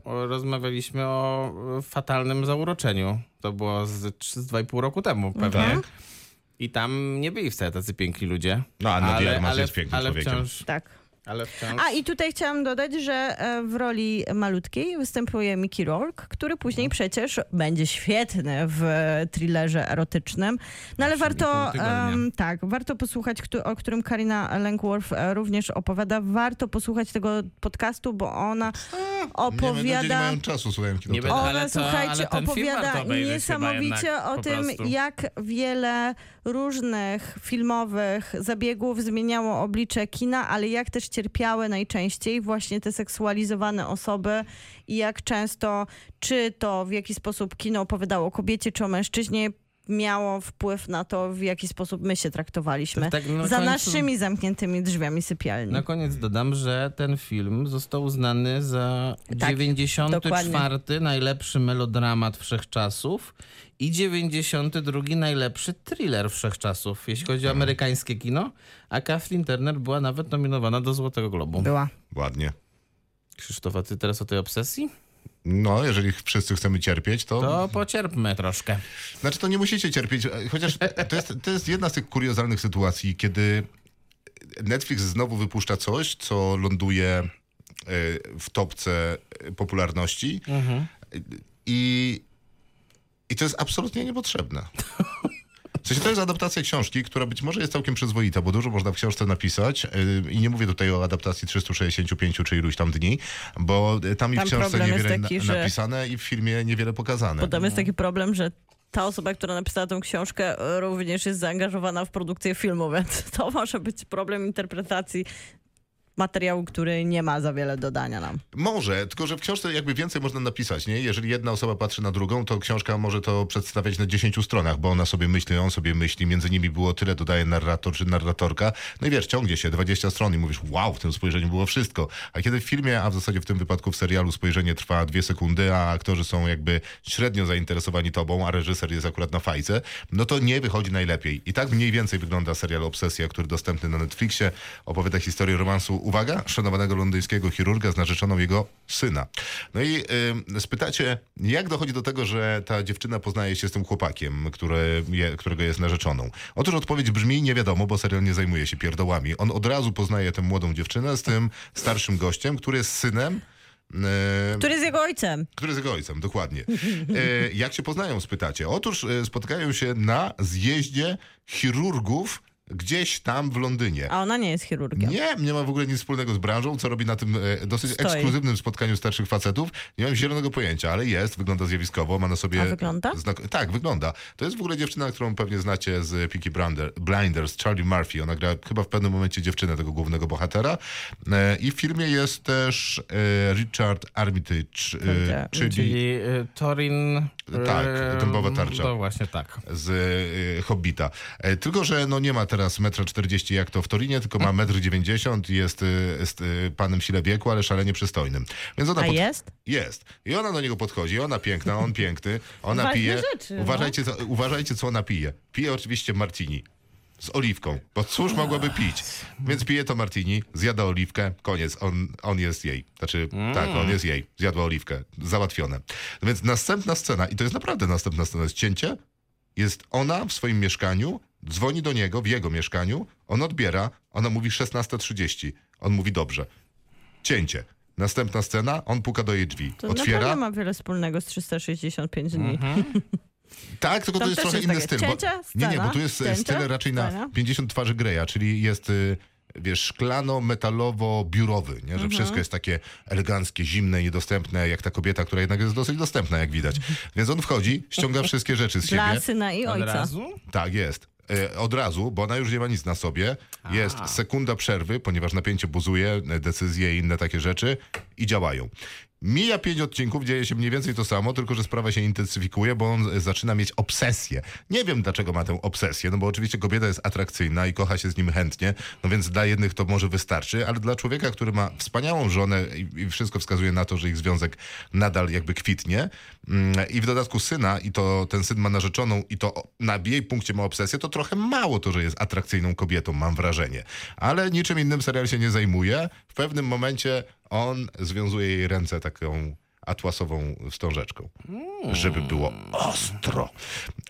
Speaker 5: e, rozmawialiśmy o e, fatalnym zauroczeniu. To było z, trz- z 2,5 roku temu pewnie.
Speaker 4: Mhm.
Speaker 5: I tam nie byli wcale tacy piękni ludzie.
Speaker 2: No, Anna Diarmas
Speaker 5: ale,
Speaker 2: jest pięknym
Speaker 5: ale
Speaker 2: człowiekiem.
Speaker 5: wciąż,
Speaker 4: Tak.
Speaker 5: ale wciąż.
Speaker 4: A i tutaj chciałam dodać, że e, w roli malutkiej występuje Mickey Rourke, który później przecież będzie świetny w e, thrillerze erotycznym. No ale warto,
Speaker 5: tego tygodnia.
Speaker 4: em, tak, warto posłuchać, któ- o którym Karina Langworth e, również opowiada. Warto posłuchać tego podcastu, bo ona
Speaker 2: Nie, ma- ludzie nie
Speaker 4: opowiada...
Speaker 2: mają czasu, słuchają kino.
Speaker 5: Nie
Speaker 2: tak.
Speaker 5: będę-
Speaker 4: Ona,
Speaker 5: Ale to- ale
Speaker 4: słuchajcie,
Speaker 5: ten film warto
Speaker 4: opowiada
Speaker 5: obejrzeć chyba
Speaker 4: niesamowicie
Speaker 5: jednak,
Speaker 4: o
Speaker 5: po
Speaker 4: tym,
Speaker 5: prostu.
Speaker 4: jak wiele różnych filmowych zabiegów zmieniało oblicze kina, ale jak też cierpiały najczęściej właśnie te seksualizowane osoby i jak często, czy to w jaki sposób kino opowiadało o kobiecie czy o mężczyźnie, miało wpływ na to, w jaki sposób my się traktowaliśmy.
Speaker 5: To tak na
Speaker 4: Za
Speaker 5: końcu-
Speaker 4: naszymi zamkniętymi drzwiami sypialni.
Speaker 5: Na koniec dodam, że ten film został uznany za
Speaker 4: Tak,
Speaker 5: 94
Speaker 4: dokładnie.
Speaker 5: najlepszy melodramat wszechczasów i 92 najlepszy thriller wszechczasów, jeśli chodzi o
Speaker 2: Tak.
Speaker 5: amerykańskie kino, a Kathleen Turner była nawet nominowana do Złotego Globu.
Speaker 4: Była.
Speaker 2: Ładnie.
Speaker 5: Krzysztofa, ty teraz o tej obsesji?
Speaker 2: No, jeżeli wszyscy chcemy cierpieć, to... mhm.
Speaker 5: To pocierpmy troszkę.
Speaker 2: Znaczy, to nie musicie cierpieć, e, chociaż to jest, to jest jedna z tych kuriozalnych sytuacji, kiedy Netflix znowu wypuszcza coś, co ląduje e, w topce e, popularności i, i to jest absolutnie niepotrzebne. W sensie to jest adaptacja książki, która być może jest całkiem przyzwoita, bo dużo można w książce napisać yy, i nie mówię tutaj o adaptacji 365 czy iluś tam dni, bo y, tam i w
Speaker 4: Tam
Speaker 2: książce
Speaker 4: problem jest
Speaker 2: niewiele
Speaker 4: taki,
Speaker 2: na-
Speaker 4: że-
Speaker 2: napisane i w filmie niewiele pokazane.
Speaker 4: Potem jest taki problem, że ta osoba, która napisała tą książkę, e, również jest zaangażowana w produkcję filmu, (laughs) więc to może być problem interpretacji materiału, który nie ma za wiele dodania nam.
Speaker 2: Może, tylko że w książce jakby więcej można napisać, nie? Jeżeli jedna osoba patrzy na drugą, to książka może to przedstawiać na 10 stronach, bo ona sobie myśli, on sobie myśli, między nimi było tyle, dodaje narrator czy narratorka. No i wiesz, ciągnie się 20 stron i mówisz, wow, w tym spojrzeniu było wszystko. A kiedy w filmie, a w zasadzie w tym wypadku w serialu spojrzenie trwa dwie sekundy, a aktorzy są jakby średnio zainteresowani tobą, a reżyser jest akurat na fajce, no to nie wychodzi najlepiej. I tak mniej więcej wygląda serial Obsesja, który dostępny na Netflixie. Opowiada historię romansu, uwaga, szanowanego londyńskiego chirurga z narzeczoną jego syna. No i ym, spytacie, jak dochodzi do tego, że ta dziewczyna poznaje się z tym chłopakiem, który je, którego jest narzeczoną? Otóż odpowiedź brzmi, nie wiadomo, bo serial nie zajmuje się pierdołami. On od razu poznaje tę młodą dziewczynę z tym starszym gościem, który jest synem yy,
Speaker 4: Który jest jego ojcem?
Speaker 2: który z jego ojcem, dokładnie. E, jak się poznają, spytacie? Otóż e, spotkają się na zjeździe chirurgów gdzieś tam w Londynie.
Speaker 4: A ona nie jest chirurgiem.
Speaker 2: Nie, nie ma w ogóle nic wspólnego z branżą, co robi na tym e, dosyć
Speaker 4: Stoi.
Speaker 2: ekskluzywnym spotkaniu starszych facetów. Nie mam zielonego pojęcia, ale jest, wygląda zjawiskowo, ma na sobie...
Speaker 4: A wygląda?
Speaker 2: Znak- tak, wygląda. To jest w ogóle dziewczyna, którą pewnie znacie z Peaky Blinder- Blinders, Charlie Murphy. Ona gra chyba w pewnym momencie dziewczynę tego głównego bohatera. E, I w filmie jest też e, Richard Armitage, e,
Speaker 4: Tak,
Speaker 2: czyli
Speaker 5: Czyli y, Torin...
Speaker 2: Tak,
Speaker 5: y,
Speaker 2: dębowa tarcza.
Speaker 5: To właśnie tak.
Speaker 2: z y, Hobbita. E, Tylko, że no nie ma teraz 1,40 m jak to w Torinie, tylko
Speaker 4: Mm.
Speaker 2: ma 1,90 m i jest, y, jest y, panem w sile wieku, ale szalenie przystojnym. Więc ona
Speaker 4: A
Speaker 2: pod-
Speaker 4: jest?
Speaker 2: Jest. I ona do niego podchodzi, ona piękna, on piękny, ona
Speaker 4: (laughs) Ważne
Speaker 2: pije.
Speaker 4: rzeczy, no.
Speaker 2: uważajcie, co, uważajcie, co ona pije. Pije oczywiście martini. Z oliwką, bo cóż mogłaby pić? Więc pije to martini, zjada oliwkę, koniec, on, on jest jej. Znaczy, tak, on jest jej. Zjadła oliwkę, załatwione. Więc następna scena, i to jest naprawdę następna scena, jest cięcie, jest ona w swoim mieszkaniu, dzwoni do niego w jego mieszkaniu, on odbiera, ona mówi 16.30, on mówi dobrze. Cięcie. Następna scena, on puka do jej drzwi.
Speaker 4: To
Speaker 2: Otwiera. Mhm.
Speaker 4: naprawdę ma wiele wspólnego z 365 dni.
Speaker 2: Tak, tylko to
Speaker 4: Tam
Speaker 2: jest
Speaker 4: też
Speaker 2: trochę
Speaker 4: jest
Speaker 2: inny
Speaker 4: takie
Speaker 2: styl.
Speaker 4: cięcia,
Speaker 2: nie, nie, bo
Speaker 4: scena,
Speaker 2: tu jest
Speaker 4: cięcia,
Speaker 2: styl raczej na
Speaker 4: scena.
Speaker 2: 50 twarzy Greya, czyli jest, y, wiesz, szklano-metalowo-biurowy, nie? że
Speaker 4: Mhm.
Speaker 2: wszystko jest takie eleganckie, zimne, niedostępne, jak ta kobieta, która jednak jest dosyć dostępna, jak widać. Więc on wchodzi, ściąga wszystkie rzeczy z
Speaker 4: Dla
Speaker 2: siebie.
Speaker 4: syna i
Speaker 5: Od
Speaker 4: ojca.
Speaker 5: razu?
Speaker 2: Tak, jest. E, Od razu, bo ona już nie ma nic na sobie. Jest sekunda przerwy, ponieważ napięcie buzuje, e, decyzje i inne takie rzeczy i działają. Mija pięć odcinków, dzieje się mniej więcej to samo, tylko że sprawa się intensyfikuje, bo on e, zaczyna mieć obsesję. Nie wiem, dlaczego ma tę obsesję, no bo oczywiście kobieta jest atrakcyjna i kocha się z nim chętnie, no więc dla jednych to może wystarczy, ale dla człowieka, który ma wspaniałą żonę i, i wszystko wskazuje na to, że ich związek nadal jakby kwitnie mm, i w dodatku syna i to ten syn ma narzeczoną i to o- na jej punkcie ma obsesję, to trochę mało to, że jest atrakcyjną kobietą, mam wrażenie. Ale niczym innym serial się nie zajmuje. W pewnym momencie on związuje jej ręce taką atłasową wstążeczką, żeby było ostro.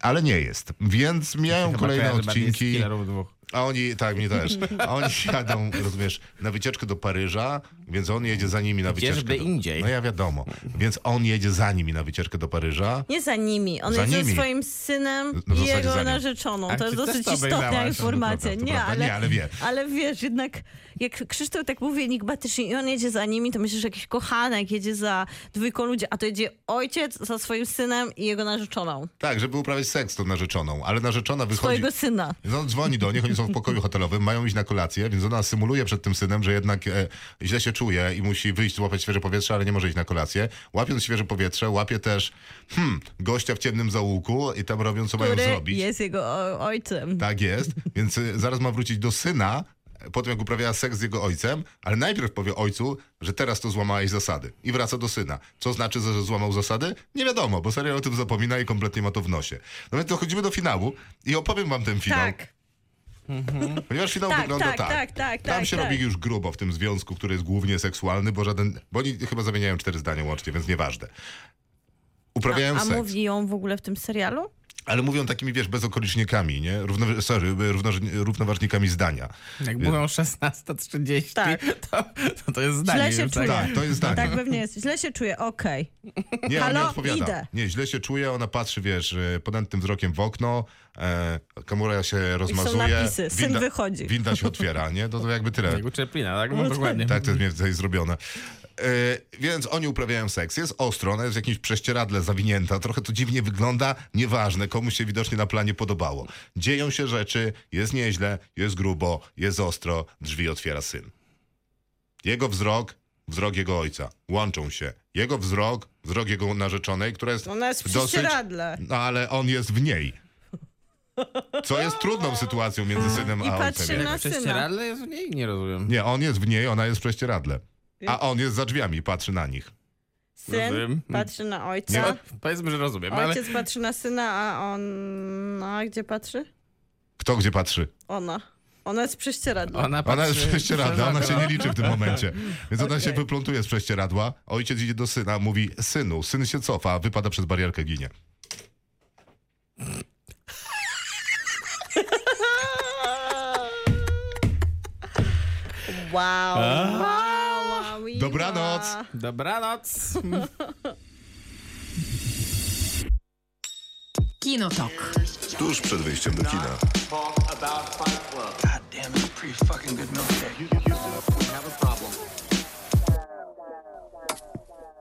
Speaker 2: Ale nie jest. Więc mijają
Speaker 5: Chyba
Speaker 2: kolejne
Speaker 5: kojarzę bardziej z
Speaker 2: odcinki.
Speaker 5: Killerów dwóch.
Speaker 2: A oni, tak, mnie też. A
Speaker 4: (laughs)
Speaker 2: oni jadą, rozumiesz, na wycieczkę do Paryża, więc on jedzie za nimi na
Speaker 5: Gdzież
Speaker 2: wycieczkę.
Speaker 5: by
Speaker 2: do...
Speaker 5: indziej.
Speaker 2: No ja wiadomo. Więc on jedzie za nimi na wycieczkę do Paryża.
Speaker 4: Nie za nimi. On
Speaker 2: Za
Speaker 4: jest
Speaker 2: nimi.
Speaker 4: ze swoim synem
Speaker 2: No w
Speaker 4: i
Speaker 2: zasadzie za
Speaker 4: jego
Speaker 2: nią.
Speaker 4: narzeczoną.
Speaker 5: A
Speaker 4: to
Speaker 5: ty
Speaker 4: jest
Speaker 5: też
Speaker 4: dosyć
Speaker 5: to
Speaker 4: istotna
Speaker 5: obejrzałaś?
Speaker 4: informacja.
Speaker 2: No to prawda, to
Speaker 4: Nie,
Speaker 2: prawda.
Speaker 4: ale,
Speaker 2: Nie, ale wie.
Speaker 4: ale wiesz, jednak jak Krzysztof tak mówi enigmatycznie i on jedzie za nimi, to myślisz, że jakiś kochanek jedzie za dwójką ludzi, a to jedzie ojciec za swoim synem i jego narzeczoną.
Speaker 2: Tak, żeby uprawiać seks z tą narzeczoną, ale narzeczona wychodzi...
Speaker 4: Twojego syna.
Speaker 2: Więc on dzwoni do nich, oni są w pokoju hotelowym, mają iść na kolację, więc ona symuluje przed tym synem, że jednak e, źle się czuje i musi wyjść, złapać świeże powietrze, ale nie może iść na kolację. Łapiąc świeże powietrze, łapie też hmm, gościa w ciemnym zaułku i tam robią, co mają
Speaker 4: Który
Speaker 2: zrobić.
Speaker 4: jest jego o, ojcem.
Speaker 2: Tak jest, więc y, zaraz ma wrócić do syna, e, po tym jak uprawiała seks z jego ojcem, ale najpierw powie ojcu, że teraz to złamałeś zasady i wraca do syna. Co znaczy, że złamał zasady? Nie wiadomo, bo serial o tym zapomina i kompletnie ma to w nosie. No więc dochodzimy do finału i opowiem wam ten finał,
Speaker 4: Tak.
Speaker 2: ponieważ finał
Speaker 4: Tak,
Speaker 2: wygląda
Speaker 4: tak,
Speaker 2: tak.
Speaker 4: tak, tak,
Speaker 2: Tam
Speaker 4: tak,
Speaker 2: się
Speaker 4: tak.
Speaker 2: robi już grubo w tym związku, który jest głównie seksualny, bo żaden, bo oni chyba zamieniają cztery zdania łącznie, więc nieważne. Uprawiają
Speaker 4: A, a
Speaker 2: seks.
Speaker 4: mówi ją w ogóle w tym serialu?
Speaker 2: Ale mówią takimi, wiesz, bezokolicznikami, nie? Równo, sorry, równo, równoważnikami zdania.
Speaker 5: Jak mówią 16.30,
Speaker 4: Tak.
Speaker 5: to, to, to jest zdanie.
Speaker 4: Źle się
Speaker 5: już,
Speaker 4: czuję.
Speaker 2: Tak, to jest zdanie.
Speaker 4: Tak pewnie jest. Źle się czuję, okej.
Speaker 2: Nie, on nie
Speaker 4: Halo,
Speaker 2: odpowiada.
Speaker 4: idę.
Speaker 2: Nie, źle się czuje, ona patrzy, wiesz, e, podętym wzrokiem w okno, e, kamura się rozmazuje.
Speaker 4: napisy, syn wychodzi.
Speaker 2: Winda się otwiera, nie? To, to jakby tyle.
Speaker 5: Jak u Czeplina, tak? No, dokładnie.
Speaker 2: Tak, to jest mniej więcej zrobione. E, więc oni uprawiają seks. Jest ostro, ona jest w jakimś prześcieradle zawinięta, trochę to dziwnie wygląda, nieważne, komuś się widocznie na planie podobało. Dzieją się rzeczy, jest nieźle, jest grubo, jest ostro, drzwi otwiera syn. Jego wzrok, wzrok jego ojca. Łączą się. Jego wzrok, wzrok jego narzeczonej, która jest.
Speaker 4: No, Ona jest w
Speaker 2: dosyć,
Speaker 4: prześcieradle.
Speaker 2: No ale on jest w niej. Co jest trudną sytuacją między synem
Speaker 4: I
Speaker 2: a
Speaker 4: patrzy
Speaker 2: ojcem.
Speaker 4: na-
Speaker 5: Czy ścieradle jest w niej? Nie rozumiem.
Speaker 2: Tak. Nie, on jest w niej, ona jest w prześcieradle. A on jest za drzwiami, patrzy na nich.
Speaker 4: Syn
Speaker 5: Rozumiem.
Speaker 4: patrzy na
Speaker 5: Nie,
Speaker 4: ojca.
Speaker 5: powiedzmy, że rozumiem, ale...
Speaker 4: Ojciec patrzy na syna, a on... A gdzie patrzy?
Speaker 2: Kto gdzie patrzy?
Speaker 4: Ona. Ona jest prześcieradła.
Speaker 5: Ona, patrzy,
Speaker 2: Ona jest w prześcieradle, ona się nie liczy w tym momencie. Więc ona się
Speaker 4: Okej.
Speaker 2: wyplątuje z prześcieradła. Ojciec idzie do syna, mówi synu, syn się cofa, a wypada przez barierkę, ginie.
Speaker 4: Wow. wow, wow i
Speaker 2: Dobranoc.
Speaker 4: wow.
Speaker 5: Dobranoc.
Speaker 1: Kinotok.
Speaker 2: Tuż przed wyjściem do kina.
Speaker 3: Talk about Fight Club. God damn, it's a pretty fucking good milkshake. You, you, you, we have a problem.